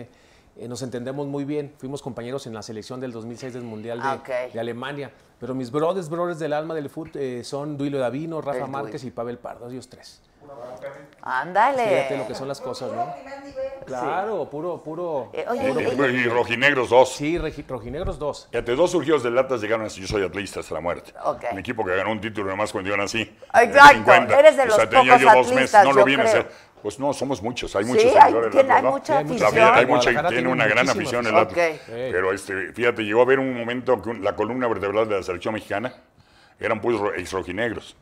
F: Eh, nos entendemos muy bien. Fuimos compañeros en la selección del 2006 del Mundial de,
A: Ah, ok.
F: de Alemania. Pero mis brothers, brothers del alma del food eh, son Duilo Davino, Rafa
A: El
F: Márquez
A: Dui.
F: y Pavel Pardo, ellos tres. Fíjate
A: Ándale.
F: lo que son las cosas, ¿no? Claro, puro, puro.
A: Eh,
G: Y,
A: oye, eh,
G: y rojinegros dos.
F: Sí, regi- rojinegros dos.
G: Fíjate, dos surgidos de latas llegaron así. Yo soy atlista hasta la muerte.
A: Ok.
G: Un equipo que ganó un título nomás cuando Eh, yo nací. en el
A: Exacto,
G: 50.
A: eres de los
G: tenía yo
A: pocos
G: dos
A: atlistas,
G: meses, no
A: yo
G: lo vi
A: creo.
G: nacer. Pues no, somos muchos, hay
A: Sí,
G: muchos
A: hay-
G: seguidores,
A: tiene-
G: la
A: hay
G: verdad.
A: mucha
F: Sí, hay mucha
G: La verdad, Hay mucha que
F: afición. Guadalajara
G: tiene
F: tiene
G: una gran
F: muchísima
G: afición el
A: afición.
G: Atlas.
A: Ok.
G: Pero este, fíjate, llegó a haber un momento que un- la columna vertebral de la selección mexicana eran puros ro- ex rojinegros.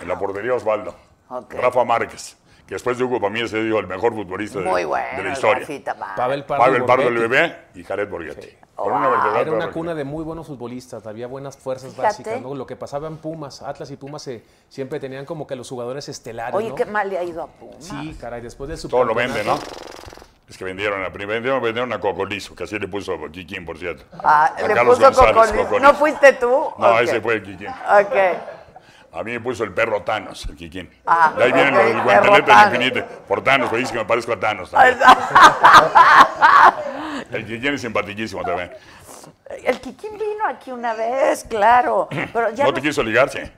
G: En la portería Osvaldo,
A: Ah. Ok.
G: Rafa Márquez, que después de Hugo para mí se dio el mejor futbolista de,
A: muy
G: de
A: bueno,
G: la historia.
A: Rafita, va.
F: Pavel Pardo.
G: Pavel Pardo el
F: Borghetti.
G: bebé y Jared Borghetti. Era una vertebral
F: Era una
G: toda
F: cuna de muy buenos futbolistas, había buenas fuerzas
A: Fíjate.
F: básicas, ¿no? Lo que pasaba en Pumas, Atlas y Pumas se- siempre tenían como que los jugadores estelares,
A: Oye,
F: ¿no?
A: qué mal le ha ido a Pumas.
F: Sí, caray, después del
G: Todo lo
F: supercampeonato-
G: vende, ¿no? Es que vendieron a, vendieron, vendieron a Cocolizo, que así le puso Kikín, por cierto.
A: Ah,
G: A
A: le
G: Carlos
A: puso
G: González
A: Cocolizo.
G: Cocolizo.
A: ¿No fuiste tú?
G: No,
A: Ok.
G: ese fue el Kikín.
A: Ok.
G: A mí me puso el perro Thanos, el Kikín.
A: Ah,
G: de ahí vienen
A: ok,
G: los
A: perro
G: guanteletes
A: Thanos.
G: infinitos. Por Thanos, pues dice que me parezco a Thanos también. El Kikín es simpaticísimo también.
A: El Kikín vino aquí una vez, claro. Pero ya
G: ¿No
A: no-
G: te quiso ligarse?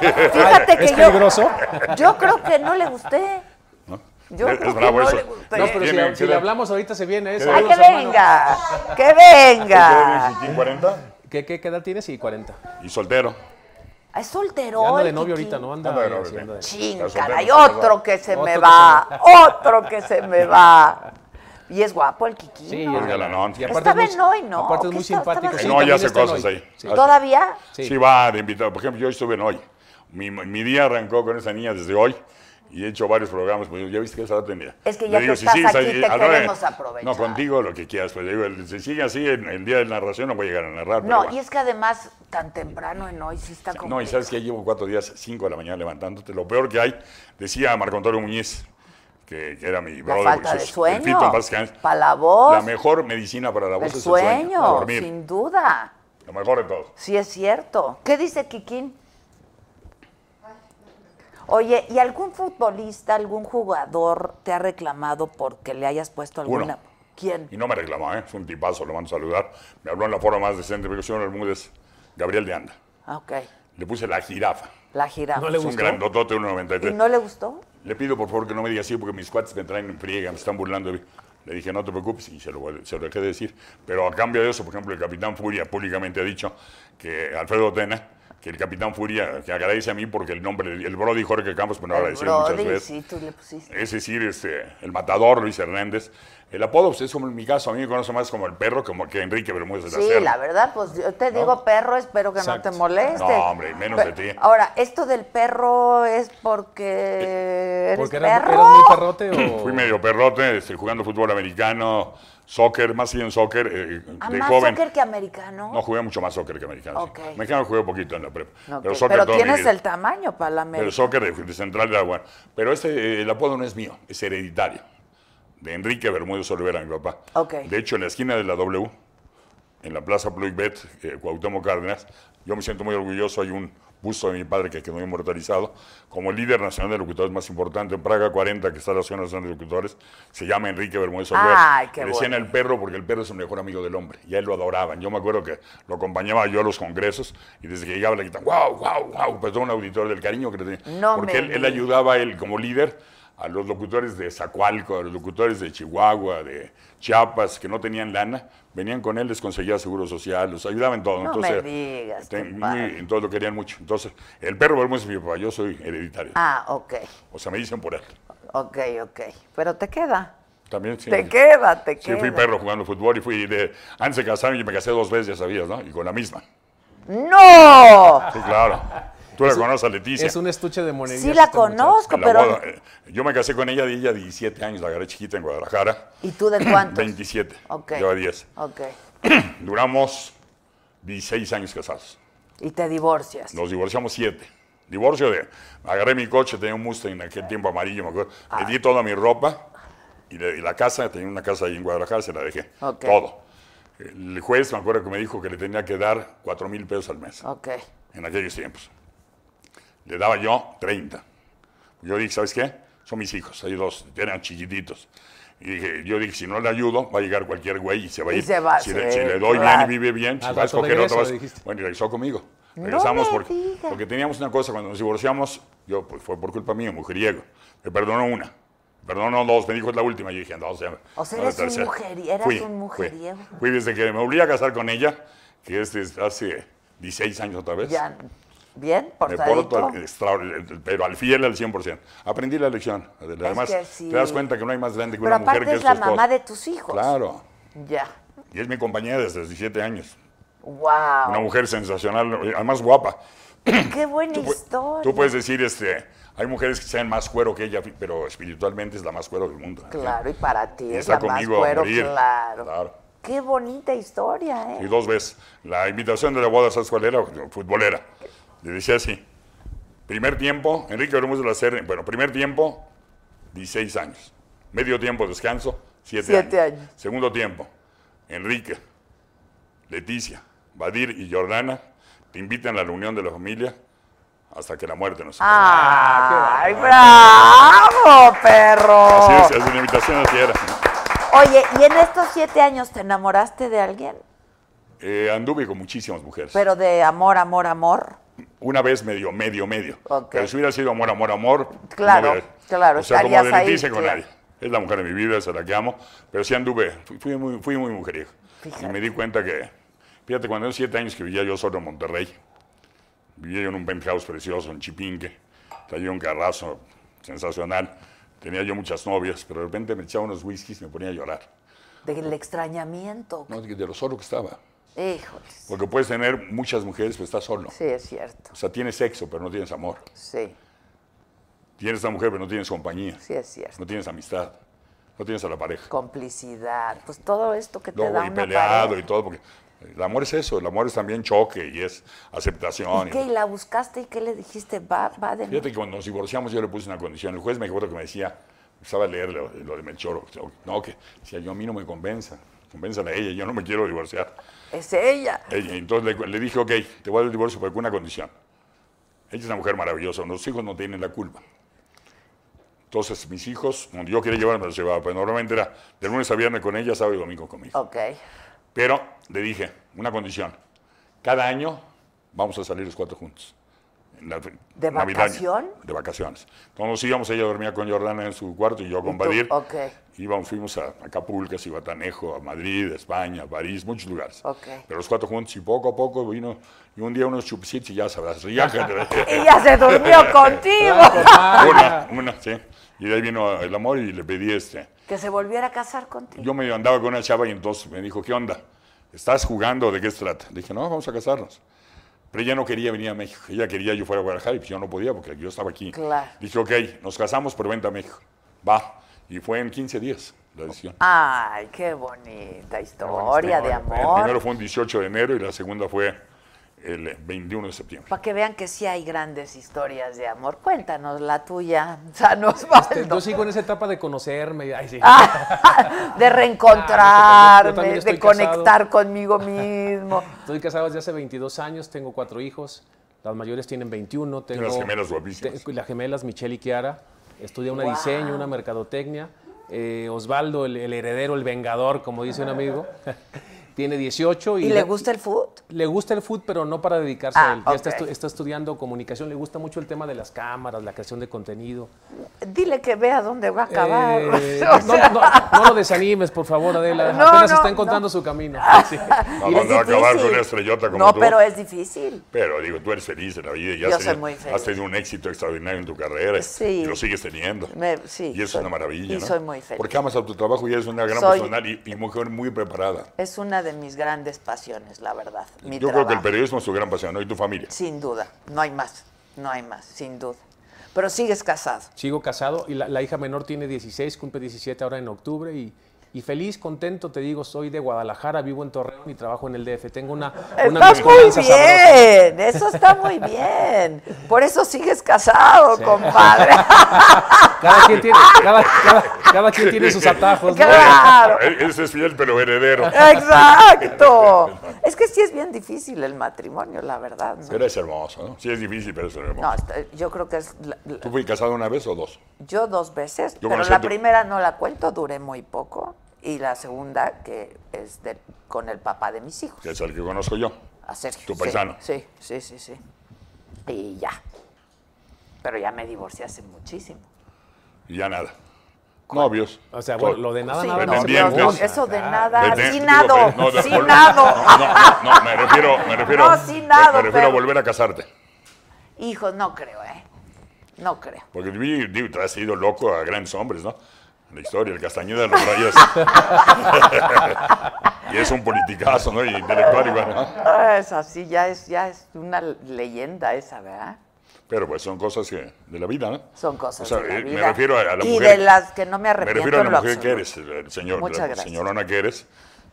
A: Fíjate que
F: ¿Es
A: yo.
F: peligroso?
A: Yo creo que no le gusté.
G: ¿No?
A: Yo
G: es
A: creo que
G: bravo
A: no
G: eso.
A: le gusta.
F: No, pero si,
G: Tiene-
F: si le
G: tiene-
F: hablamos ahorita se viene. ¿eh?
A: ¡Ay,
F: Saludos,
A: que
F: hermano.
A: venga! ¡Que
G: ¿Tiene
A: venga!
G: Kikín 40?
F: ¿Qué, qué, qué edad tienes? Y 40.
G: Y soltero.
A: Ah, Es
F: Ya
A: soltero.
F: anda de
A: el
F: novio
A: Kikín.
F: ahorita, ¿no? Anda,
G: Anda de novio,
F: haciendo
G: sí.
F: de-
A: Chin,
G: Está soltero,
A: caray,
G: está
A: otro
G: soltero.
A: que se
F: Otro
A: me
F: que
A: va,
F: se
A: otro que se me va. Y es guapo el Kikín.
F: Sí,
A: ¿no?
F: es galán.
G: galanón.
F: Y
A: Estaba
F: es muy-
A: en Hoy, ¿no?
F: Aparte es
A: ¿Qué
F: muy
A: estaba-
F: simpático.
A: estaba
F: Sí,
A: en
G: Hoy? No, ya
F: también
G: hace
F: está en
G: cosas
F: Hoy.
G: ahí.
F: Sí.
A: ¿Todavía?
F: Sí.
G: Sí. va de invitado. Por ejemplo, yo estuve en hoy. Mi, mi día arrancó con esa niña desde hoy y he hecho varios programas. Pues, ya viste que esa la tenía.
A: Es que
G: Le
A: ya que
G: si
A: estás
G: sigues
A: aquí, te
G: a nueve-
A: queremos aprovechar.
G: No, contigo lo que quieras. Pues, digo, el- si sigue así, el, el día de la narración no voy a llegar a narrar. pero
A: No,
G: bueno.
A: y es que además tan temprano en hoy sí está como.
G: No, y sabes que llevo cuatro días, cinco de la mañana levantándote. Lo peor que hay, decía Marco Antonio Muñiz, que, que era mi brother.
A: falta
G: pues,
A: de
G: es- el
A: sueño,
G: Fito en paz descanse.
A: pa' la voz,
G: La mejor medicina para la voz
A: El
G: es el sueño.
A: sueño,
G: dormir.
A: sin duda.
G: Lo mejor de todo.
A: Sí es cierto. ¿Qué dice Kikín? Oye, ¿y algún futbolista, algún jugador te ha reclamado porque le hayas puesto
G: Uno.
A: alguna? ¿Quién?
G: Y no me reclamó, ¿eh? es un tipazo, lo mando a saludar. Me habló en la forma más decente, porque yo soy Bermúdez, Gabriel de Anda.
A: Ah, Ok,
G: Le puse la jirafa.
A: la jirafa.
F: No le
G: es un
F: gustó.
G: grandotote,
A: ¿Y
G: 1.93.
A: no le gustó?
G: Le pido por favor que no me diga así porque mis cuates me traen en friega, me están burlando. de mí. Le dije, no te preocupes, y se lo, vol- se lo dejé de decir. Pero a cambio de eso, por ejemplo, el capitán Furia públicamente ha dicho que Alfredo Tena, que el capitán Furia, que agradece a mí porque el nombre, el Brody Jorge Campos, me lo
A: El
G: agradeció muchas
A: Brody,
G: veces.
A: sí, tú le pusiste.
G: Es decir, este, el matador Luis Hernández. El apodo, pues, es como en mi caso, a mí me conoce más como el perro como que Enrique Bermúdez de la
A: Sí,
G: Serna.
A: la verdad, pues yo te digo perro, espero que
F: Exacto.
A: no te moleste.
G: No, hombre, menos de ti.
A: Ahora, ¿esto del perro es porque eres
F: Porque eras,
A: perro?
F: eras muy perrote o...
G: Fui medio perrote, este, jugando fútbol americano, soccer, más bien soccer, eh,
A: Ah,
G: de
A: más
G: joven.
A: soccer que americano.
G: No, jugué mucho más soccer que americano. sí.
A: Ok.
G: Americano jugué poquito en la prepa.
A: Ok,
G: Pero
A: Pero,
G: soccer toda mi
A: tienes
G: vida.
A: el tamaño para la
G: Pero
A: americana.
G: soccer de, de central era bueno. Pero este, eh, el apodo no es mío, es hereditario. De Enrique Bermúdez Olivera, mi papá.
A: Ok.
G: De hecho, en la esquina de la W, en la Plaza Pluigbet, eh, Cuauhtémoc Cárdenas, yo me siento muy orgulloso. Hay un busto de mi padre que quedó inmortalizado como líder nacional de locutores más importante en Praga 40, que está la Asociación Nacional de Locutores. Se llama Enrique Bermúdez Olivera.
A: Ay, qué
G: Le decían
A: bueno.
G: el perro porque el perro es el mejor amigo del hombre. Y a él lo adoraban. Yo me acuerdo que lo acompañaba yo a los congresos y desde que llegaba le gritaban, wow, wow, wow. Pues todo un auditor del cariño que le tenía.
A: No
G: Porque
A: me
G: él, él
A: digas.
G: ayudaba él como líder a los locutores de Zacualco, a los locutores de Chihuahua, de Chiapas, que no tenían lana, venían con él, les conseguía seguro social, los ayudaba en todo.
A: No
G: Entonces,
A: me digas,
G: ten-
A: compadre.
G: muy- entonces lo querían mucho. Entonces, el perro Bermúdez es mi papá, yo soy hereditario.
A: Ah, ok,
G: O sea, me dicen por él.
A: ok, ok. Pero te queda.
G: También sí.
A: Te queda, te
G: Sí,
A: queda.
G: fui perro jugando fútbol y fui de... Antes de casarme, yo me casé dos veces, ya sabías, ¿no? Y con la misma.
F: Ah,
A: ¡No!
G: Sí, claro. Tú la conoces a Leticia.
F: Es un estuche de monerías. este
A: Sí la
F: esta muchacha.
A: conozco,
G: En la boda,
A: pero.
G: eh, Yo me casé con ella de ella 17 años, la agarré chiquita en Guadalajara.
A: ¿Y tú de cuántos?
G: 27.
A: Ok.
G: Yo a 10.
A: Ok.
G: Duramos 16 años casados.
A: Y te divorcias.
G: Nos divorciamos 7. Divorcio de. Agarré mi coche, tenía un Mustang en aquel tiempo amarillo, me acuerdo. Le di toda mi ropa y, le- y la casa, tenía una casa ahí en Guadalajara, se la dejé.
A: Ok.
G: Todo. El juez, me acuerdo que me dijo que le tenía que dar 4 mil pesos al mes
A: Ok.
G: en aquellos tiempos. Le daba yo 30. Yo dije, ¿sabes qué? Son mis hijos, hay dos, eran chiquititos. Y dije, yo dije, si no le ayudo, va a llegar cualquier güey y se va a
A: Y
G: ir.
A: se va,
G: si, le,
A: sí,
G: si le doy
A: claro.
G: bien y vive bien, si
F: Al
G: va a
F: rato
G: escoger
F: regreso,
G: otro. vas-
F: dijiste.
G: Bueno, y regresó conmigo.
A: No
G: Regresamos
A: me
G: porque,
A: digas.
G: porque teníamos una cosa, cuando nos divorciamos, yo pues, fue por culpa mía, mujeriego. Me perdonó una, me perdonó dos, me dijo es la última. Yo dije, no, o sea,
A: O sea,
G: no, la
A: eres un
G: tercera".
A: mujeri- eras
G: Fui,
A: un
G: fui.
A: mujeriego.
G: Fui desde que me obligué a casar con ella, que es desde hace 16 años otra vez.
A: Ya. ¿Bien?
G: Me
A: ¿Portadito?
G: porto al- extraor- pero al fiel al 100%. Aprendí la lección. Además,
A: que sí.
G: te das cuenta que no hay más grande que
A: Pero
G: una mujer
A: aparte
G: que
A: es
G: es
A: la
G: tu esposa.
A: mamá de tus hijos.
G: Claro.
A: Ya.
G: Y es mi compañera desde los 17 años.
A: ¡Wow!
G: Una mujer sensacional, eh, además guapa.
A: ¡Qué buena
G: Tú, pu-
A: historia!
G: tú puedes decir, este, hay mujeres que sean más cuero que ella, pero espiritualmente es la más cuero del mundo.
A: Claro, y para ti
G: Y
A: es
G: está
A: la más
G: conmigo a
A: cuero,
G: morir.
A: claro.
G: Claro.
A: Qué bonita historia,
G: Y
A: ¿eh?
G: dos veces. La invitación de la boda, ¿sabes cuál era? Futbolera. Le decía así. Primer tiempo, Enrique Bermúdez de la Serna, bueno, primer tiempo, 16 años. Medio tiempo, descanso, 7
A: Siete
G: años.
A: años.
G: Segundo tiempo, Enrique, Leticia, Badir y Jordana te invitan a la reunión de la familia hasta que la muerte nos
A: Ah.
G: separe.
A: ¡Ay, bravo,
G: Ah, Así es,
A: perro!
G: es una invitación así era.
A: Oye, ¿y en estos siete años te enamoraste de alguien?
G: Eh, anduve con muchísimas mujeres.
A: Pero de amor, amor, amor.
G: Una vez medio, medio, medio.
A: Ok.
G: Pero si hubiera sido amor, amor, amor.
A: Claro,
G: no hubiera-
A: claro,
G: O sea, como
A: estarías
G: de
A: ahí,
G: Leticia con
A: claro.
G: nadie. Es la mujer de mi vida, es a la que amo. Pero sí anduve, fui, fui muy, fui muy mujeriego. Y me di cuenta que, fíjate, cuando eran siete años que vivía yo solo en Monterrey, vivía yo en un penthouse precioso en Chipinque, traía un carrazo sensacional, tenía yo muchas novias, pero de repente me echaba unos whiskies y me ponía a llorar.
A: Del extrañamiento.
G: No, de de lo solo que estaba.
A: Híjoles.
G: Porque puedes tener muchas mujeres, pero estás solo.
A: Sí, es cierto.
G: O sea, tienes sexo, pero no tienes amor.
A: Sí,
G: Tienes a mujer, pero no tienes compañía.
A: sí, es cierto.
G: No tienes amistad. No tienes a la pareja.
A: Complicidad. Pues todo esto que te
G: Luego,
A: da
G: y
A: una
G: peleado
A: pareja.
G: y todo. Porque el amor es eso. El amor es también choque y es aceptación.
A: ¿Y
G: y-
A: qué? ¿Y la buscaste y qué le dijiste? Va, va de nuevo.
G: Fíjate que cuando nos divorciamos yo le puse una condición. El juez me acuerdo que me decía, estaba a leer lo, lo de Melchor. o sea, No, que decía, yo a mí no me convenza. Convénzala a ella, yo no me quiero divorciar.
A: Es ella.
G: Ella, entonces le, le dije, ok, te voy a dar el divorcio, pero con una condición. Ella es una mujer maravillosa, los hijos no tienen la culpa. Entonces, mis hijos, cuando yo quería llevarme, los llevaba, pero normalmente era de lunes a viernes con ella, sábado y domingo conmigo.
A: Ok.
G: Pero le dije, una condición, cada año vamos a salir los cuatro juntos. En la-
A: ¿De
G: Navidad,
A: vacación?
G: De vacaciones. Entonces nos íbamos, ella dormía con Jordana en su cuarto y yo con
A: tú?
G: Badir.
A: Ok.
G: Íbamos, fuimos a Acapulco, a Cihuatanejo, a Madrid, a España, a París, muchos lugares.
A: Ok.
G: Pero los cuatro juntos y poco a poco vino, y un día unos chupsitos y ya sabrás, relájate.
A: Y ya se durmió contigo.
G: Ah. una, una, sí. Y de ahí vino el amor y le pedí este.
A: Que se volviera a casar contigo.
G: Yo medio andaba con una chava y entonces me dijo, ¿qué onda? ¿Estás jugando? ¿De qué se trata? Le dije, no, vamos a casarnos. Pero ella no quería venir a México. Ella quería que yo fuera a Guadalajara y pues yo no podía porque yo estaba aquí.
A: Claro.
G: Dije, ok, nos casamos, pero vente a México. Va. Y fue en 15 días la decisión.
A: Ay, qué bonita historia Ah, de
G: El primero
A: amor.
G: fue un 18 de enero y la segunda fue el 21 de septiembre.
A: Para que vean que sí hay grandes historias de amor. Cuéntanos la tuya, San Osvaldo.
F: Yo sigo en esa etapa de conocerme. Ay, sí.
A: Ah, de
F: Yo también
A: reencontrarme,
F: estoy
A: de conectar
F: casado.
A: conmigo mismo.
F: Estoy casado desde hace 22 años, tengo cuatro hijos. Las mayores tienen 21. Tengo,
G: las gemelas guapísimas.
F: te- las gemelas Michelle y Kiara. Estudia una diseño, una mercadotecnia. Eh, Osvaldo, el, el heredero, el vengador, como dice un amigo, tiene 18. ¿Y,
A: ¿Y le
F: la-
A: gusta el fútbol?
F: Le gusta el food, pero no para dedicarse
A: Ah,
F: a él. Ya está,
A: ok.
F: estu- está estudiando comunicación, le gusta mucho el tema de las cámaras, la creación de contenido.
A: Dile que vea dónde va a acabar.
F: Eh,
A: O
F: no,
A: sea,
F: no, no lo desanimes, por favor, Adela.
A: No,
F: Apenas
A: no,
F: está encontrando
A: no.
F: su camino. Sí.
G: No, no,
A: es
G: no, acabar con
A: difícil.
G: una estrellota como
A: No,
G: tú.
A: pero es difícil.
G: Pero digo, tú eres feliz en la vida y
A: Yo
G: has,
A: soy
G: tenido,
A: muy feliz.
G: has tenido un éxito extraordinario en tu carrera
A: Sí.
G: y lo sigues teniendo.
A: Me- sí,
G: y
A: soy-
G: eso es una maravilla.
A: y
G: ¿no?
A: soy muy feliz.
G: Porque amas a tu trabajo y eres una gran
A: Soy-
G: profesional y, y mujer muy preparada.
A: Es una de mis grandes pasiones, la verdad. Mi
G: Yo creo
A: trabajo.
G: que el periodismo es tu gran pasión, ¿no? Y tu familia.
A: Sin duda, no hay más, no hay más, sin duda. Pero sigues casado.
F: Sigo casado y la, la hija menor tiene 16, cumple 17 ahora en octubre y, y feliz, contento, te digo, soy de Guadalajara, vivo en Torreón y trabajo en el DF. Tengo una, una
A: Estás muy bien,
F: mezcolanza sabrosa.
A: eso está muy bien. Por eso sigues casado, compadre.
F: Cada quien tiene, cada, cada- cada quien tiene sus atajos, ¿no?
A: claro,
G: E- Ese es fiel, pero heredero.
A: exacto. Es que sí es bien difícil el matrimonio, la verdad. ¿no?
G: Pero es hermoso, ¿no? Sí, es difícil, pero es hermoso.
A: No, está- yo creo que es la- la-
G: ¿Tú fuiste casado una vez o dos?
A: yo dos veces,
G: Yo
A: pero
G: conocí
A: la
G: a tu-
A: primera no la cuento, duré muy poco. Y la segunda, que es de- con el papá de mis hijos.
G: Que es el que conozco yo.
A: A Sergio.
G: Tu
A: sí,
G: paisano.
A: Sí, sí, sí, sí. Y ya. Pero ya me divorcié hace muchísimo.
G: Y ya nada. Novios.
F: O sea, bueno,
G: Todo.
F: lo de nada,
A: Sí, no,
F: nada. me
G: Pretendientes.
F: preocupa.
A: no, no, eso de nada,
G: Deten-
A: sin
G: digo,
A: nado,
G: pre- no, de-
A: sin
G: vol-
A: nado.
G: No, no, no, me refiero, me refiero,
A: No, sin nado,
G: me refiero a
A: pero-
G: volver a casarte.
A: Hijo, no creo, ¿eh? No creo.
G: Porque vi, digo, te has ido loco a grandes hombres, ¿no? La historia, el Castañeda de los Rayas. y es un politicazo, ¿no? Y intelectual igual, ¿no?
A: Ah, Es así, ya es, ya es una leyenda esa, ¿verdad?
G: Pero pues son cosas que- de la vida, ¿no?
A: Son cosas
G: O sea,
A: de la
G: eh,
A: vida.
G: me refiero a, a la
A: y
G: mujer.
A: de las que no me arrepiento
G: Me refiero a
A: en
G: la
A: lo
G: mujer que
A: absoluto.
G: eres, el señor,
A: Muchas
G: la
A: gracias.
G: señorona que eres.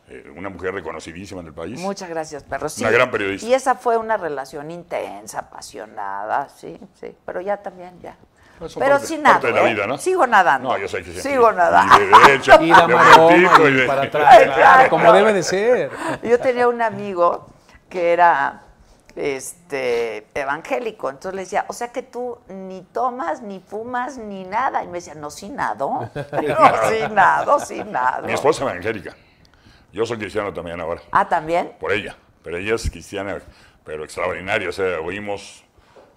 G: eh, una mujer reconocidísima en el país.
A: Muchas gracias, perro. Sí,
G: Una gran periodista.
A: Y esa fue una relación intensa, apasionada, sí, sí. Pero ya también, ya.
G: Eso
A: Pero
G: parte-
A: sí nado,
G: parte de la
A: ¿eh?
G: vida, ¿no?
A: Sigo nadando.
G: No, yo sé que sí.
A: Sigo nadando.
G: Y de derecho,
F: Y la
G: de
F: maroma
G: vueltito, y
F: y
G: de-
F: para atrás, claro,
A: Exacto.
F: como debe de ser.
A: Yo tenía un amigo que era este evangélico, entonces le decía, o sea que tú ni tomas, ni fumas, ni nada. Y me decía, no, sí nado. No, sí nado, sí nado.
G: Mi esposa es evangélica. Yo soy cristiano también ahora,
A: Ah, también.
G: por ella. Pero ella es cristiana, pero extraordinaria. O sea, oímos,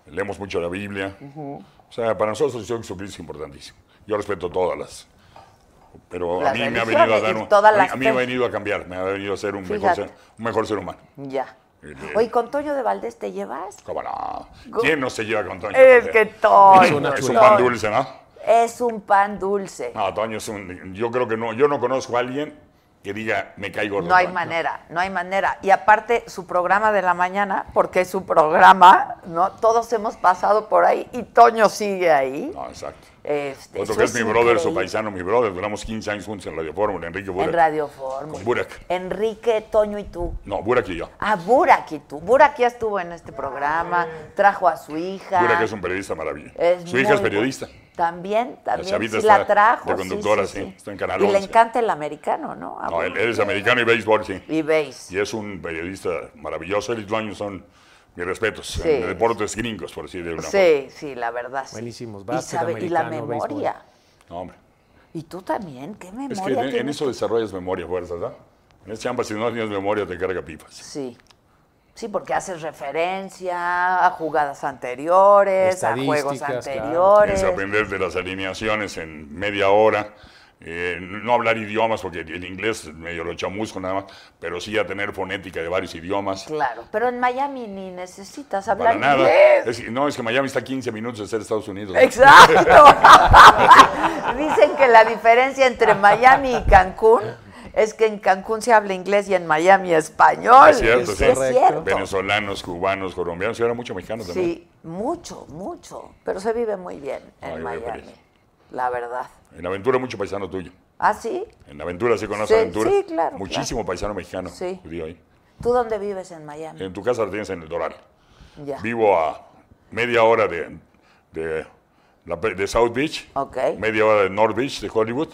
G: leemos mucho la Biblia. O sea, para nosotros Jesucristo es importantísimo. Yo respeto todas las. Pero
A: Las
G: a mí me ha
A: religiones
G: venido a
A: y
G: dar un-
A: todas
G: a mí-
A: las
G: a mí me ha
A: fe.
G: venido a cambiar, me ha venido a ser un, mejor
A: Fíjate.
G: ser, un mejor ser humano.
A: Ya.
G: El- el-
A: Oye, ¿con Toño de Valdés te llevas?
G: ¿Cómo no? ¿Quién no se lleva con Toño?
A: Es que
G: Es
A: Toño.
G: un- es un
A: Toño.
G: pan dulce, ¿no?
A: Es un pan dulce.
G: No, Toño es un. Yo creo que no. Yo no conozco a alguien que diga me caigo gordo.
A: No hay
G: Toño".
A: manera, no hay manera. Y aparte, su programa de la mañana, porque es su programa, ¿no? Todos hemos pasado por ahí y Toño sigue ahí.
G: No, exacto.
A: Este,
G: Otro
A: eso
G: que es, mi brother, su
A: increíble.
G: paisano, mi brother. Duramos 15 años juntos en Radio Fórmula, Enrique Burak.
A: En Radio Fórmula.
G: Con Burak.
A: Enrique, Toño y tú.
G: No, Burak y yo.
A: Ah, Burak y tú. Burak ya estuvo en este programa, trajo a su hija.
G: Burak es un periodista maravilloso.
A: Es
G: Su hija es
A: muy
G: periodista.
A: bueno. También, también.
G: chavita
A: Sí
G: está
A: la trajo.
G: de
A: sí,
G: conductora, sí, está en Canal
A: Y le
G: 11.
A: encanta el americano, ¿no? A
G: No, él,
A: Burak.
G: él es americano y béisbol, sí.
A: Y veis.
G: Y es un periodista maravilloso. Él y Toño son mis respetos.
A: Sí.
G: En deportes gringos, por así decirlo.
A: Sí, sí, la verdad. Sí.
F: Buenísimos,
A: Y
F: básquet
A: sabe- Y la
F: americano, béisbol.
A: memoria.
G: No, hombre.
A: Y tú también, qué memoria
G: Es que en, en
A: tienes?
G: eso desarrollas memoria, fuerzas, ¿verdad? En esa chamba, si no tienes memoria, te carga pipas.
A: Sí. Sí, porque haces referencia a jugadas anteriores, a juegos
F: Estadísticas, claro.
A: anteriores.
G: Es aprender de las alineaciones en media hora. eh, no hablar idiomas, porque el inglés medio lo chamusco nada más, pero sí a tener fonética de varios idiomas.
A: Claro, pero en Miami ni necesitas
G: Para
A: hablar
G: nada.
A: inglés.
G: Es que- no, es que Miami está a 15 minutos de ser Estados Unidos.
A: Exacto. Dicen que la diferencia entre Miami y Cancún es que en Cancún se habla inglés y en Miami español.
G: Es cierto,
A: Y
G: sí.
A: es cierto.
G: Venezolanos, cubanos, colombianos, y ahora mucho mexicano también.
A: Sí, mucho, mucho. Pero se vive muy bien en
G: Ay, güey,
A: Miami,
G: parece.
A: la verdad.
G: En Aventura, mucho paisano tuyo.
A: ¿Ah, sí?
G: En Aventura, ¿sí conoces
A: Sí,
G: Aventura?
A: sí, claro,
G: Muchísimo paisano mexicano.
A: Sí.
G: judío ahí.
A: ¿Tú dónde vives en Miami?
G: En tu casa la tienes en el Doral.
A: ya.
G: Eh, Vivo a media hora de, de, la pe- de South Beach,
A: Ok.
G: media hora de North Beach, de Hollywood,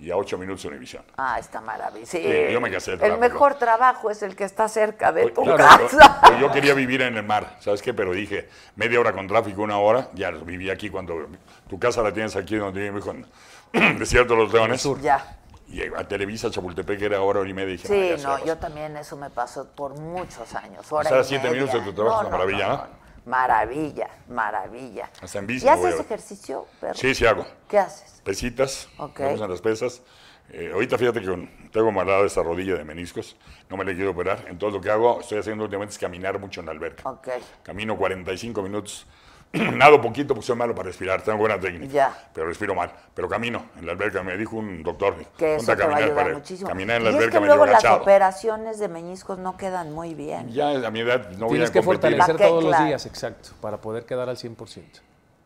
G: y a ocho minutos de Univision.
A: Ah, está maravilloso. Sí,
G: Sí, yo me casé de
A: El
G: trabajo.
A: mejor trabajo es el que está cerca de
G: Oye,
A: tu
G: claro,
A: casa.
G: yo- yo quería vivir en el mar, ¿sabes qué? Pero dije, media hora con tráfico, una hora, ya viví aquí cuando tu casa la tienes aquí donde vive mi hijo, en Desierto de los Leones.
A: Ya.
G: Y a Televisa, Chapultepec, era hora, hora y media. y dije, no,
A: Sí,
G: ya se
A: no,
G: pasó.
A: yo también eso me pasó por muchos años. Hora
G: O sea,
A: y
G: siete
A: media.
G: minutos de tu trabajo es una maravilla, ¿no?
A: Maravilla, maravilla.
G: Hasta en bici
A: ¿Y
G: me voy
A: haces
G: a-
A: ejercicio, perro?
G: Sí, sí hago.
A: ¿Qué haces?
G: pesitas,
A: Ok.
G: vamos a las pesas. Eh, ahorita fíjate que con- tengo malada esta rodilla de meniscos, no me la quiero operar. Entonces lo que hago, estoy haciendo últimamente es caminar mucho en la alberca.
A: Ok.
G: Camino 45 minutos, nado poquito porque soy malo para respirar, tengo buena técnica,
A: Ya.
G: pero respiro mal. Pero camino en la alberca, me dijo un doctor,
A: Que
G: "Ponte
A: eso te va a ayudar
G: para-
A: muchísimo.
G: Caminar en la
A: y es
G: alberca
A: que
G: me
A: luego
G: dio
A: las
G: agachado.
A: operaciones de meñiscos no quedan muy bien.
G: Ya a mi edad no voy
F: Tienes
G: a
F: que
G: competir.
F: fortalecer
A: ¿Para qué?
F: todos los
A: Claro.
F: días, exacto, para poder quedar al 100%.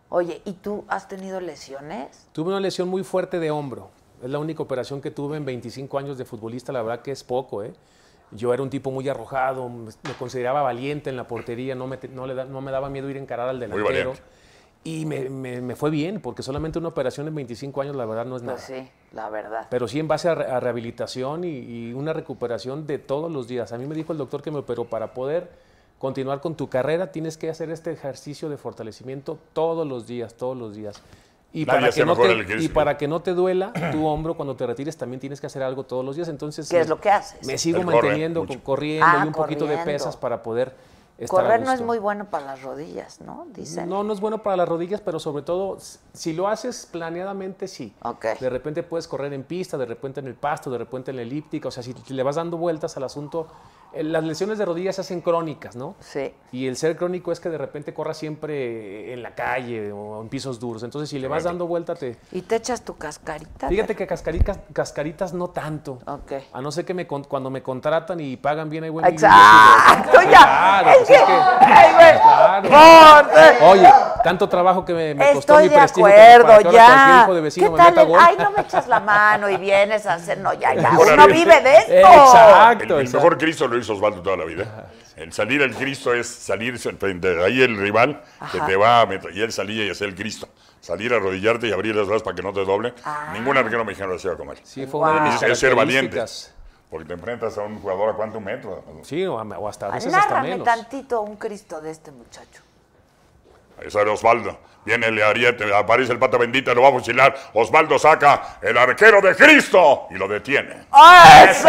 A: Oye, ¿y tú has tenido lesiones?
F: Tuve una lesión muy fuerte de hombro. Es la única operación que tuve en 25 años de futbolista. La verdad que es poco, ¿eh? Yo era un tipo muy arrojado, me consideraba valiente en la portería, no me, te- no le da- no me daba miedo ir a encarar al delantero.
G: valiente.
F: Y me, me- me fue bien, porque solamente una operación en 25 años, la verdad, no es nada.
A: Pues sí, la verdad.
F: Pero sí en base a, re- a rehabilitación y, y una recuperación de todos los días. A mí me dijo el doctor que me operó, para poder continuar con tu carrera tienes que hacer este ejercicio de fortalecimiento todos los días, todos los días.
G: Nadie
F: Y, para
G: hace
F: que, no
G: mejor
F: te,
G: el ejercicio.
F: y para que no te duela tu hombro cuando te retires, también tienes que hacer algo todos los días. Entonces,
A: ¿Qué es
F: me-
A: lo que haces?
F: Me sigo
G: Él corre
F: manteniendo,
G: mucho.
F: con- corriendo
A: Ah,
F: y un poquito de
A: corriendo.
F: pesas para poder estar a
A: Correr no es
F: gusto.
A: muy bueno para las rodillas, ¿no? Dicen.
F: No, no es bueno para las rodillas, pero sobre todo, s- si lo haces planeadamente, sí.
A: Ok.
F: De repente puedes correr en pista, de repente en el pasto, de repente en la elíptica. O sea, si le vas dando vueltas al asunto, eh, las lesiones de rodillas se hacen crónicas, ¿no?
A: Sí.
F: Y el ser crónico es que de repente corras siempre eh, en la calle o en pisos duros. Entonces, si le vas dando vueltas, te...
A: ¿Y te echas tu cascarita?
F: Fíjate que cascaricas- cascaritas no tanto.
A: Ok.
F: A no ser que me con- cuando me contratan y pagan bien, hay buen billete,
A: Exacto, ya.
F: Claro,
A: es
F: pues
A: que,
F: es que-
A: ay, güey,
F: Claro.
A: por-
F: Oye, Tanto trabajo que me, me costó
A: Estoy
F: mi
A: de
F: prestigio. que para
A: acuerdo,
F: que ahora cualquier
A: ya.
F: hijo de vecino
A: ¿Qué
F: me
A: tal?
F: meta
A: el-
F: gol.
A: Ay, no me echas la mano y vienes a hacer. No, ya, ya.
G: Ahora
A: Uno
G: bien.
A: vive de esto.
G: El,
F: Exacto.
G: el
F: exacto.
G: mejor Cristo lo hizo Osvaldo toda la vida. El salir al Cristo es salir frente a ahí el rival que te va a meter. Y él salía y hacía el Cristo. Salir a arrodillarte y abrir las brazas para que no te doble. Ningún arquero mexicano lo hacía como él.
F: Ah. Sí, fue una de mis
G: Y es ser valiente.
F: características.
G: Porque te enfrentas a un jugador a cuánto metro.
F: Sí, o, a- o hasta a veces hasta
A: Nárrame
F: menos.
A: tantito un Cristo de este muchacho.
G: Ahí sale Osvaldo. Viene el ariete, aparece el pata bendita, lo va a fusilar. Osvaldo saca el arquero de Cristo y lo detiene.
F: Oh.
A: ¡Eso!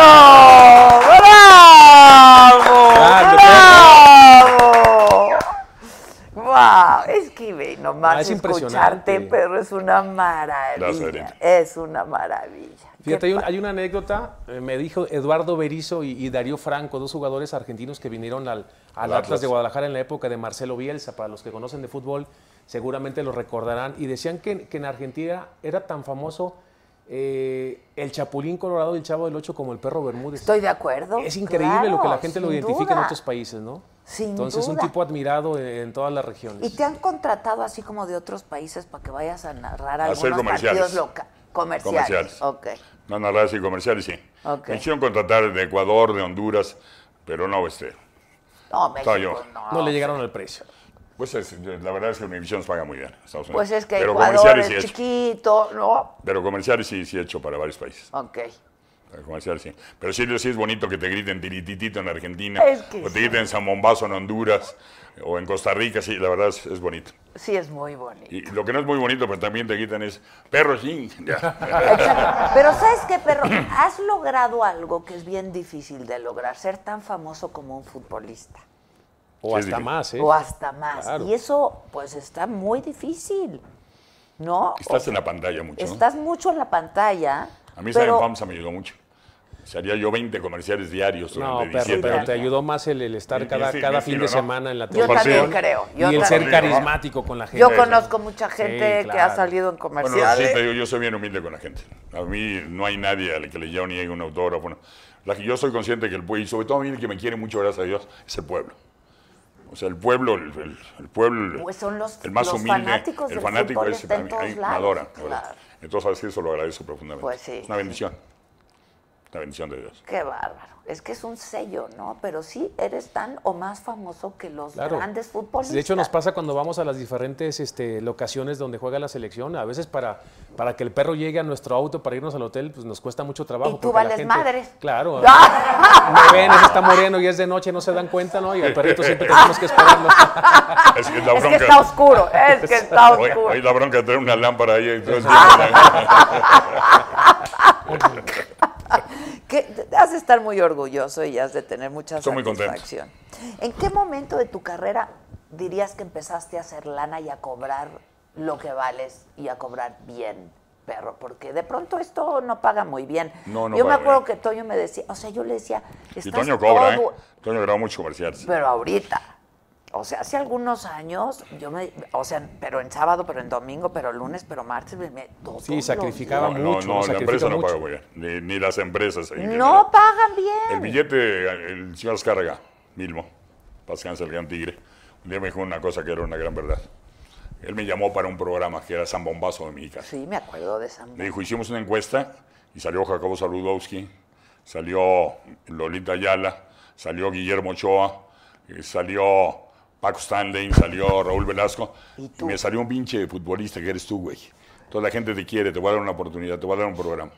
A: ¡Bravo!
F: Grande,
A: ¡Bravo! ¡Wow! Es que ve, nomás
F: Ah, es
A: escucharte,
F: impresionante.
A: pero es una maravilla.
G: Gracias, Erika.
A: Es una maravilla. Qué
F: Fíjate, hay, un- hay una anécdota, eh, me dijo Eduardo Berizo y, y Darío Franco, dos jugadores argentinos que vinieron al, al
G: Al
F: Atlas.
G: Atlas.
F: de Guadalajara en la época de Marcelo Bielsa, para los que conocen de fútbol, seguramente lo recordarán, y decían que, que en Argentina era tan famoso eh, el Chapulín Colorado y el Chavo del Ocho como el Perro Bermúdez.
A: Estoy de acuerdo.
F: es increíble lo que la
A: claro,
F: gente lo
A: sin
F: identifica en
A: duda.
F: otros países, ¿no?
A: Sin
F: Entonces,
A: duda.
F: un tipo admirado en, en todas las regiones.
A: ¿Y te han contratado así como de otros países para que vayas a narrar
G: A hacer
A: algunos
G: comerciales.
A: partidos loca- comerciales?
G: Comerciales.
A: Ok.
G: No, narradas y comerciales, sí.
A: Ok.
G: Me hicieron contratar de Ecuador, de Honduras, pero no, este.
A: No, México,
G: yo.
A: no.
F: No le llegaron al precio.
G: Pues es- la verdad es que Univision nos paga muy bien. Estados Unidos.
A: Pues es que
G: pero
A: Ecuador
G: comerciales sí he
A: es
G: hecho.
A: chiquito, ¿no?
G: Pero comerciales sí, sí he hecho para varios países.
A: Ok.
G: Para comerciales sí. Pero sí, sí es bonito que te griten tirititito en Argentina.
A: Es que
G: o te
A: sí.
G: griten Zambombazo en Honduras. O en Costa Rica, sí, la verdad es, es bonito.
A: Sí, es muy bonito.
G: Y lo que no es muy bonito, pero también te gritan es perros, sí. Ya.
A: Exacto. Pero ¿sabes qué, perro? Has logrado algo que es bien difícil de lograr, ser tan famoso como un futbolista.
F: O
G: Sí,
F: hasta
G: difícil.
F: más, ¿eh?
A: O hasta más.
F: Claro.
A: Y eso, pues, está muy difícil, ¿no?
G: Estás
A: O-
G: en la pantalla mucho. ¿no?
A: Estás mucho en la pantalla.
G: A mí
A: pero-
G: Saben Famsa me ayudó mucho. O sea, haría yo 20 comerciales diarios
F: No,
G: durante
F: perro,
G: 17
F: pero
G: años.
F: te ayudó más el, el estar
G: Y- y
F: cada,
G: sí,
F: cada
G: sí, sí,
F: fin de
G: ¿no?
F: semparción semana en la
A: Yo
G: Por
F: televisión.
A: también
G: sí.
A: creo. Yo,
F: y el
A: también.
F: ser carismático con la gente.
A: Yo conozco mucha gente
F: Sí,
A: que ha
F: claro.
A: salido en
G: Bueno, no, sí,
A: comerciales.
G: te digo, yo soy bien humilde con la gente. A mí no hay nadie al que le yo niegue un autógrafo. Bueno, la que yo soy consciente que el pueblo, y sobre todo a mí el que me quiere mucho, gracias a Dios, es el pueblo. O sea, el pueblo, el, el- el pueblo,
A: Pues son los-
G: el más
A: los
G: humilde,
A: fanáticos
G: el
A: del
G: fanático
A: fútbol
G: es
A: está en
G: a mí
A: todos
G: me
A: lados,
G: adora. la verdad.
A: claro.
G: Entonces, así eso lo agradezco profundamente.
A: Pues sí,
G: Es una
A: sí.
G: bendición. Una bendición de Dios.
A: Qué bárbaro. Es que es un sello, ¿no? Pero sí eres tan o más famoso que los
F: Claro.
A: grandes futbolistas.
F: De hecho, nos pasa cuando vamos a las diferentes este, locaciones donde juega la selección. A veces para, para que el perro llegue a nuestro auto para irnos al hotel, pues nos cuesta mucho trabajo.
A: Y tú
F: porque la
A: vales
F: gente-
A: madres.
F: Claro.
A: ¡Ah!
F: Me ven, ese está moreno y es de noche, no se dan cuenta, ¿no? Y al perrito siempre tenemos que esperarlo.
G: Es que es la
A: Ah, Es que
G: bronca.
A: está oscuro, es que está
G: Hoy, hoy
A: oscuro.
G: la bronca de tener una lámpara ahí. entonces-
A: Ah, Que has de estar muy orgulloso y has de tener mucha
G: Estoy muy contento.
A: satisfacción. ¿En qué momento de tu carrera dirías que empezaste a hacer lana y a cobrar lo que vales y a cobrar bien, perro? Porque de pronto esto no paga muy bien.
G: No, no
A: yo me
G: paga
A: acuerdo
G: bien.
A: que Toño me decía, o sea, yo le decía, estás
G: y Toño cobra,
A: todo-
G: ¿eh? Toño graba muchos comerciales.
A: Pero ahorita. O sea, hace algunos años, yo me, o sea, pero en sábado, pero en domingo, pero lunes, pero martes, me, me- todos
F: Sí,
A: los
F: sacrificaba
G: no,
F: mucho.
G: no,
F: ¿no?
G: no, la
F: Sacrifica
G: empresa no
F: mucho.
G: paga muy bien, ni, ni las empresas. en
A: días.
G: general.
A: No pagan
G: El
A: bien.
G: billete, el señor Azcárraga, Milmo, Pascán, el gran tigre, un día me dijo una cosa que era una gran verdad. Él me llamó para un programa que era San Bombazo de mi casa.
A: Sí, me acuerdo de esa.
G: Me dijo, hicimos una encuesta y salió Jacobo Saludowski, salió Lolita Ayala, salió Guillermo Ochoa, eh, salió Paco Stanley, salió Raúl Velasco.
A: ¿Y
G: ¿Y,
A: tú?
G: me salió un pinche futbolista que eres tú, güey. Toda la gente te quiere, te voy a dar una oportunidad, te voy a dar un programa.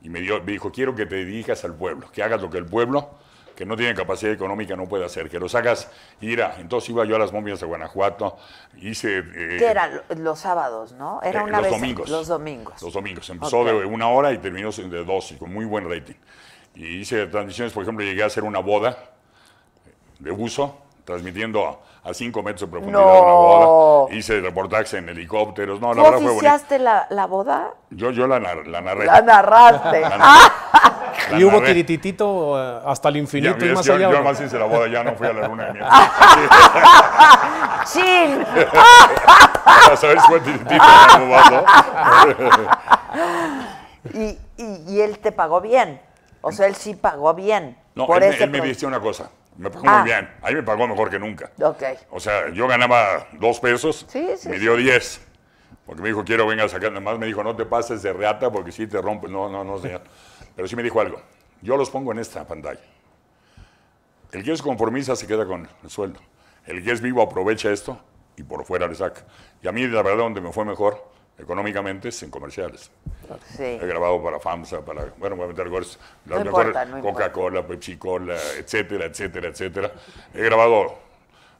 G: Y me, dio, me dijo, quiero que te dirijas al pueblo, que hagas lo que el pueblo, que no tiene capacidad económica, no puede hacer, que los hagas ir a... Entonces iba yo a las momias de Guanajuato, hice... eh,
A: Que eran los sábados, ¿no? Era
G: eh,
A: una
G: los
A: vez.
G: domingos.
A: Los domingos.
G: Los domingos. Empezó
A: Ok.
G: de una hora y terminó de dos, y con muy buen rating. Y hice transmisiones, por ejemplo, llegué a hacer una boda de buzo, transmitiendo a, a cinco metros de profundidad
A: No.
G: una boda. Hice reportajes en helicópteros. No, la
A: ¿Tú
G: verdad fue bonito.
A: oficiaste la, la boda?
G: Yo, yo la, nar- la narré.
A: La narraste.
G: La-
A: ¡Ah!
G: La
F: Y hubo
G: narré.
F: tirititito eh, hasta el
G: Ya,
F: infinito y
G: ves,
F: más
G: yo,
F: allá.
G: yo
F: ¿no?
G: además hice la boda, ya no fui a la luna de miel.
A: ¡Chin!
G: Para saber si fue tiritito o no, vato.
A: Y, y, y él te pagó bien. O sea, él sí pagó bien.
G: No,
A: por
G: él, me-
A: ese
G: él me
A: pro-
G: decía una cosa. Me pagó
A: Ah.
G: muy bien. Ahí me pagó mejor que nunca.
A: Ok.
G: O sea, yo ganaba dos pesos,
A: Sí, sí,
G: me
A: sí.
G: dio diez. Porque me dijo, quiero venga a sacar. Nada más me dijo, no te pases de reata porque si te rompes. No, no, no, señor. Pero sí me dijo algo. Yo los pongo en esta pantalla. El que es conformista se queda con el sueldo. El que es vivo aprovecha esto y por fuera le saca. Y a mí, la verdad, donde me fue mejor económicamente es en comerciales.
A: Sí.
G: He grabado para FAMSA, para, bueno, voy a meter goles, las
A: No
G: mejores,
A: importa, no importa.
G: Coca-Cola, Pepsi-Cola, etcétera, etcétera, etcétera. He grabado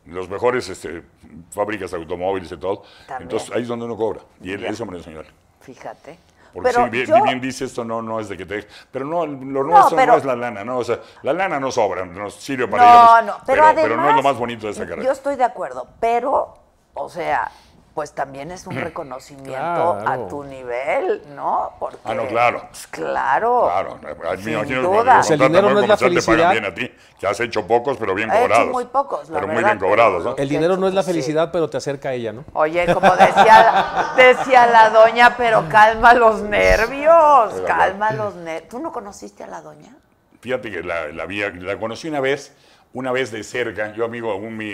G: los mejores este, fábricas de automóviles y todo.
A: También.
G: Entonces, ahí es donde uno cobra. Y él, eso me lo enseñó. él.
A: Fíjate.
G: Porque
A: Pero
G: si bien,
A: yo-
G: bien dice esto, no, no es de que te... Pero no, lo nuestro
A: pero-
G: no es la lana, ¿no? O sea, la lana no sobra, nos sirve para
A: No,
G: ir
A: no,
G: a...
A: pero, además,
G: pero no es lo más bonito de esa carrera.
A: Yo estoy de acuerdo, pero, o sea, pues también es un reconocimiento
F: Claro.
A: a tu nivel, ¿no? Porque,
G: Ah, no, claro.
A: pues, claro.
G: Claro, me
A: Sin
G: imagino que
A: duda.
G: cuando te
A: O sea,
F: el dinero
G: contratan
F: no es la
G: para comercial te pagan
F: felicidad.
G: bien a ti, que has hecho pocos, pero bien
A: He hecho
G: cobrados.
A: muy pocos, la
G: Pero muy
A: verdad,
G: bien cobrados,
A: pero-
G: ¿no?
F: El dinero no es la
A: Sí.
F: felicidad, pero te acerca a ella, ¿no?
A: Oye, como decía, decía la doña, pero calma los nervios,
G: Oiga,
A: calma los nervios. ¿Tú no conociste a la doña?
G: Fíjate que la, la vi, la conocí una vez, una vez de cerca. Yo, amigo, un, mi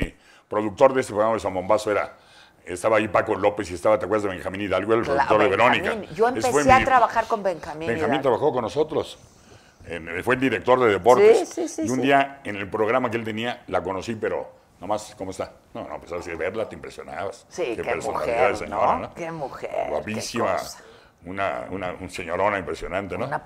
G: productor de este programa de San Bombazo era. Estaba ahí Paco López y estaba, ¿te acuerdas de Benjamín Hidalgo, el productor de
A: Benjamín.
G: Verónica?
A: Yo
G: Ese fue
A: empecé a
G: mi-
A: trabajar con Benjamín.
G: Benjamín
A: Hidalgo.
G: trabajó con nosotros. En- fue el director de deportes.
A: Sí, sí, sí,
G: y un
A: sí.
G: día en el programa que él tenía, la conocí, pero nomás, ¿cómo está? No, no, pues así de verla te impresionabas.
A: Sí, qué,
G: personalidad
A: mujer,
G: de señora,
A: ¿no? Qué mujer. qué
G: Guapísima.
A: cosa.
G: Una, una un señorona impresionante, ¿no?
A: Una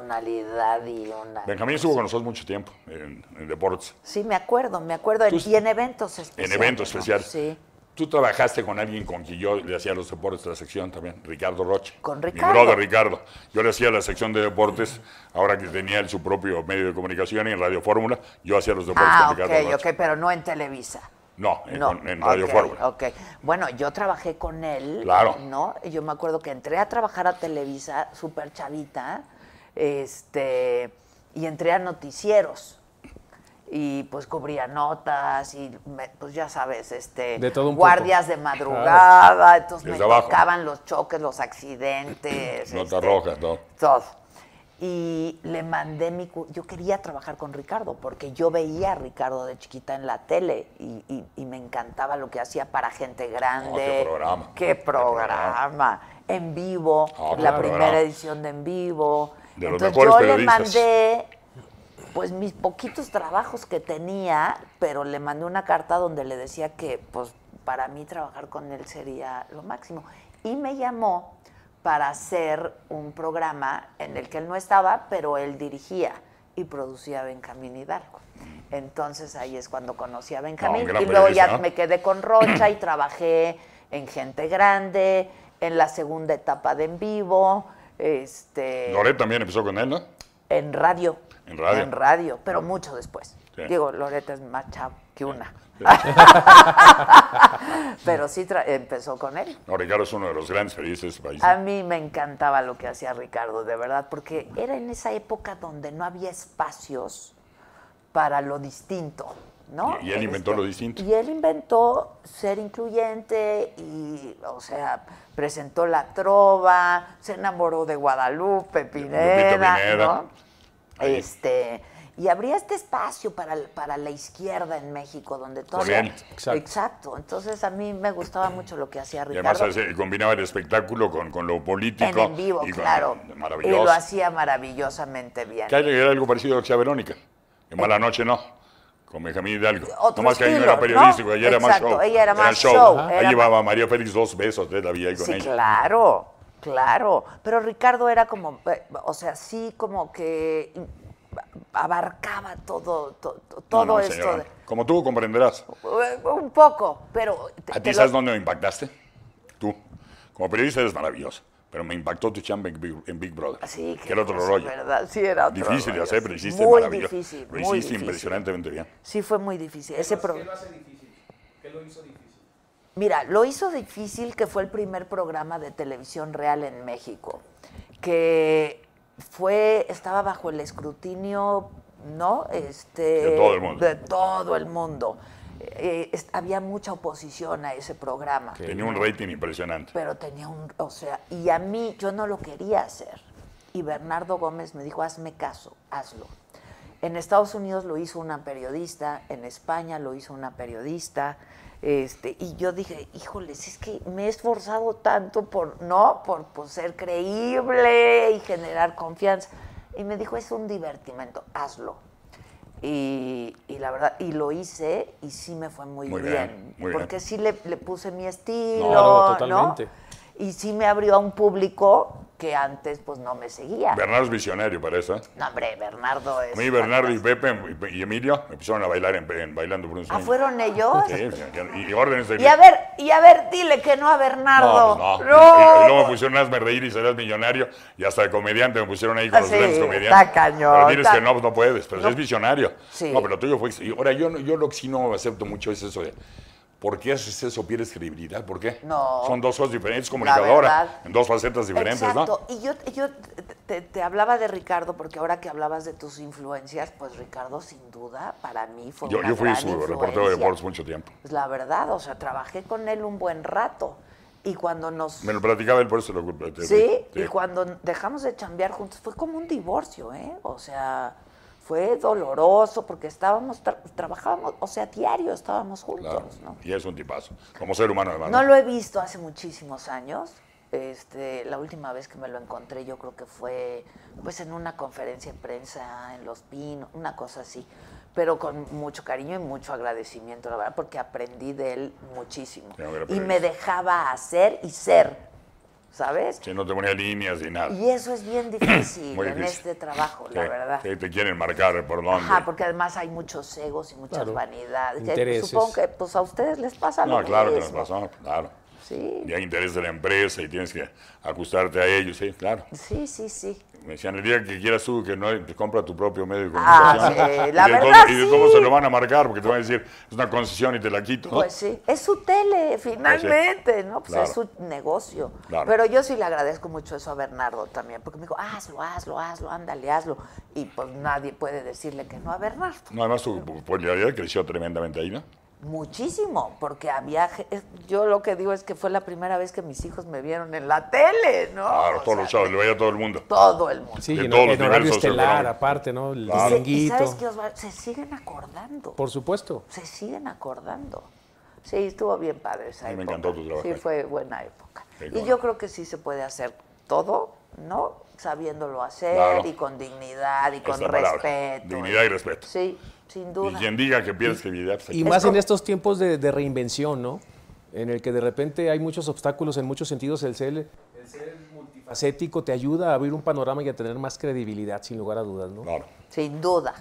A: personalidad y una...
G: Benjamín estuvo con nosotros mucho tiempo en, en deportes.
A: Sí, me acuerdo, me acuerdo. en-
G: Tú-
A: y en eventos especiales.
G: En eventos
A: ¿no?
G: especiales.
A: Sí.
G: Tú trabajaste con alguien con quien yo le hacía los deportes de la sección también, Ricardo Roche.
A: Con
G: Mi
A: Ricardo.
G: brother Ricardo. Yo le hacía la sección de deportes, ahora que tenía él su propio medio de comunicación y en Radio Fórmula, yo hacía los deportes
A: Ah,
G: con Ricardo
A: ok,
G: Roche.
A: ok, pero no en Televisa.
G: No, en,
A: No,
G: con- en Radio
A: ok,
G: Fórmula.
A: ok. Bueno, yo trabajé con él.
G: Claro.
A: ¿No? Yo me acuerdo que entré a trabajar a Televisa, súper chavita, este, y entré a noticieros. Y pues cubría notas y me- pues ya sabes, este
F: De todo un poco.
A: guardias de
F: Claro.
A: madrugada, entonces
G: Desde
A: me
G: abajo.
A: tocaban los choques, los accidentes.
G: Nota
A: este,
G: roja, todo.
A: todo. Y le mandé mi... cu- Yo quería trabajar con Ricardo porque yo veía a Ricardo de chiquita en la tele y, y- y me encantaba lo que hacía para gente grande.
G: No, qué programa.
A: ¡Qué
G: Qué
A: programa!
G: programa.
A: En vivo,
G: Ah, qué
A: la
G: programa.
A: primera edición de En Vivo.
G: De los
A: Entonces
G: mejores
A: yo le
G: periodistas.
A: mandé pues mis poquitos trabajos que tenía, pero le mandé una carta donde le decía que pues para mí trabajar con él sería lo máximo. Y me llamó para hacer un programa en el que él no estaba, pero él dirigía y producía Benjamín Hidalgo. Entonces ahí es cuando conocí a Benjamín
G: gran
A: y luego
G: periodista,
A: ya
G: ¿no?
A: me quedé con Rocha y trabajé en Gente Grande, en la segunda etapa de En Vivo, este
G: Loret también empezó con él, ¿no?
A: en radio.
G: En radio.
A: En radio, pero mucho después.
G: Sí.
A: Digo, Loreta es más chavo que una. pero sí tra- empezó con él.
G: No, Ricardo es uno de los grandes felices de este país.
A: A mí me encantaba lo que hacía Ricardo, de verdad, porque era en esa época donde no había espacios para lo distinto, ¿no?
G: Y- y él inventó lo distinto.
A: Y él inventó ser incluyente y, o sea, presentó la trova, se enamoró de Guadalupe Pineda,
G: Pineda.
A: ¿no?
G: Ahí.
A: Este, y habría este espacio para, el- para la izquierda en México, donde todo...
G: él.
F: Exacto.
A: Exacto. Entonces a mí me gustaba mucho lo que hacía
G: Y
A: Ricardo.
G: además hace- combinaba el espectáculo con, con lo
A: En,
G: político.
A: en vivo,
G: y con-
A: claro. Y
G: Maravilloso.
A: lo hacía maravillosamente bien.
G: Que era algo parecido a lo que hacía Verónica. En Mala Noche no. Con Benjamín Hidalgo.
A: Eh. Otro
G: Nomás que ahí no
A: estilo,
G: era periodístico,
A: ¿no?
G: ella era más
A: Exacto,
G: show.
A: ella era más show,
G: Ahí
A: era
G: llevaba a María Félix dos besos, de la vida ahí con
A: sí,
G: ella.
A: claro, claro. Pero Ricardo era como, eh, o sea, sí como que abarcaba todo, to- to-
G: No,
A: todo
G: no,
A: esto.
G: señora,
A: de-
G: Como tú comprenderás.
A: Eh, un poco, pero... te-
G: ¿A
A: te
G: ti
A: lo-
G: sabes dónde me impactaste? Tú. Como periodista eres maravilloso. Pero me impactó tu chamba en Big, en Big Brother.
A: Sí,
G: que era otro
A: cosa,
G: rollo.
A: ¿verdad? Sí, era otro
G: Difícil de
A: rollo,
G: hacer, pero
A: sí.
G: hiciste
A: Muy
G: maravilloso.
A: difícil,
G: Lo
A: muy
G: hiciste
A: difícil.
G: impresionantemente bien.
A: Sí, fue muy difícil. Ese pro- Mira, lo hizo difícil que fue el primer programa de televisión real en México, que fue, estaba bajo el escrutinio, ¿no? Este,
G: De todo el mundo.
A: de todo el mundo. Eh, es- había mucha oposición a ese programa,
G: Tenía un rating impresionante.
A: pero tenía un, o sea, y a mí yo no lo quería hacer. Y Bernardo Gómez me dijo, hazme caso, hazlo. En Estados Unidos lo hizo una periodista, en España lo hizo una periodista, este, y yo dije, híjoles, es que me he esforzado tanto por, no, por, por ser creíble y generar confianza. Y me dijo, es un divertimento, hazlo. Y, y la verdad, y lo hice y sí me fue muy,
G: Muy
A: bien,
G: bien, muy bien.
A: porque sí le, le puse mi estilo,
F: Claro,
A: ¿no?
F: totalmente.
A: Y sí me abrió a un público que antes pues no me seguía.
G: Bernardo es visionario para eso. ¿eh?
A: No, hombre, Bernardo es.
G: A mí Bernardo y Pepe y Emilio me pusieron a bailar en, en Bailando por un
A: ¿Ah,
G: Sueño.
A: fueron ellos?
G: Sí, y, y órdenes de...
A: Y a ver, y a ver, dile que no a Bernardo.
G: No, pues no. Y- y luego me pusieron hazme reír y serás millonario. Y hasta de comediante me pusieron ahí con
A: Ah,
G: los
A: sí,
G: grandes comediantes.
A: está cañón,
G: Pero diles
A: está-
G: que no, pues no puedes, pero es visionario.
A: Sí.
G: No, pero lo tuyo fue. y Ahora, yo, no- yo lo que sí no acepto mucho es eso de. ¿Por qué haces eso? ¿Pierdes credibilidad? ¿Por qué?
A: No.
G: Son dos cosas diferentes,
A: verdad.
G: comunicadora, en dos facetas diferentes,
A: Exacto.
G: ¿no?
A: Y yo, yo te, te hablaba de Ricardo, porque ahora que hablabas de tus influencias, pues Ricardo, sin duda, para mí fue
G: Yo,
A: una
G: yo fui
A: gran
G: su reportero de
A: influencia.
G: Forbes mucho tiempo.
A: Pues la verdad, o sea, trabajé con él un buen rato. Y cuando nos.
G: Me lo platicaba él, por eso lo culpa.
A: Sí, y cuando dejamos de chambear juntos fue como un divorcio, ¿eh? O sea, fue doloroso porque estábamos, tra- trabajábamos, o sea, diario estábamos juntos,
G: Claro.
A: ¿no?
G: Y es un tipazo. Como ser humano, además.
A: No lo he visto hace muchísimos años. Este, la última vez que me lo encontré yo creo que fue pues en una conferencia de prensa en Los Pinos, una cosa así, pero con mucho cariño y mucho agradecimiento, la verdad, porque aprendí de él muchísimo.
G: Sí, a ver,
A: Y
G: pero
A: me
G: es-
A: dejaba hacer y ser, ¿sabes?
G: Sí, no te ponía líneas ni nada.
A: Y eso es bien difícil
G: Muy
A: en
G: difícil.
A: este trabajo, la
G: Sí,
A: verdad.
G: sí, te quieren marcar por dónde.
A: Ajá, porque además hay muchos egos y muchas
F: Claro,
A: vanidades. Ya,
F: intereses.
A: Supongo que pues a ustedes les pasa lo
G: No, claro que nos
A: mismo.
G: pasó, claro.
A: Sí.
G: Y hay interés de la empresa y tienes que ajustarte a ellos, sí, claro.
A: Sí, sí, sí.
G: Me decían, el día que quieras tú, que no te compra tu propio medio de
A: Ah,
G: comunicación.
A: sí, la
G: y, de
A: verdad,
G: cómo, y de
A: sí.
G: cómo se lo van a marcar, porque te van a decir, es una concesión y te la quito. ¿no?
A: Pues sí, es su tele, finalmente, ¿no? Pues
G: Claro.
A: es su negocio.
G: Claro.
A: Pero yo sí le agradezco mucho eso a Bernardo también, porque me dijo, hazlo, hazlo, hazlo, ándale, hazlo. Y pues nadie puede decirle que no a Bernardo.
G: No, además tu popularidad creció tremendamente ahí, ¿no?
A: Muchísimo, porque había. ge- es- Yo lo que digo es que fue la primera vez que mis hijos me vieron en la tele, ¿no?
G: Claro,
A: O
G: todos
A: sea,
G: los chavos, lo veía todo el mundo.
A: Todo el mundo.
F: Sí,
G: De
F: y en,
G: todos los
F: en horario
G: niveles
F: estelar,
G: socioeconómicos.
F: aparte, ¿no? El
G: Claro.
A: Y se- y sabes
F: dominguito.
A: qué, Osvaldo? se siguen acordando.
F: Por supuesto.
A: Se siguen acordando. Sí, estuvo bien padre esa
G: A mí me
A: época.
G: encantó tu trabajo
A: Sí,
G: ahí.
A: fue buena época.
G: Sí,
A: y
G: cómo
A: yo
G: no.
A: creo que sí se puede hacer todo, ¿no? Sabiéndolo hacer
G: Claro.
A: y con dignidad y
G: Esa
A: con
G: es la palabra.
A: respeto.
G: Dignidad y respeto.
A: Sí, sin
G: Y
A: duda.
G: quien diga que pierdes credibilidad, pues,
F: Y
G: ahí-
F: más en
A: como-
F: estos tiempos de, de reinvención, ¿no? En el que de repente hay muchos obstáculos, en muchos sentidos el ser, el ser multifacético te ayuda a abrir un panorama y a tener más credibilidad, sin lugar a dudas, ¿no?
G: Claro,
A: Sin duda.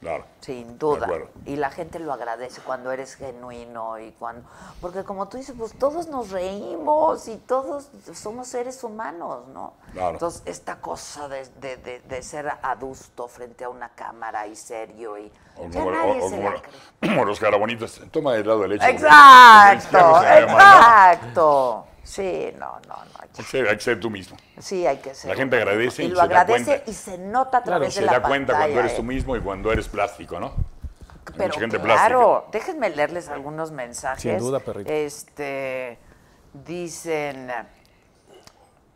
G: claro.
A: Sin duda.
G: acuerdo.
A: Y la gente lo agradece cuando eres genuino y cuando. Porque como tú dices, pues todos nos reímos y todos somos seres humanos, ¿no?
G: Claro.
A: Entonces, esta cosa de, de- de- de ser adusto frente a una cámara y serio y.
G: O
A: Ya
G: como,
A: nadie
G: o- o
A: se
G: como
A: la
G: lo-
A: cree.
G: como los carabonitas, toma del lado derecho. porque- porque el
A: Exacto,
G: izquierdo se ve mal, ¿no?
A: exacto. Sí, no, no, no.
G: Hay
A: ya.
G: que ser- hay que ser tú mismo.
A: Sí, hay que ser.
G: La gente agradece
A: Y
G: y
A: lo
G: se da
A: agradece
G: cuenta.
A: y se nota a través
G: se
A: de la
G: da cuenta cuando
A: pantalla,
G: eres
A: ¿eh?
G: tú mismo y cuando eres plástico, ¿no? Hay
A: Pero
G: mucha gente
A: claro, déjenme leerles algunos mensajes.
F: Sin duda, perrito.
A: Este, dicen,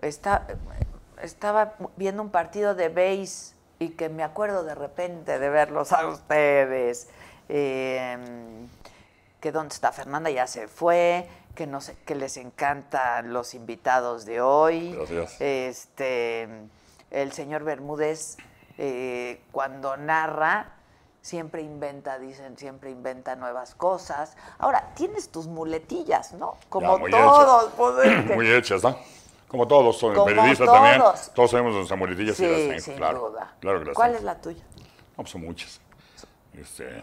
A: está, estaba viendo un partido de base y que me acuerdo de repente de verlos a ustedes. Eh, que dónde está Fernanda ya se fue, que no sé, que les encantan los invitados de hoy.
G: Gracias.
A: Este, el señor Bermúdez eh, cuando narra siempre inventa, dicen, siempre inventa nuevas cosas. Ahora tienes tus muletillas, ¿no? Como
G: muy
A: todos,
G: hechas.
A: pues, es que-
G: Muy hechas, ¿no? Como todos, son
A: Como
G: periodistas
A: todos.
G: también. Todos sabemos nuestras muletillas y las
A: sí,
G: tengo,
A: sin
G: claro.
A: duda.
G: Claro que las
A: ¿Cuál
G: tengo.
A: es la tuya?
G: No, pues son muchas. Este,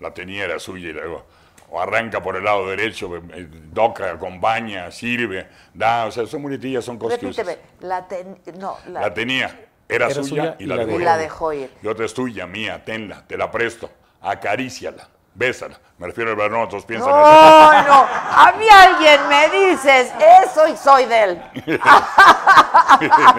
G: la tenía, era suya y luego o arranca por el lado derecho, eh, toca, acompaña, sirve, da. O sea, son muletillas, son cosas que
A: Repíteme,
G: usas.
A: la ten- no, la,
G: La tenía, era,
F: Era
G: suya, y la dejó.
A: y la dejó ir.
G: Yo te es tuya, mía, tenla, te la presto, acaríciala, bésala. Me refiero al verano, otros piensan en eso.
A: No, no, a mí alguien me dices eso y soy de él.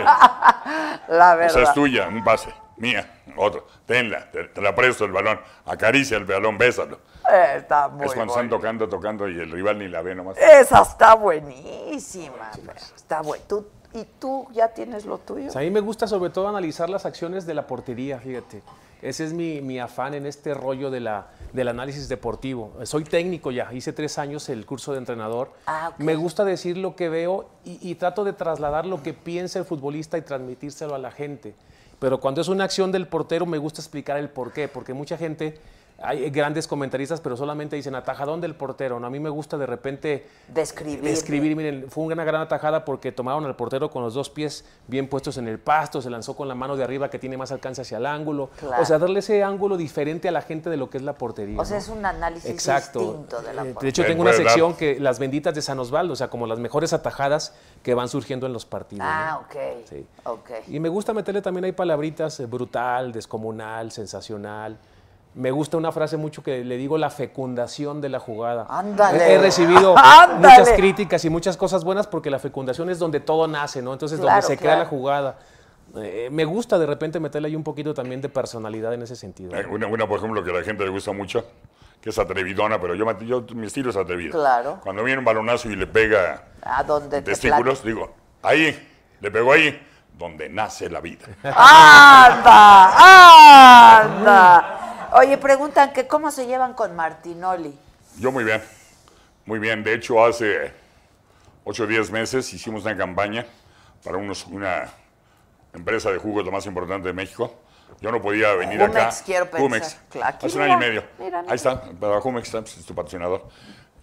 A: la verdad.
G: Esa es tuya, un pase. Mía, otro. Tenla, te, te la presto el balón. Acaricia el balón, bésalo.
A: Eh, Está muy Eh.
G: es cuando están
A: bonita.
G: tocando, tocando y el rival ni la ve nomás.
A: Esa está buenísima. pero Está buena. Tú, ¿Y tú ya tienes lo tuyo?
F: O sea, a mí me gusta sobre todo analizar las acciones de la portería, fíjate. Ese es mi, mi afán en este rollo de la, del análisis deportivo. Soy técnico ya, hice tres años el curso de entrenador.
A: Ah, ok.
F: Me gusta decir lo que veo y, y trato de trasladar lo que piensa el futbolista y transmitírselo a la gente. Pero cuando es una acción del portero me gusta explicar el por qué, porque mucha gente, hay grandes comentaristas, pero solamente dicen atajadón del portero. ¿no? A mí me gusta de repente
A: Describir.
F: Describir, miren, fue una gran atajada porque tomaron al portero con los dos pies bien puestos en el pasto, se lanzó con la mano de arriba que tiene más alcance hacia el ángulo.
A: Claro.
F: O sea, darle ese ángulo diferente a la gente de lo que es la portería.
A: O sea,
F: ¿no?
A: es un análisis
F: Exacto.
A: distinto de la
F: Eh, De
A: portería.
F: hecho,
G: Eh,
F: tengo una
G: puedes dar-
F: sección que las benditas de San Osvaldo, o sea, como las mejores atajadas que van surgiendo en los partidos. ¿no?
A: Ah, ok.
F: Sí.
A: Ok.
F: Y me gusta meterle también ahí palabritas eh, brutal, descomunal, sensacional. Me gusta una frase mucho que le digo la fecundación de la jugada.
A: Ándale.
F: He, he recibido
A: Ándale.
F: muchas críticas y muchas cosas buenas porque la fecundación es donde todo nace, ¿no? Entonces,
A: Claro,
F: donde se
A: claro.
F: crea la jugada. Eh, me gusta de repente meterle ahí un poquito también de personalidad en ese sentido.
G: Eh, Una, una, por ejemplo, que a la gente le gusta mucho, que es atrevidona, pero yo, me- yo- mi estilo es atrevido.
A: Claro.
G: Cuando viene un balonazo y le pega
A: ¿A dónde te
G: testículos, digo, ahí, le pegó ahí, donde nace la vida.
A: platico? ¡Anda! ¡Anda! Oye, preguntan que cómo se llevan con Martinoli.
G: Yo muy bien, muy bien. De hecho, hace 8 o 10 meses hicimos una campaña para unos, una empresa de jugos la más importante de México. Yo no podía venir
A: Jumex,
G: acá.
A: quiero pensar. Claro, aquí
G: Hace un año y
A: mira,
G: medio.
A: mira, mira.
G: Ahí está, para Jumex, está, pues, es tu patrocinador.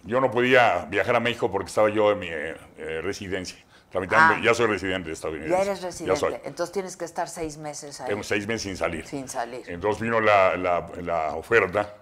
G: Yo no podía viajar a México porque estaba yo en mi eh, eh, residencia. Tramitando,
A: Ah.
G: ya soy residente estadounidense.
A: Ya eres residente.
G: soy.
A: Entonces tienes que estar seis meses ahí.
G: Tengo seis meses sin salir.
A: Sin salir.
G: Entonces vino la, la- la oferta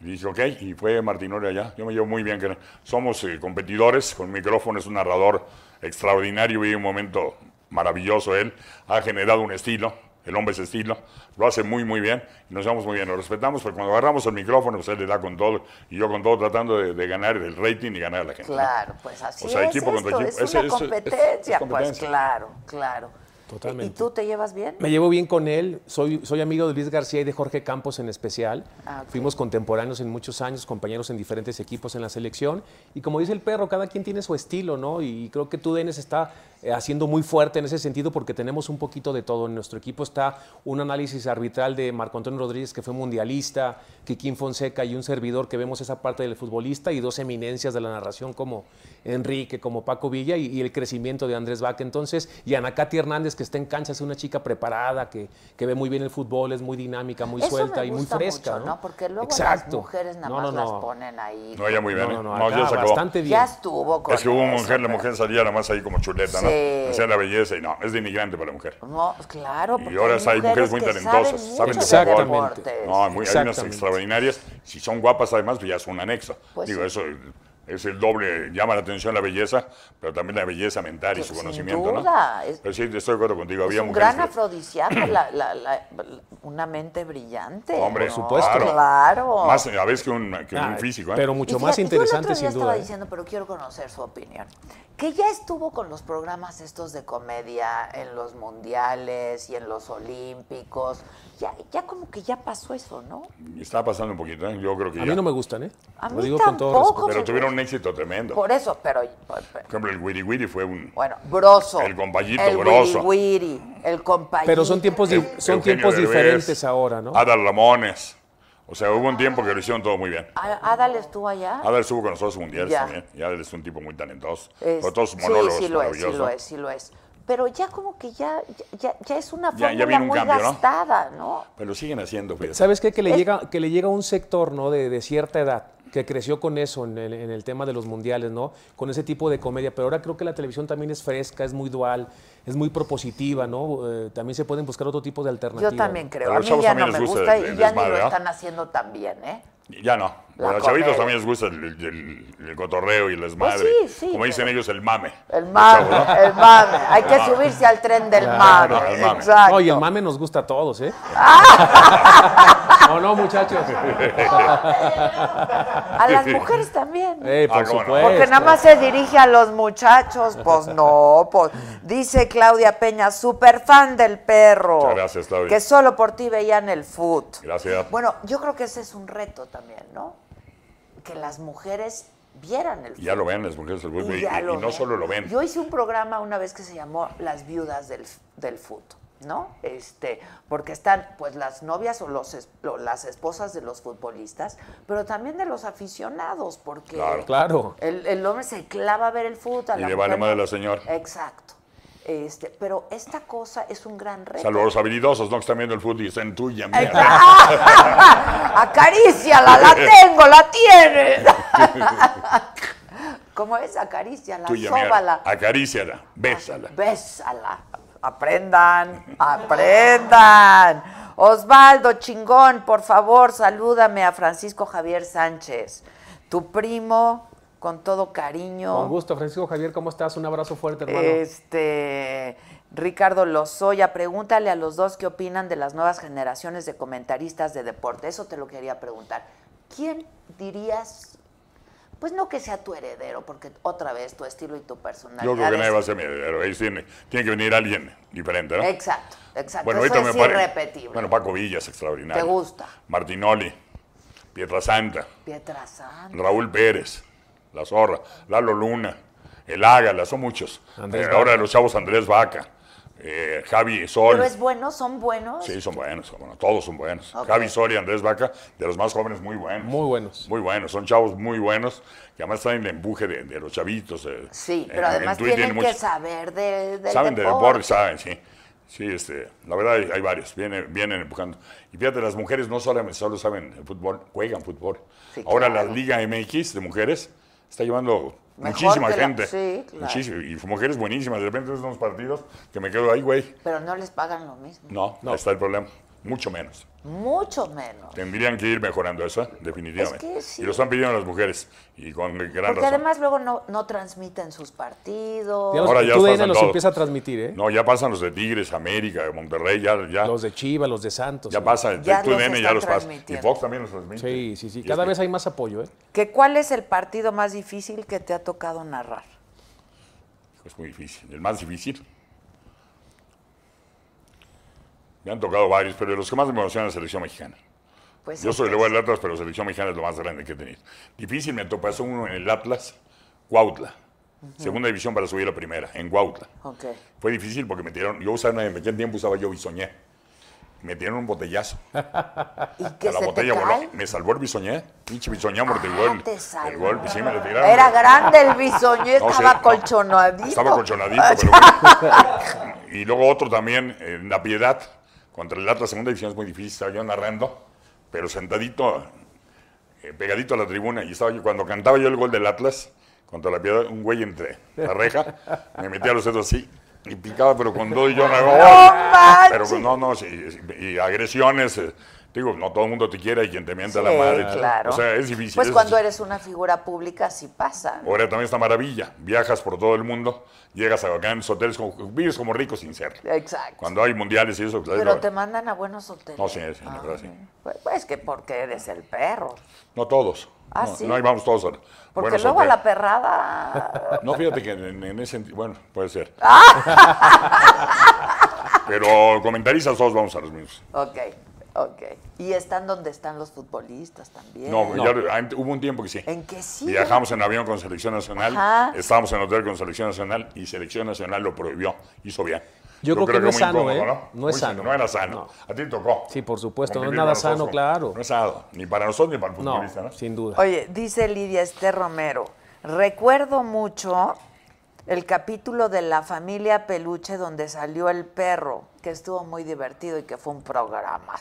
G: y dije, ok, y fue Martinoli allá. Yo me llevo muy bien. que Somos eh, competidores con micrófono, es un narrador extraordinario. Vive un momento maravilloso él. Ha generado un estilo, el hombre es estilo. Lo hace muy, muy bien. Y nos llevamos muy bien, lo respetamos, pero cuando agarramos el micrófono, pues él le da con todo y yo con todo tratando de, de ganar el rating y ganar a la gente. ¿no?
A: Claro, pues así
G: O sea,
A: es
G: equipo contra
A: esto,
G: equipo.
A: Es
G: Es-
A: una
G: es- es- es
A: competencia, pues
G: competencia.
A: claro, claro.
F: Totalmente.
A: ¿Y tú te llevas bien?
F: Me llevo bien con él, soy, soy amigo de Luis García y de Jorge Campos en especial.
A: Ah, ok.
F: Fuimos contemporáneos en muchos años, compañeros en diferentes equipos en la selección. Y como dice el perro, cada quien tiene su estilo, ¿no? Y creo que tú, Denis, está eh, haciendo muy fuerte en ese sentido porque tenemos un poquito de todo. En nuestro equipo está un análisis arbitral de Marco Antonio Rodríguez, que fue mundialista, Kikín Fonseca y un servidor que vemos esa parte del futbolista y dos eminencias de la narración como Enrique, como Paco Villa y, y el crecimiento de Andrés Vaca. Entonces, y Ana Katy Hernández, que está en cancha, es una chica preparada, que, que ve muy bien el fútbol, es muy dinámica, muy
A: Eso me
F: suelta y muy
A: gusta
F: fresca.
A: mucho,
F: ¿no?
A: Porque luego las
F: Exacto.
A: mujeres nada
F: No,
A: más
F: no,
A: las
F: no.
A: ponen ahí.
G: No, ya muy bien.
F: No,
G: ¿eh?
F: no, no,
G: No,
F: acá
G: ya se acabó.
F: bastante bien.
A: ya estuvo con
G: Es que hubo
A: eso,
G: mujer, la
A: pero-
G: mujer salía nada más ahí como chuleta, ¿no?
A: Sí.
G: Hacía la belleza y no, es denigrante para la mujer.
A: No, claro, porque
G: ahora hay mujeres muy
A: que
G: talentosas,
A: saben
G: saben
A: mucho de
F: Exactamente.
A: deportes.
G: No, hay muy- hay unas
F: Exactamente.
G: extraordinarias. Si son guapas, además, pues ya es un anexo.
A: Pues
G: Digo,
A: sí.
G: eso es el doble, llama la atención la belleza, pero también la belleza mental y
A: Que
G: su
A: Pues sin
G: conocimiento,
A: duda,
G: ¿no?
A: es-
G: pero sí, estoy de acuerdo contigo.
A: Es
G: Había
A: un
G: mujeres.
A: gran
G: que-
A: afrodisíaco, la- la- la- la- una mente brillante.
G: Hombre,
A: ¿no?
F: Por supuesto.
A: Claro.
G: Más eh, a veces que un, que un
F: Ah,
G: físico, ¿eh?
F: Pero
A: Y
F: mucho
A: fíjate,
F: más
A: yo
F: interesante,
A: el otro día
F: sin
A: estaba
F: duda. ¿eh?
A: diciendo, pero quiero conocer su opinión. Que ya estuvo con los programas estos de comedia en los mundiales y en los olímpicos. Ya, ya como que ya pasó eso, ¿no?
G: Está pasando un poquito, ¿eh? Yo creo que
F: A
G: ya.
F: mí no me gustan, ¿eh?
A: A
F: Lo
A: mí
F: digo con todo
A: tampoco.
F: respeto.
G: Pero tuvieron un éxito tremendo. Por
A: Por eso, pero, pero- pero-
G: ejemplo, el Wiri Wiri fue un.
A: bueno, broso.
G: El compañito
A: el
G: Broso.
A: wiri wiri, el compañito.
F: Pero son tiempos, di-
G: Eu-
F: son
G: Eugenio
F: tiempos
G: Derbez,
F: diferentes ahora, ¿no?
G: Adal Ramones. O sea, hubo un tiempo que lo hicieron todo muy bien.
A: A- Adal estuvo allá.
G: Adal estuvo con nosotros mundiales
A: Ya.
G: también. Y Adal es un tipo muy talentoso.
A: Es-
G: Con todos sus monólogos
A: Sí, sí lo es, sí lo
G: maravillosos.
A: es, sí lo es. Pero ya como que ya, ya, ya es una
G: Ya- ya
A: fórmula
G: viene un
A: muy
G: cambio, ¿no?
A: gastada, ¿no?
G: Pero lo siguen haciendo, fíjate.
F: ¿Sabes qué? Que le, llega, que le llega un sector, ¿no? De, de cierta edad, que creció con eso en el, en el tema de los mundiales, ¿no? Con ese tipo de comedia. Pero ahora creo que la televisión también es fresca, es muy dual, es muy propositiva, ¿no? Eh, también se pueden buscar otro tipo de alternativas.
A: Yo también
F: ¿no?
A: creo.
G: A
A: A
G: los
A: mí
G: chavos
A: ya no
G: también
A: me
G: les gusta
A: gusta
G: el-
A: y
G: el
A: ya ni lo
G: desmadre, ¿ah? ¿no?
A: están haciendo tan bien, ¿eh?
G: Ya no.
A: La
G: a los
A: comedia.
G: chavitos también les gusta el, el- el- el cotorreo y el desmadre.
A: Pues sí, sí,
G: Como dicen
A: pero-
G: ellos, el mame.
A: El
G: Los
A: mame,
G: chavos, ¿no?
A: el mame. Hay que
G: mame.
A: subirse al tren del
G: Claro,
A: mame.
G: al mame.
A: Exacto.
F: No, y el mame nos gusta a todos, ¿eh?
A: Ah.
F: no, no, muchachos.
A: A las mujeres también. ¿no?
F: Eh, por
G: Ah, cómo no.
F: supuesto.
A: Porque nada más se dirige a los muchachos, pues no, pues dice Claudia Peña, super fan del perro.
G: Muchas gracias, Claudia.
A: Que solo por ti veían el foot.
G: Gracias.
A: Bueno, yo creo que ese es un reto también, ¿no? Que las mujeres vieran el
G: Ya lo ven las mujeres del fútbol y,
A: ya
G: Pues y- y
A: lo
G: no
A: ven.
G: solo lo ven.
A: Yo hice un programa una vez que se llamó Las viudas del, del fútbol, ¿no? Este, porque están pues las novias o, los, es- o las esposas de los futbolistas, pero también de los aficionados, porque
G: Claro.
F: Claro.
A: el, el hombre se clava a ver el fútbol. a
G: Y
A: la
G: le vale
A: mujer no.
G: madre la señora.
A: Exacto. Este, pero esta cosa es un gran reto.
G: Salvo los habilidosos, ¿no? Que están viendo el fútbol y dicen tuya, mía.
A: Acaríciala, la tengo, la tienes. ¿Cómo es? Acaríciala,
G: tuya, mía.
A: sóbala.
G: Acaríciala, bésala.
A: Bésala. Aprendan, aprendan. Osvaldo, chingón, por favor, salúdame a Francisco Javier Sánchez, tu primo, con todo cariño.
F: Con gusto, Francisco Javier, ¿cómo estás? Un abrazo fuerte, hermano.
A: Eh, Este, Ricardo Lozoya, pregúntale a los dos qué opinan de las nuevas generaciones de comentaristas de deporte. Eso te lo quería preguntar. ¿Quién dirías, pues no que sea tu heredero, porque otra vez tu estilo y tu personalidad.
G: Yo creo que
A: es-
G: nadie va a ser mi heredero. Ahí tiene, tiene que venir alguien diferente, ¿no?
A: Exacto, exacto.
G: Bueno,
A: Eso
G: ahorita
A: es
G: me pare-
A: irrepetible.
G: Bueno, Paco Villas, extraordinario.
A: Te gusta.
G: Martinoli, Pietrasanta,
A: Pietrasanta.
G: Raúl Pérez, La Zorra, Lalo Luna, El Ágala, son muchos.
F: Andrés
G: Eh,
F: Vaca.
G: ahora los chavos Andrés Vaca, eh, Javi Sol.
A: Pero es bueno, son buenos.
G: Sí, son buenos, son buenos, todos son buenos.
A: Ok.
G: Javi Sol y Andrés Vaca, de los más jóvenes, muy buenos.
F: Muy buenos.
G: Muy buenos, son chavos muy buenos, que además traen el empuje de, de los chavitos. eh,
A: Sí,
G: en-
A: pero
G: en
A: además
G: Twitter
A: tienen que
G: muchos-
A: saber de, del
G: saben de
A: deporte.
G: deporte, saben, sí. Sí, este, la verdad hay, hay varios, vienen, vienen empujando. Y fíjate, las mujeres no solamente solo saben el fútbol, juegan fútbol.
A: Sí,
G: Ahora
A: claro.
G: la Liga MX de mujeres está llevando
A: Mejor
G: muchísima
A: que la-
G: gente.
A: sí, claro.
G: Muchísimo, y mujeres buenísimas. De repente ves unos partidos que me quedo ahí, güey.
A: Pero no les pagan lo mismo.
G: No, no está el problema. Mucho menos.
A: Mucho menos.
G: Tendrían que ir mejorando eso, definitivamente.
A: Es que sí.
G: Y lo están pidiendo las mujeres. Y con gran
A: Porque
G: razón.
A: además luego no, no transmiten sus partidos.
F: Ya los,
G: Ahora ya
F: tú de
G: pasan
F: los
G: todos.
F: empieza a transmitir, ¿eh?
G: No, ya pasan los de Tigres, América, de Monterrey, ya, ya,
F: Los de Chivas, los de Santos.
G: ya
F: ¿no?
G: pasa.
A: Ya
G: Ya
A: los
G: ya
A: están
G: los pasa. Y
A: transmitiendo.
G: Fox también los transmite.
F: Sí, sí, sí.
G: Y
F: Cada
G: es
F: vez
G: que-
F: hay más apoyo, ¿eh?
A: ¿Que ¿Cuál es el partido más difícil que te ha tocado narrar?
G: Es muy difícil. El más difícil. Me han tocado varios, pero de los que más me emocionan es la selección mexicana.
A: Pues
G: Yo soy
A: este,
G: luego del Atlas, pero selección mexicana es lo más grande que he tenido. Difícil me topó pasó uno en el Atlas, Cuautla. Segunda división para subir a primera, en Cuautla.
A: Ok.
G: Fue difícil porque me tiraron, yo usaba, en aquel tiempo usaba yo bisoñé. Me tiraron un botellazo.
A: ¿Y que
G: a la
A: se te
G: botella voló.
A: cae?
G: Me salvó el bisoñé. Pinche bisoñé amortiguó
A: Ah, te
G: el,
A: salvó.
G: el golpe. Sí, me lo tiraron.
A: Era grande el bisoñé,
G: No, sí,
A: estaba
G: no.
A: colchonadito.
G: Estaba colchonadito,
A: Ah,
G: pero bueno. Y luego otro también, en La Piedad, contra el Atlas, segunda división es muy difícil, estaba yo narrando, pero sentadito, eh, pegadito a la tribuna, y estaba yo, cuando cantaba yo el gol del Atlas, contra La Piedad, un güey entre la reja, me metía los dedos así, y picaba, pero con dos y yo narraba, ¡oh! Pero pues, no, no, sí, sí, y agresiones, eh, digo, no todo el mundo te quiere y quien te mienta la
A: sí,
G: madre.
A: claro.
G: O sea, es difícil.
A: Pues
G: es-
A: cuando eres una figura pública sí pasa.
G: Ahora también esta maravilla. Viajas por todo el mundo, llegas a grandes hoteles, como- vives como rico sin ser.
A: Exacto.
G: Cuando hay mundiales y eso, pues,
A: pero
G: lo-
A: te mandan a buenos hoteles.
G: No, sí, sí, la
A: Ah,
G: verdad, sí.
A: Pues, pues que porque eres el perro.
G: no todos.
A: Ah,
G: no,
A: sí.
G: no, ahí vamos todos. a-
A: Porque
G: buenos
A: luego a la
G: hoteles.
A: perrada...
G: No, fíjate que en, en ese sentido, bueno, puede ser.
A: Ah.
G: pero comentaristas todos vamos a los mismos.
A: ok, ok. Y están donde están los futbolistas también.
G: No, ya- ah, hubo un tiempo que sí.
A: ¿En qué sí?
G: Viajamos en avión con selección nacional,
A: Ajá.
G: estábamos en hotel con selección nacional y selección nacional lo prohibió. Hizo bien.
F: Yo creo que no es
G: muy
F: sano, ¿eh?
G: ¿no?
F: No
G: Muy-
F: es sano.
G: No era sano.
F: No.
G: A ti te tocó.
F: Sí, por supuesto, no es
G: Convivir
F: nada
G: con
F: sano,
G: nosotros.
F: claro.
G: No es sano, ni para nosotros ni para el
F: No,
G: futbolista, ¿no?
F: sin duda.
A: Oye, dice Lidia Esther Romero, recuerdo mucho el capítulo de la familia Peluche donde salió el perro, que estuvo muy divertido y que fue un programa.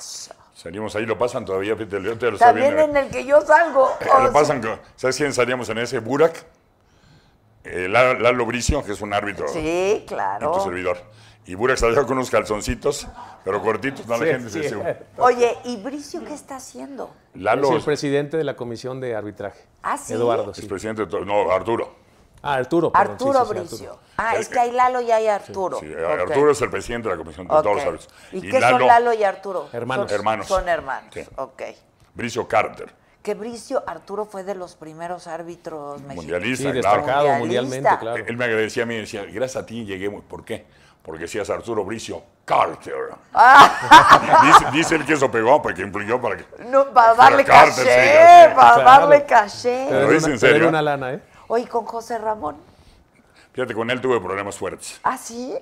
G: Salimos ahí, lo pasan todavía, fíjate, yo te lo estaba
A: También en
G: viendo.
A: el que yo salgo. oh, o sea,
G: Lo pasan, con- ¿sabes quién salíamos en ese? Burak, eh, La- Lalo Bricio, que es un árbitro.
A: Sí,
G: Y tu
A: claro.
G: servidor. Y Burak salió con unos calzoncitos, pero cortitos, no la
F: Sí,
G: gente se
F: sí.
G: se-
A: Oye, ¿y Bricio qué está haciendo?
G: Lalo
F: Es el presidente de la comisión de arbitraje.
A: Ah, ¿sí?
F: Eduardo,
G: es
F: sí.
G: presidente de todo- No, Arturo.
F: Ah, Arturo. perdón, sí,
A: Arturo
F: sí, sí, Arturo.
A: Bricio. Ah, es que hay Lalo y hay Arturo.
G: Sí, eh,
A: Ok.
G: Arturo es el presidente de la comisión de todos
A: Ok.
G: los árbitros.
A: ¿Y, qué son Lalo y Arturo?
F: Hermanos.
A: Son,
G: Hermanos.
A: Son hermanos,
G: Sí.
A: ok.
G: Bricio Carter,
A: Que Bricio, Arturo fue de los primeros árbitros mexicanos.
G: mundialista,
F: Sí,
G: claro.
F: destacado mundialmente,
A: Mundialista.
F: claro.
G: Él me agradecía a mí y decía, gracias a ti llegué. muy- ¿Por qué? porque si es Arturo Bricio Carter.
A: Ah.
G: dice, dice él que eso pegó, porque influyó para que.
A: No, para darle
G: Para Carter,
A: caché, para
G: sí,
F: claro.
A: darle caché.
G: Pero-
F: Pero
G: ¿Lo
F: es
G: dice
F: una-
G: en
F: pero era
G: serio?
F: una lana, ¿eh?
A: Oye, con José Ramón.
G: Fíjate, con él tuve problemas fuertes.
A: ¿Ah, sí?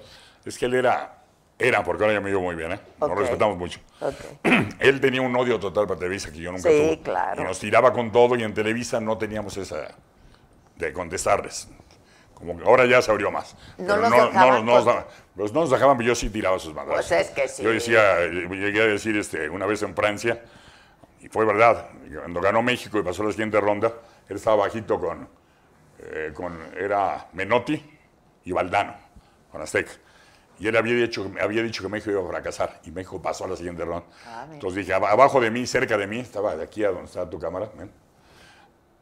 G: Es que él era, era, porque ahora ya me llevo muy bien, ¿eh? Nos
A: Ok.
G: respetamos mucho.
A: Ok.
G: él tenía un odio total para Televisa que yo
A: Sí,
G: nunca tuve.
A: claro.
G: Y nos tiraba con todo y en Televisa no teníamos esa de contestarles. Como que ahora ya se abrió más.
A: No
G: Pero
A: los dejaban
G: no nos
A: con-
G: daban- pues no nos dejaban, pero yo sí tiraba sus madrazos.
A: Pues es que sí.
G: Yo decía, eh, llegué a decir este, una vez en Francia, y fue verdad, cuando ganó México y pasó la siguiente ronda, él estaba bajito con, eh, con era Menotti y Valdano, con Azteca. Y él había dicho, había dicho que México iba a fracasar y México pasó a la siguiente ronda. Entonces dije, "Aba- abajo de mí, cerca de mí, estaba de aquí a donde está tu cámara, ven,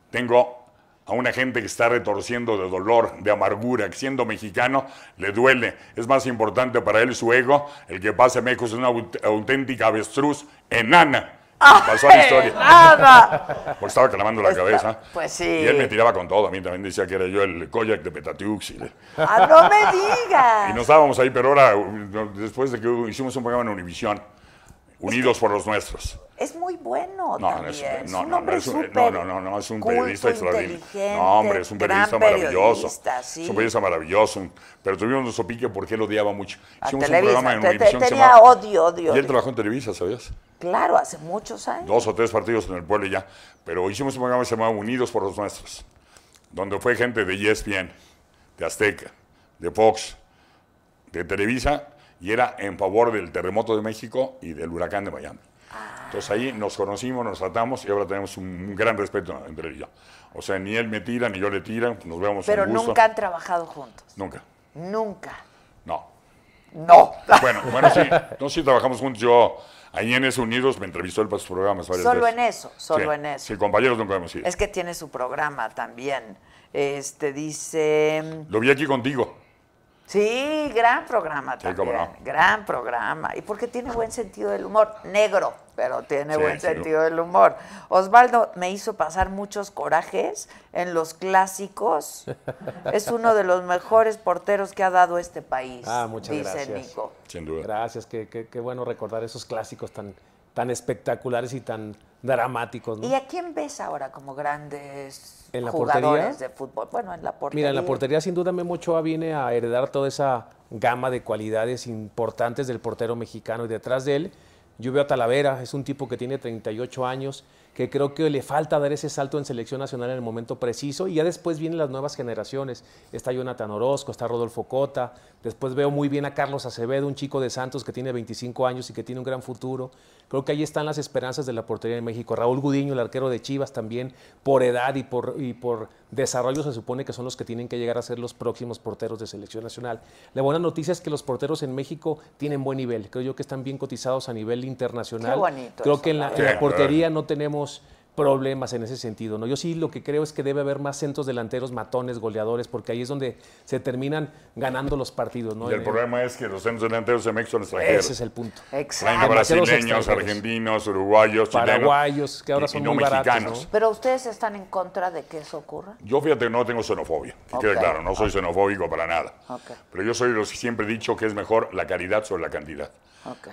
G: tengo a una gente que está retorciendo de dolor, de amargura, que siendo mexicano le duele. Es más importante para él su ego, el que pase México es una aut- auténtica avestruz enana. Pasó a la historia.
A: ¡Nada!
G: Porque estaba clavando la
A: Está-
G: cabeza.
A: pues sí.
G: Y él me tiraba con todo. A mí también decía que era yo el Koyak de Petatiux. Y, le-
A: ¡Ah, no me
G: y
A: digas!
G: no estábamos ahí, pero ahora, u- después de que hicimos un programa en Univisión, Unidos por los Nuestros.
A: Es muy bueno
G: No, no es,
A: Oh, también. es,
G: no,
A: un
G: no, no,
A: hombre
G: es un, no,
A: súper
G: no, no, no, es un
A: culto,
G: periodista extraordinario.
A: inteligente,
G: No, hombre, es un
A: gran
G: periodista maravilloso.
A: periodista, sí.
G: Es un periodista maravilloso. un- Pero tuvimos nuestro pique porque él odiaba mucho.
A: A
G: Hicimos
A: Televisa,
G: un programa en
A: te- te-
G: Univisión que se
A: tenía
G: llamaba-
A: odio, odio,
G: Y él
A: odio.
G: trabajó en Televisa, ¿sabías?
A: Claro, hace muchos años.
G: dos o tres partidos en el pueblo y ya, pero hicimos un programa que se llamaba Unidos por los Nuestros, donde fue gente de E ESPN, de Azteca, de Fox, de Televisa, y era en favor del terremoto de México y del huracán de Miami. Entonces ahí nos conocimos, nos tratamos y ahora tenemos un gran respeto entre él y yo. O sea, ni él me tira, ni yo le tira, nos vemos
A: Pero
G: un gusto.
A: nunca han trabajado juntos.
G: Nunca.
A: Nunca.
G: No.
A: No.
G: Bueno, bueno, sí. No, sí trabajamos juntos. Yo, ahí en ese Unidos, me entrevistó él para sus programas varias
A: Solo
G: veces.
A: en eso, solo
G: Sí.
A: en eso.
G: Sí, compañeros nunca hemos ido.
A: Es que tiene su programa también. Este dice,
G: Lo vi aquí contigo.
A: sí, gran programa
G: Sí, cómo
A: también,
G: no.
A: gran programa. Y porque tiene buen sentido del humor, negro, pero tiene
G: Sí,
A: buen
G: sí.
A: sentido del humor. Osvaldo me hizo pasar muchos corajes en los clásicos. es uno de los mejores porteros que ha dado este país,
F: Ah, muchas
A: dice
F: gracias.
A: Nico.
G: Sin duda.
F: Gracias, qué, qué- qué bueno recordar esos clásicos tan, tan espectaculares y tan dramáticos. ¿no?
A: ¿Y a quién ves ahora como grandes
F: ¿En la
A: jugadores
F: portería?
A: de fútbol? Bueno, en la portería.
F: Mira, en la portería sin duda Memo Ochoa viene a heredar toda esa gama de cualidades importantes del portero mexicano y detrás de él yo veo a Talavera, es un tipo que tiene 38 años, que creo que le falta dar ese salto en selección nacional en el momento preciso y ya después vienen las nuevas generaciones. Está Jonathan Orozco, está Rodolfo Cota, después veo muy bien a Carlos Acevedo, un chico de Santos que tiene 25 años y que tiene un gran futuro. Creo que ahí están las esperanzas de la portería de México. Raúl Gudiño, el arquero de Chivas, también por edad y por, y por desarrollo se supone que son los que tienen que llegar a ser los próximos porteros de selección nacional. La buena noticia es que los porteros en México tienen buen nivel. Creo yo que están bien cotizados a nivel internacional.
A: Qué bonito
F: Creo
A: eso,
F: que en la,
A: la
F: en la
G: verdad.
F: portería no tenemos problemas en ese sentido, ¿no? Yo sí lo que creo es que debe haber más centros delanteros, matones, goleadores, porque ahí es donde se terminan ganando los partidos, ¿no?
G: y el
F: En-
G: problema es que los centros delanteros de México son extranjeros.
F: ese es el punto.
A: Eh,
G: Traen a
A: Exacto.
F: Demasiados
G: brasileños,
F: extranjeros.
G: argentinos, uruguayos, chilenos.
F: Paraguayos, que ahora
G: y- y
F: son
G: no
F: muy baratos,
G: mexicanos.
F: ¿no?
A: Pero ustedes están en contra de que eso ocurra.
G: Yo fíjate que no tengo xenofobia, que quede
A: Ok.
G: claro, no soy xenofóbico para nada.
A: Ok.
G: Pero yo soy de los que siempre he dicho que es mejor la calidad sobre la cantidad.
A: Ok.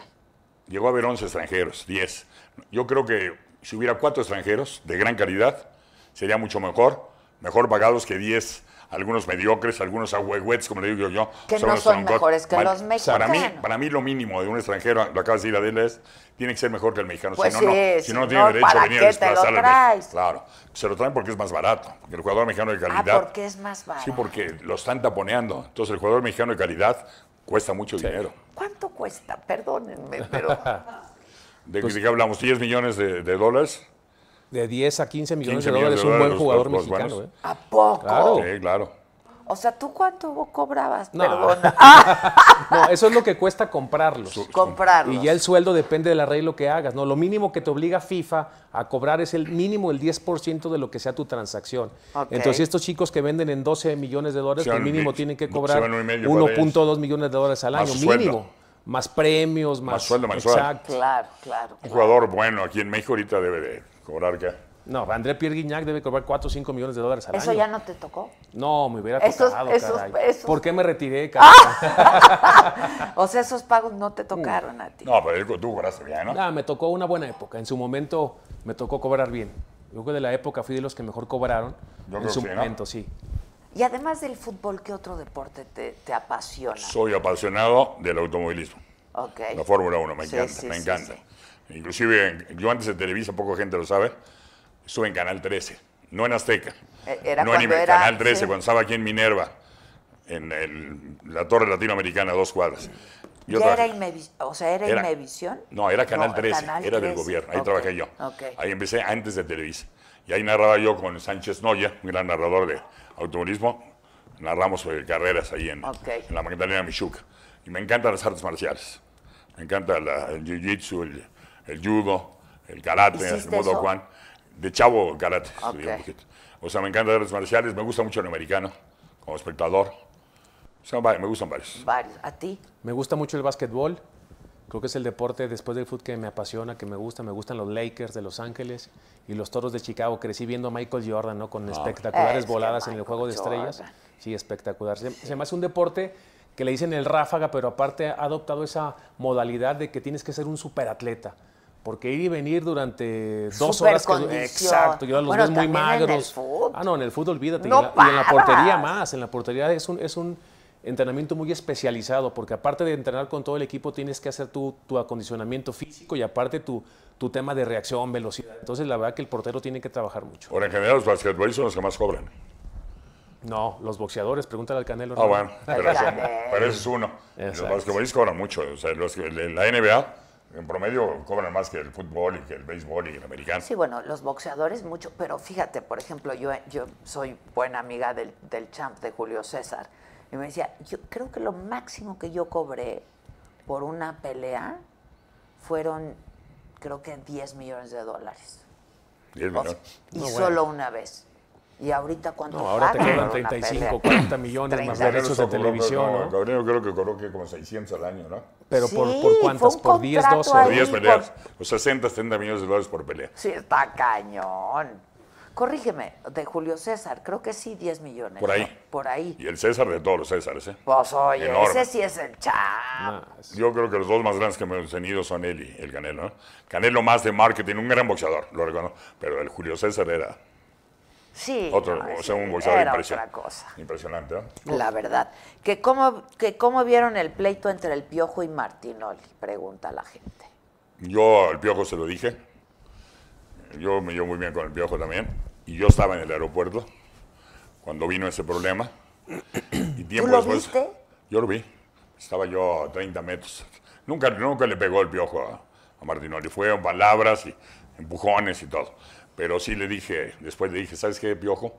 G: Llegó a haber 11 extranjeros, 10. Yo creo que si hubiera cuatro extranjeros de gran calidad, sería mucho mejor, mejor pagados que 10. Algunos mediocres, algunos ahuehuets, como le digo yo.
A: Que
G: o sea,
A: no
G: unos
A: son
G: troncos.
A: mejores que los
G: Para mí,
A: mexicanos.
G: para mí lo mínimo de un extranjero, lo acabas de decir Adela, es, tiene que ser mejor que el mexicano.
A: Pues
G: si no,
A: sí,
G: no, si no, no
A: si
G: tiene
A: no,
G: derecho
A: ¿para
G: a venir a
A: qué te lo
G: desplazar al mexicano.
A: traes?
G: Claro, se lo traen porque es más barato, porque el jugador mexicano de
A: Ah,
G: calidad...
A: porque es más barato.
G: Sí, porque lo están taponeando. Entonces el jugador mexicano de calidad cuesta mucho dinero.
A: ¿Cuánto cuesta? Perdónenme, pero
G: ¿De,
A: Pues
G: de qué hablamos? ¿10 millones de- de dólares?
F: De 10 a 15 millones
G: 15
F: de dólares,
G: millones de
F: un
G: dólares, pues,
F: buen
G: los-
F: jugador
G: los- los
F: mexicano,
G: buenos.
F: ¿eh?
A: ¿a poco?
F: Claro.
G: Sí, claro.
A: O sea, ¿tú cuánto vos cobrabas? Ah,
F: No.
A: Perdona.
F: No, eso es lo que cuesta comprarlos.
A: Comprarlos.
F: Y ya el sueldo depende del arreglo que hagas, ¿no? Lo mínimo que te obliga FIFA a cobrar es el mínimo el 10% de lo que sea tu transacción.
A: Ok.
F: Entonces, estos chicos que venden en 12 millones de dólares,
G: Se
F: el
G: van
F: mínimo
G: mi-
F: tienen que
G: se
F: cobrar
G: van un y medio para
F: 1.2 millones de dólares al
G: Más
F: año,
G: su
F: mínimo.
G: sueldo.
F: Más premios, más,
G: sueldo mensual.
F: Exacto.
A: Claro, claro.
G: Un
A: claro.
G: jugador bueno aquí en México ahorita debe de cobrar ¿qué?
F: No, André Pierre Guignac debe cobrar 4 o 5 millones de dólares al
A: ¿Eso
F: año.
A: ya no te tocó?
F: No, me hubiera
A: Esos-
F: tocado,
A: esos-
F: caray.
A: esos- ¡Ah!
F: ¿Por qué me retiré, caray?
A: O sea, esos pagos no te tocaron a ti.
G: Mm, No, pero él- tú cobraste bien, ¿no?
F: Nada, me tocó una buena época. En su momento me tocó cobrar bien. Yo creo que de la época fui de los que mejor cobraron.
G: Yo
F: en
G: creo
F: su
G: que sí, ¿no?
F: momento, sí.
A: Y además del fútbol, ¿qué otro deporte te, te apasiona?
G: Soy apasionado del automovilismo.
A: Ok.
G: La Fórmula 1, me
A: Sí,
G: encanta,
A: sí,
G: me
A: sí,
G: encanta.
A: sí.
G: Inclusive, en- yo antes de Televisa, poca gente lo sabe, estuve en Canal 13, no en Azteca.
A: E- era
G: no en
A: cuando
G: Imer-
A: era-
G: Canal 13,
A: sí.
G: cuando estaba aquí en Minerva, en el- la Torre Latinoamericana, dos cuadras. Yo
A: ¿Ya era
G: trabajé-
A: Inmevi- o sea, era,
G: era-
A: Inmevisión?
G: No, era Canal 13, era del
A: 13.
G: gobierno, ahí
A: Ok,
G: trabajé yo.
A: ok.
G: Ahí empecé antes de Televisa. Y ahí narraba yo con Sánchez Noya, un gran narrador de automovilismo, narramos eh, carreras ahí en,
A: Ok.
G: en la Magdalena Michuca. Y me encantan las artes marciales, me encanta la- el jiu-jitsu, el, el judo, el karate, el
A: ¿Hiciste
G: modo
A: eso?
G: Juan, de chavo karate.
A: Ok.
G: estudié un poquito. O sea, me encantan las artes marciales, me gusta mucho el americano como espectador. O sea, va- me gustan varios.
A: Varios. ¿A ti?
F: Me gusta mucho el básquetbol. Creo que es el deporte después del fútbol que me apasiona, que me gusta. Me gustan los Lakers de Los Ángeles y los Toros de Chicago. Crecí viendo a Michael Jordan, ¿no? Con
A: Es
F: espectaculares
A: que
F: voladas en el
A: Michael
F: juego de estrellas.
A: Jordan.
F: Sí, espectacular. Se, se me hace un deporte que le dicen el ráfaga, pero aparte ha adoptado esa modalidad de que tienes que ser un superatleta. Porque ir y venir durante dos horas. que du-
A: Supercondición.
F: Exacto, yo los
A: Bueno,
F: ves muy
A: también en el
F: magros.
A: fútbol.
F: ah, no, en el fútbol, olvídate.
A: No
F: y, en la, y en la portería
A: paras.
F: más más, Ah, en la portería es un, es un entrenamiento muy especializado, porque aparte de entrenar con todo el equipo, tienes que hacer tu, tu acondicionamiento físico y aparte tu, tu tema de reacción, velocidad. Entonces, la verdad que el portero tiene que trabajar mucho.
G: Ahora, en general, los basquetbolistas son los que más cobran.
F: No, los boxeadores, pregúntale al Canelo.
G: Ah,
F: ¿no?
G: bueno, pero, eso,
A: Exacto.
G: pero eso es uno. Los
F: Exacto.
G: basquetbolistas cobran mucho. O sea, los que- en la NBA, en promedio, cobran más que el fútbol y que el béisbol y el americano.
A: Sí, bueno, los boxeadores mucho, pero fíjate, por ejemplo, yo, yo soy buena amiga del, del champ de Julio César y me decía, yo creo que lo máximo que yo cobré por una pelea fueron, creo que 10 millones de dólares.
G: Y es
A: O sea,
G: menor.
A: y solo una vez. ¿Y ahorita cuánto
F: No, ahora te
A: pagan
F: cobran
A: por una
F: 35,
A: pelea?
F: 40 millones más
A: Treinta.
G: Gabriel
F: derechos de
G: Oso cobró,
F: televisión,
G: no,
F: ¿no?
G: Gabriel creo que cobró que como 600 al año, ¿no?
F: Pero
A: Sí,
F: por,
A: fue
F: por cuántas,
A: un
F: por 10,
A: contrato
F: 12.
A: ahí.
G: Por 10
A: por-
G: peleas. O 60, 70 millones de dólares por pelea.
A: Sí, está cañón. Corrígeme, de Julio César, creo que sí 10 millones.
G: Por ahí.
A: ¿no? Por ahí.
G: Y el César de todos los Césares, ¿eh?
A: Pues oye,
G: Enorme.
A: ese sí es el champ.
G: Yo creo que los dos más grandes que hemos tenido son él y el Canelo, ¿no? Canelo más de marketing, un gran boxeador, lo reconozco. Pero el Julio César era
A: Sí.
G: otro,
A: no,
G: o sea, un
A: sí,
G: boxeador
A: era
G: impresionante.
A: otra cosa,
G: Impresionante, ¿no?
A: la verdad. Que cómo, que cómo vieron el pleito entre el Piojo y Martinoli, pregunta la gente.
G: Yo al Piojo se lo dije. Yo me llevo muy bien con el Piojo también. Y yo estaba en el aeropuerto cuando vino ese problema. Y tiempo
A: lo
G: después-
A: viste?
G: Yo lo vi. Estaba yo a 30 metros. Nunca, nunca le pegó el Piojo a, a Martinoli. Fue en palabras y empujones y todo. Pero sí le dije, después le dije, ¿sabes qué, Piojo?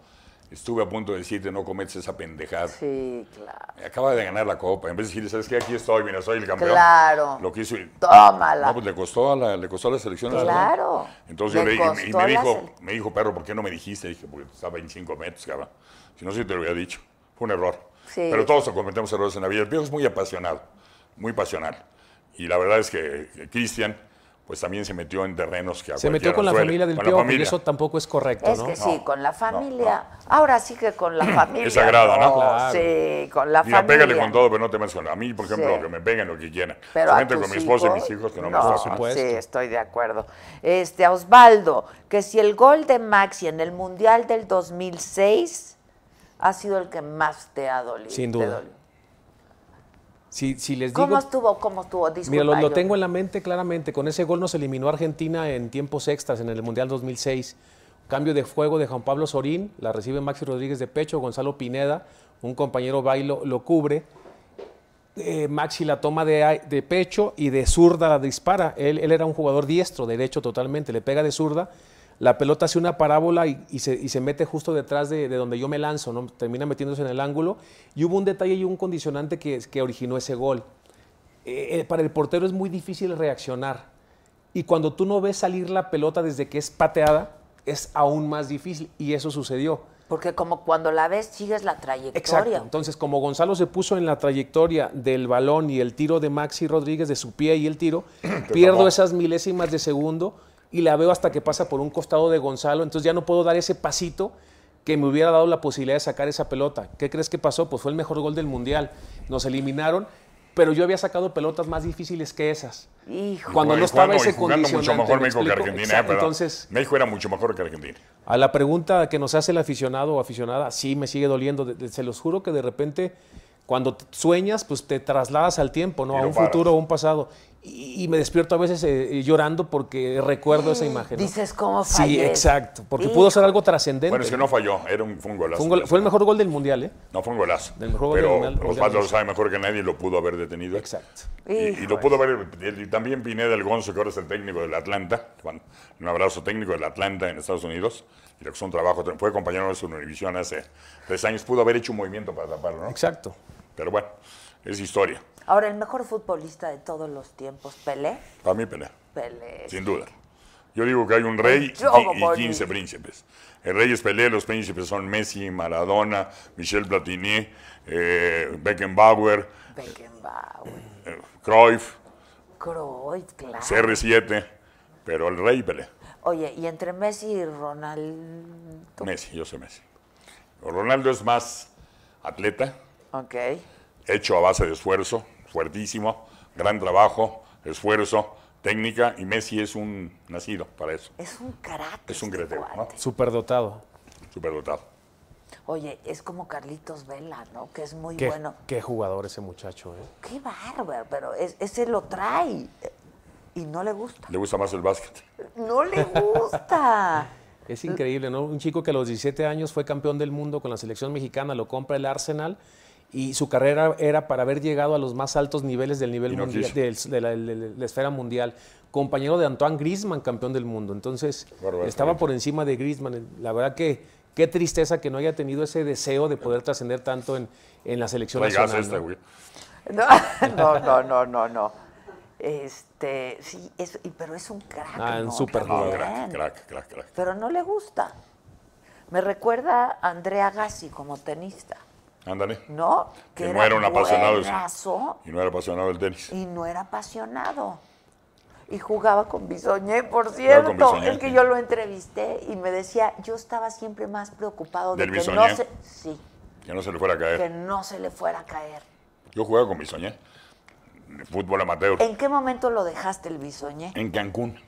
G: Estuve a punto de decirte, no cometes esa pendejada.
A: Sí, claro.
G: Acaba de ganar la copa. En vez de decirle, ¿sabes qué? Aquí estoy, mira, soy el campeón.
A: Claro.
G: Lo que hizo.
A: Tómala.
G: No, pues le costó a la, le costó a la selección. la verdad.
A: Claro.
G: Entonces yo
A: Le
G: le, y me- y
A: costó
G: me
A: la
G: dijo,
A: sele-
G: me dijo, perro, ¿por qué no me dijiste? Dije, porque estaba a 25 metros, cabrón. Si no, sí te lo hubiera dicho. Fue un error.
A: Sí.
G: Pero todos cometemos errores en la vida. El viejo es muy apasionado, muy pasional. Y la verdad es que que Cristian, pues también se metió en terrenos que a
F: Se
G: cualquiera
F: metió
G: nos
F: con la
G: duele.
F: familia del
G: Con la
F: Piojo y
G: familia.
F: eso tampoco es correcto,
A: Es
F: ¿no?
A: que sí,
G: No,
A: con la
G: no,
A: familia. Ahora sí que con la familia.
G: Es sagrada, ¿no?
F: Claro.
A: Sí, con la
G: Mira,
A: familia.
G: pégale con todo, pero no te metas con A mí, por ejemplo,
A: Sí.
G: que me peguen lo que quieran.
A: Pero a
G: Solamente
A: tus
G: con mi esposa y
A: hijos,
G: mis hijos que no,
A: no,
G: me
F: Por
G: tocan.
F: supuesto.
A: Sí, estoy de acuerdo. Este, a Osvaldo, que si el gol de Maxi en el Mundial del 2006 ha sido el que más te ha dolido.
F: Sin
A: te
F: duda.
A: dolió.
F: Si, si les digo...
A: ¿Cómo estuvo? ¿Cómo estuvo? Disculpa,
F: Mira, lo, lo
A: yo-
F: tengo en la mente claramente. Con ese gol nos eliminó Argentina en tiempos extras en el Mundial 2006. Cambio de fuego de Juan Pablo Sorín, la recibe Maxi Rodríguez de pecho, Gonzalo Pineda, un compañero bailo lo cubre. Eh, Maxi la toma de, a- de pecho y de zurda la dispara. Él, él era un jugador diestro, derecho totalmente, le pega de zurda. La pelota hace una parábola y, y se, y se mete justo detrás de, de donde yo me lanzo, ¿no? termina metiéndose en el ángulo. Y hubo un detalle y un condicionante que, que originó ese gol eh, eh, para el portero es muy difícil reaccionar. Y cuando tú no ves salir la pelota desde que es pateada, es aún más difícil. Y eso sucedió.
A: Porque como cuando la ves, sigues la
F: Exacto.
A: trayectoria.
F: Entonces, como Gonzalo se puso en la trayectoria del balón y el tiro de Maxi Rodríguez de su pie y el tiro, pierdo
G: tapó.
F: esas milésimas de segundo y la veo hasta que pasa por un costado de Gonzalo, entonces ya no puedo dar ese pasito que me hubiera dado la posibilidad de sacar esa pelota. ¿Qué crees que pasó? Pues fue el mejor gol del Mundial. Nos eliminaron, pero yo había sacado pelotas más difíciles que esas.
A: Hijo.
F: Cuando
G: Y
F: no estaba
G: jugando-
F: ese
G: y jugando mucho
F: condicionante,
G: mejor
F: ¿me
G: México que
F: explico?
G: Argentina.
F: Exacto,
G: eh, perdón.
F: Entonces,
G: México era mucho mejor que Argentina.
F: a la pregunta que nos hace el aficionado o aficionada, sí me sigue doliendo. De- de- se los juro que de repente, cuando t- sueñas, pues te trasladas al tiempo, ¿no?
G: Y
F: A
G: no
F: un
G: paras.
F: futuro o un pasado. Y, y me despierto a veces eh, eh, llorando porque recuerdo esa imagen. ¿no?
A: Dices, ¿cómo
F: Sí,
A: fallé?
F: exacto. Porque pudo ser
A: Hijo.
F: algo trascendente.
G: Bueno, es que no falló, era un, fue un golazo.
F: fue, un gol- fue el mejor gol del mundial, ¿eh?
G: No fue un golazo.
F: Del mejor gol del
G: pero
F: Mundial-
G: Osvaldo lo sabe mejor que nadie, lo pudo haber detenido.
F: Exacto.
G: Y, y lo pudo haber, y también Pineda el Gonzo, que ahora es el técnico del Atlanta, Juan, un abrazo técnico del Atlanta en Estados Unidos, y lo que es un trabajo, fue compañero de su Univisión hace tres años, pudo haber hecho un movimiento para taparlo, ¿no?
F: Exacto.
G: Pero bueno, es historia,
A: Ahora, el mejor futbolista de todos los tiempos, Pelé.
G: para mí pelea.
A: Pelé.
G: Sin duda. Yo digo que hay un rey y,
A: Yo,
G: qui- y
A: Boni.
G: 15 príncipes. El rey es Pelé, los príncipes son Messi, Maradona, Michel Platini, eh, Beckenbauer,
A: Beckenbauer.
G: eh, Cruyff,
A: Cruyff, claro.
G: CR7, pero el rey Pelé.
A: Oye, y entre Messi y Ronaldo.
G: Messi, yo soy Messi. Ronaldo es más atleta,
A: Ok.
G: hecho a base de esfuerzo, fuertísimo, gran trabajo, esfuerzo, técnica, y Messi es un nacido para eso.
A: Es un crack.
G: Es un
A: este
G: greteo, ¿no?
A: cuate.
F: Superdotado.
G: Superdotado.
A: Oye, es como Carlitos Vela, ¿no? Que es muy
F: Qué,
A: bueno.
F: qué jugador ese muchacho, ¿eh?
A: Qué bárbaro, pero es- ese lo trae. eh, Y no le gusta.
G: Le gusta más el básquet.
A: No le gusta. Eh.
F: Es increíble, ¿no? Un chico que a los 17 años fue campeón del mundo con la selección mexicana, lo compra el Arsenal y su carrera era para haber llegado a los más altos niveles del nivel
G: Y no
F: mundial,
G: quiso.
F: del- de, la, de la esfera mundial. Compañero de Antoine Griezmann, campeón del mundo. Entonces,
G: Bárbaro,
F: estaba
G: Felipe.
F: por encima de Griezmann. La verdad que qué tristeza que no haya tenido ese deseo de poder trascender tanto en, en la selección
G: Trae gas
F: nacional.
G: esta,
F: ¿no?
G: este
A: No,
G: güey.
A: no, no, no, no, no. Este, sí, es, y- pero es un crack.
F: Ah, un
A: ¿no?
F: súper
G: No,
A: También.
G: crack, crack, crack, crack.
A: Pero no le gusta. Me recuerda a Andrea Gassi como tenista,
G: Ándale.
A: ¿no?
G: Que no era un apasionado. de-
A: buenazo
G: Y no era apasionado del tenis.
A: y no era apasionado. Y jugaba con Bisoñé, por
G: Jugaba
A: cierto.
G: con Bisoñé,
A: es que
G: sí.
A: yo lo entrevisté y me decía, yo estaba siempre más preocupado de
G: ¿Del
A: que
G: Bisoñé?
A: no se, sí,
G: Que no se le fuera a
A: que
G: caer.
A: no se le fuera a caer.
G: Yo jugaba con Bisoñé. Fútbol amateur.
A: ¿En qué momento lo dejaste el Bisoñé?
G: En Cancún.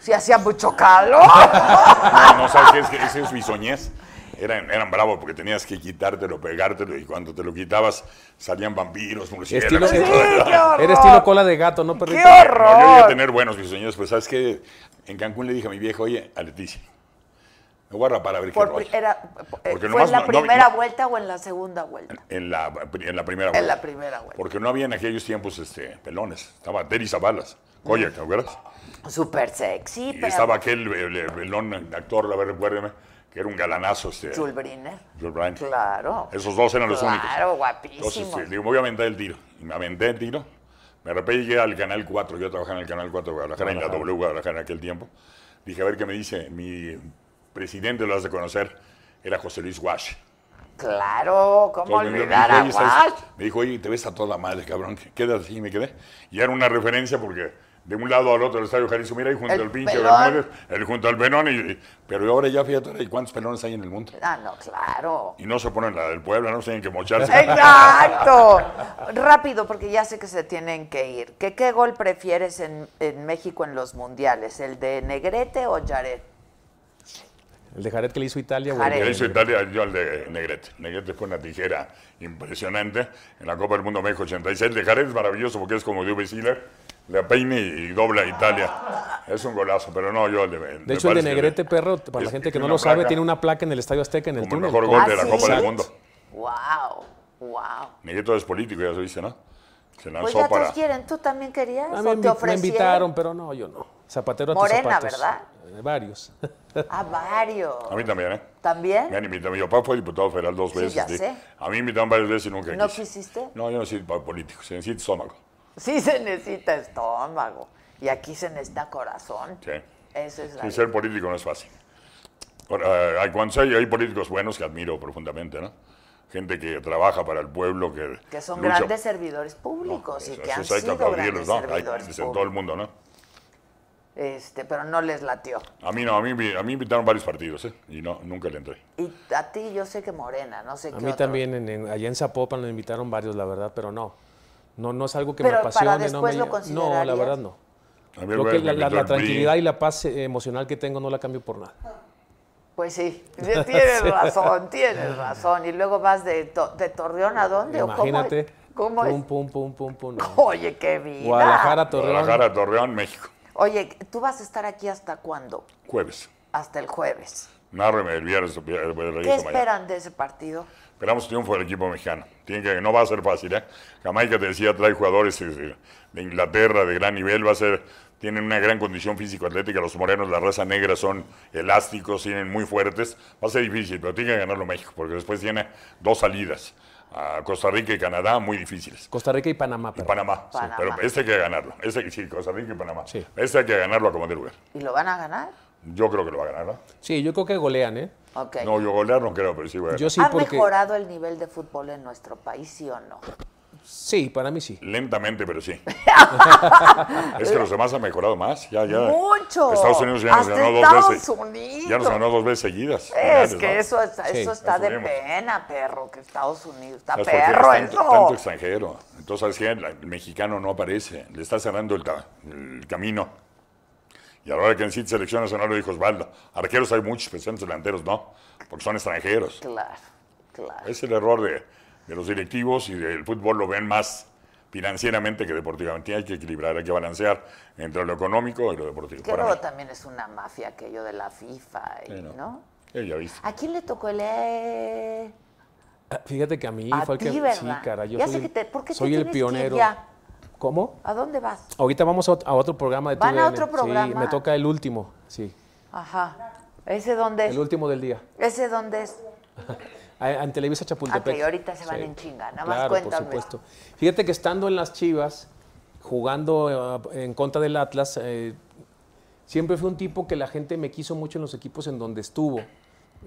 A: Si hacía mucho calor.
G: Ah, No, no sabes qué es, que ese es bisoñez. Eran, eran bravos porque tenías que quitártelo, pegártelo y cuando te lo quitabas salían vampiros,
F: Estilo,
G: murciélagos.
F: era-
A: qué horror!
F: era estilo cola de gato, ¿no, perrito?
A: ¡Qué horror!
G: No, yo llegué a tener buenos bisoñez, pues sabes que en Cancún le dije a mi vieja, oye, a Leticia, me voy a rapar a ver qué
A: Por
G: rollo".
A: pri- era- eh,
G: Porque
A: ¿Fue
G: nomás
A: en la
G: no- no-
A: primera
G: no-
A: vuelta o en la segunda vuelta?
G: En la, en la primera vuelta.
A: la primera vuelta.
G: Porque no había en aquellos tiempos este, pelones. Estaba Terry Zabalas, Coya, ¿te acuerdas?
A: Súper sexy,
G: Y
A: pero...
G: estaba aquel eh, eh, pelón actor, a ver, recuérdeme, que era un galanazo. Este,
A: Jules Briner.
G: Jules Brand.
A: Claro.
G: Esos dos eran los
A: Claro,
G: únicos.
A: guapísimo.
G: Entonces, eh, digo, me voy a aventar el tiro. Y me aventé el tiro. Me repente llegué al Canal 4. Yo trabajaba en el Canal 4 de Guadalajara, en la W Guadalajara en aquel tiempo. Dije, a ver qué me dice. Mi presidente, lo has de conocer, era José Luis Wash.
A: Claro, ¿cómo
G: Entonces, me vio, me
A: olvidar a
G: dijo, "Oye, ¿sabes?"
A: Wash?
G: Me dijo, oye, te ves a toda madre, cabrón. Quédate así, me quedé. Y era una referencia porque de un lado al otro del Estadio Jalisco, mira, ahí junto
A: El
G: al pinche
A: pelón.
G: Bermúdez, el junto al Benón. y- y- pero ahora ya, fíjate, ahora, ¿y cuántos pelones hay en el mundo?
A: Ah, no, claro.
G: Y no se ponen la del Puebla, no se tienen que mocharse.
A: Exacto. Rápido, porque ya sé que se tienen que ir. ¿Qué, qué gol prefieres en, en México en los mundiales? ¿El de Negrete o Jared?
F: El de Jared que le hizo Italia.
A: Jared.
G: Que
F: güey.
G: le hizo Italia yo al de Negrete. Negrete fue una tijera impresionante en la Copa del Mundo México 86. De Jared es maravilloso porque es como de Siller. Le peine y dobla a Italia. Es un golazo, pero no yo. el
F: De hecho, el de Negrete, perro, para la gente que no lo sabe, tiene una placa en el Estadio Azteca, en el
G: Como el
F: túnel.
G: mejor gol de
A: Ah,
G: la
A: sí.
G: Copa
A: Exacto.
G: del Mundo.
A: Wow, wow.
G: Negrete es político, ya se dice, ¿no? Se
A: Pues
G: lanzó
A: ya
G: para.
A: todos quieren. ¿Tú también querías
F: A
A: o
F: mí me,
A: te
F: invi- me
A: ofrecieron?
F: invitaron, pero no, yo no. Zapatero a tus
A: Morena,
F: zapatos.
A: ¿verdad?
F: Eh, varios.
A: A varios.
G: A mí también, ¿eh?
A: ¿También?
G: Me han invitado. Mi papá fue diputado federal dos
A: Sí,
G: veces.
A: ya sé.
G: A mí me invitaron varias veces y nunca
A: ¿No
G: quise.
A: quisiste?
G: No, yo no soy para políticos, necesito estómago.
A: Sí se necesita estómago. Y aquí se necesita corazón.
G: Sí.
A: Eso es la
G: Sí, ser político no es fácil. Ahora, eh, hay, cuando hay, hay políticos buenos que admiro profundamente, ¿no? Gente que trabaja para el pueblo, que...
A: Que son
G: lucha-
A: grandes servidores públicos y
G: Eso-
A: que han
G: eso hay que
A: sido
G: aplaudirlos,
A: grandes
G: ¿no? Hay-
A: servidores
G: en todo el
A: públicos.
G: mundo, ¿no?
A: Este, pero no les latió.
G: A mí no, a mí, vi- a mí invitaron varios partidos, ¿eh? Y no, nunca le entré.
A: Y a ti yo sé que Morena, no sé qué
F: A mí
A: otro.
F: también, en, en- allá en Zapopan nos invitaron varios, la verdad, pero no. No, no es algo que me
A: Pero para
F: apasione.
A: después
F: no,
A: lo
F: me, no, la
A: considerarías.
F: verdad no.
G: A mí
F: Creo
G: alguna
F: que
G: vez me
F: la, la-
G: invitó
F: la
G: el PRI.
F: tranquilidad y la paz eh, emocional que tengo no la cambio por nada.
A: Pues sí, tienes razón, tienes razón. Y luego vas de, to- de Torreón a dónde
F: Imagínate.
A: o cómo, cómo es.
F: pum, pum, pum, pum, pum, no.
A: Oye, qué vida.
F: Guadalajara, Torreón.
G: Guadalajara, Torreón, México.
A: Oye, ¿tú vas a estar aquí hasta cuándo?
G: Jueves.
A: Hasta el jueves.
G: Nárreme el viernes. El el regreso
A: ¿Qué
G: mañana.
A: esperan de ese partido?
G: Esperamos triunfo del equipo mexicano. Tiene que, no va a ser fácil, ¿eh? Jamaica te decía, trae jugadores eh, de, Inglaterra de gran nivel, va a ser, tienen una gran condición físico-atlética, los morenos, la raza negra son elásticos, tienen muy fuertes, va a ser difícil, pero tiene que ganarlo México, porque después tiene dos salidas a Costa Rica y Canadá muy difíciles.
F: Costa Rica y Panamá.
G: Y
F: perdón.
G: Panamá, sí,
A: Panamá.
G: pero este hay que ganarlo, este sí, Costa Rica y Panamá,
F: Sí.
G: este hay que ganarlo a como de lugar.
A: ¿Y lo van a ganar?
G: Yo creo que lo va a ganar, ¿no?
F: Sí, yo creo que golean, ¿eh?
A: Ok.
G: No, yo golear no creo, pero sí voy a ganar.
F: Yo sí,
A: ¿Ha
F: porque.
A: mejorado el nivel de fútbol en nuestro país, sí o no?
F: Sí, para mí sí.
G: Lentamente, pero sí. es que los demás han mejorado más. Ya, ya.
A: Mucho.
G: Estados Unidos ya nos
A: Hasta
G: ganó
A: Estados
G: dos veces.
A: Unidos.
G: Ya nos ganó dos veces seguidas.
A: Es
G: Finales,
A: que
G: ¿no?
A: eso está,
F: Sí,
A: eso está de
G: asumimos.
A: pena, perro, que Estados Unidos está
G: ¿Sabes por qué?
A: perro
G: Es tanto,
A: eso.
G: tanto extranjero. Entonces, ¿sabes qué? La- el mexicano no aparece. Le está cerrando el, ca- el camino. Y a la hora que en sí selección nacional lo dijo Osvaldo. Arqueros hay muchos, pero centros delanteros no, porque son extranjeros.
A: Claro, claro.
G: Es el error de, de los directivos y del fútbol lo ven más financieramente que deportivamente. Hay que equilibrar, hay que balancear entre lo económico y lo deportivo.
A: que
G: para
A: luego
G: mí.
A: también es una mafia aquello de la FIFA, y,
G: Sí, no.
A: ¿no?
G: Sí, Eh, ya viste.
A: ¿A quién le tocó el E?
F: Ah, Fíjate que a mí
A: A
F: fue el que.
A: ti, ¿verdad?
F: Sí, cara, yo
A: Ya
F: soy,
A: sé
F: el-
A: que te- ¿por qué te
F: soy el
A: tienes que ir
F: pionero.
A: ya?
F: ¿Cómo?
A: ¿A dónde vas?
F: Ahorita vamos a ot- a otro programa de
A: ¿Van a
F: TUDN.
A: otro
F: Sí,
A: programa?
F: me toca el último, sí.
A: Ajá. ¿Ese dónde es?
F: El último del día.
A: ¿Ese dónde es?
F: A- En Televisa Chapultepec.
A: Ah, que ahorita se van en chinga, nada más
F: claro,
A: cuéntame.
F: por supuesto. Fíjate que estando en las Chivas, jugando eh, en contra del Atlas, eh, siempre fui un tipo que la gente me quiso mucho en los equipos en donde estuvo.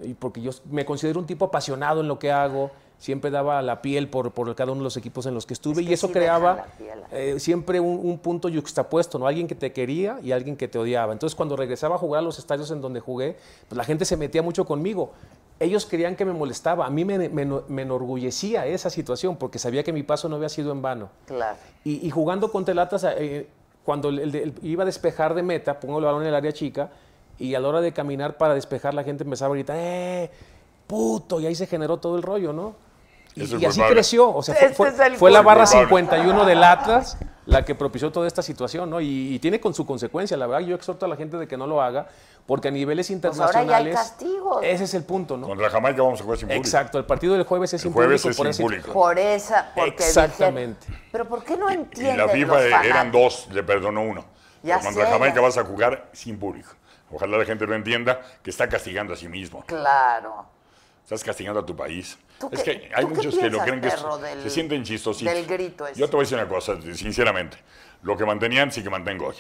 F: Y porque yo me considero un tipo apasionado en lo que hago, siempre daba la piel por, por cada uno de los equipos en los que
A: Es
F: estuve y
A: que
F: eso
A: sí dejan
F: creaba
A: la piel.
F: eh, siempre un, un punto yuxtapuesto, ¿no? Alguien que te quería y alguien que te odiaba. Entonces, cuando regresaba a jugar a los estadios en donde jugué, pues la gente se metía mucho conmigo. Ellos creían que me molestaba, a mí me, me, me enorgullecía esa situación porque sabía que mi paso no había sido en vano.
A: Claro.
F: Y, y jugando contra el Atlas, eh, cuando el- el de- el- iba a despejar de meta, pongo el balón en el área chica, y a la hora de caminar para despejar, la gente empezaba a gritar, ¡eh! ¡Puto! Y ahí se generó todo el rollo, ¿no? Y,
G: Eso es
F: y así
G: culpable.
F: creció. O sea,
A: Este
F: fue,
A: es el
F: fue la barra
G: culpable.
F: 51 del Atlas la que propició toda esta situación, ¿no? Y, y tiene con su consecuencia. La verdad, yo exhorto a la gente de que no lo haga, porque a niveles
A: Pues ahora ya hay
F: internacionales.
A: castigos.
F: Ese es el punto, ¿no?
G: Contra Jamaica vamos a jugar sin público.
F: Exacto, el partido del jueves es
G: El
F: sin
G: jueves
F: público
G: es
F: por
G: sin
F: esa
G: público.
A: Por esa, porque
F: Exactamente.
A: dijeron- Pero ¿por qué no
G: Y
A: entienden
G: la
A: los
G: FIFA e- eran
A: fanáticos?
G: dos, le perdonó uno.
A: Ya
G: Pero contra
A: sé,
G: Jamaica
A: ya
G: vas a jugar sin público. Ojalá la gente lo entienda que está castigando a sí mismo.
A: Claro.
G: Estás castigando a tu país.
A: ¿Tú
G: Es
A: qué-
G: que hay
A: tú qué
G: muchos que
A: piensas,
G: lo creen que es-
A: perro, del-
G: se sienten chistositos.
A: del grito ese?
G: Yo te voy a decir una cosa, sinceramente. Lo que mantenía antes y que mantengo hoy.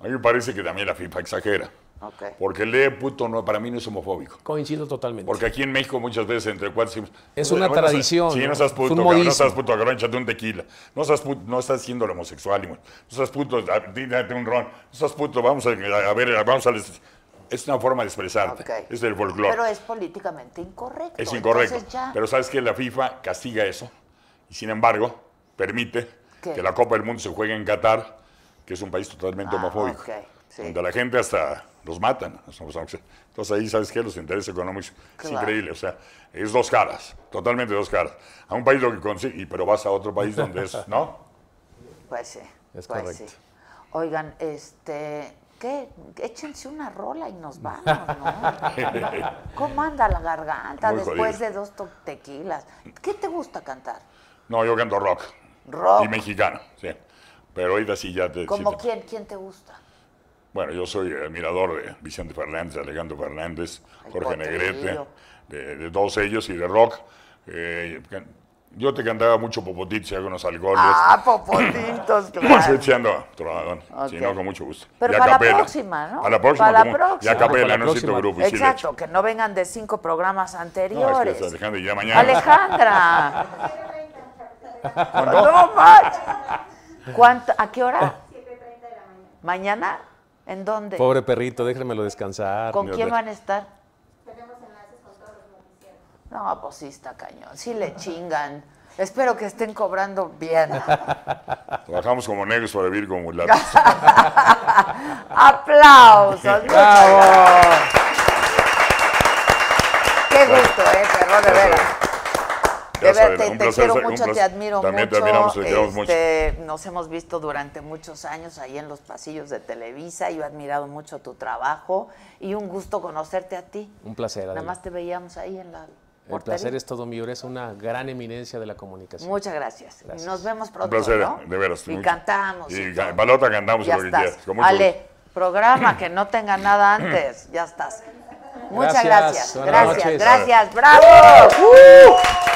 G: A mí me parece que también la FIFA exagera.
A: Ok.
G: Porque lee puto no, para mí no es homofóbico.
F: Coincido totalmente.
G: Porque aquí en México muchas veces entre cuatro decimos,
F: Es una tradición,
G: Sí,
F: ¿no?
G: no seas
F: Es un
G: puto, cabrón, no
F: modismo.
G: seas puto, cabrón, échate un tequila. No seas puto, no estás siendo el homosexual, y, no seas puto, a- di- date un ron. No seas puto, vamos a, a ver, vamos a es una forma de expresarte.
A: Ok.
G: Es del folclore.
A: Pero es políticamente incorrecto.
G: Es incorrecto.
A: Entonces ya-
G: Pero sabes que la FIFA castiga eso y sin embargo permite
A: ¿Qué?
G: que la Copa del Mundo se juegue en Qatar, que es un país totalmente
A: Ah,
G: homofóbico,
A: ok, sí.
G: donde la gente hasta los matan. Entonces ahí sabes que los intereses económicos
A: Claro.
G: es increíble, o sea, es dos caras, totalmente dos caras. A un país lo que consigue, y- pero vas a otro país donde es, ¿no?
A: Pues sí. pues
F: Es correcto.
A: sí. Oigan, este, ¿qué? Échense una rola y nos vamos, ¿no? ¿Cómo anda la garganta
G: Muy
A: después
G: jodida.
A: de dos to- tequilas? ¿Qué te gusta cantar?
G: No, yo canto rock
A: Rock.
G: y mexicano, sí. Pero ahorita sí ya te... sí
A: ¿Cómo
G: te-
A: quién? ¿Quién te gusta?
G: Bueno, yo soy admirador de Vicente Fernández, Alejandro Fernández,
A: El
G: Jorge
A: potrillo.
G: Negrete, de, de todos ellos y de rock. Eh, can- yo te cantaba mucho Popotitos y algunos alcoholes.
A: Ah, popotitos,
G: Estoy
A: claro.
G: echando trovadón, si
A: Ok.
G: no, con mucho gusto.
A: Pero
G: a
A: para la
G: capela.
A: próxima, ¿no?
G: A la próxima.
A: Para la
G: como-
A: próxima.
G: Y a
F: Para
G: capela,
F: la
G: no siento
F: próxima.
G: grupo. y sí le
A: Exacto,
G: echo.
A: que no vengan de cinco programas
G: No, es
A: anteriores.
G: que es Alejandro y ya mañana.
A: Alejandra. no manches. ¿Cuánto- ¿A qué hora? 7.30 de la mañana. ¿Mañana? ¿En dónde?
F: Pobre perrito, déjenmelo descansar.
A: Este, ¿Con
G: Dios
A: quién
G: mío.
A: van a estar? No, pues sí está cañón. Sí le chingan. Espero que estén cobrando bien.
G: Trabajamos como negros para vivir como mulatos.
A: ¡Aplausos! ¡Bravo! ¡Qué gusto, eh, perro, de veras!
G: Ya
A: De
G: saben,
A: verte,
G: un
A: te
G: placer,
A: quiero
G: un
A: mucho, te
G: placer.
A: admiro
G: También te
A: mucho.
G: admiramos, te queremos mucho.
A: este, Nos hemos visto durante muchos años ahí en los pasillos de Televisa. Yo he admirado mucho tu trabajo y un gusto conocerte a ti.
F: Un placer,
A: Nada
F: Adela.
A: más te veíamos ahí en la
F: El
A: portería.
F: placer es todo mío. Eres una gran eminencia de la comunicación.
A: Muchas gracias.
F: Gracias.
A: Nos vemos pronto.
G: Un placer,
A: ¿no?
G: de veras.
A: Y
G: mucho.
A: cantamos.
G: Y
A: todo.
G: ca- balota cantamos y
A: ya
G: lo que
A: estás.
G: quieras. con mucho
A: Ale,
G: gusto.
A: programa que no tenga nada antes. Ya estás. Muchas gracias.
F: Gracias.
A: Gracias,
F: Buenas
A: gracias.
F: noches.
A: ¡Bravo!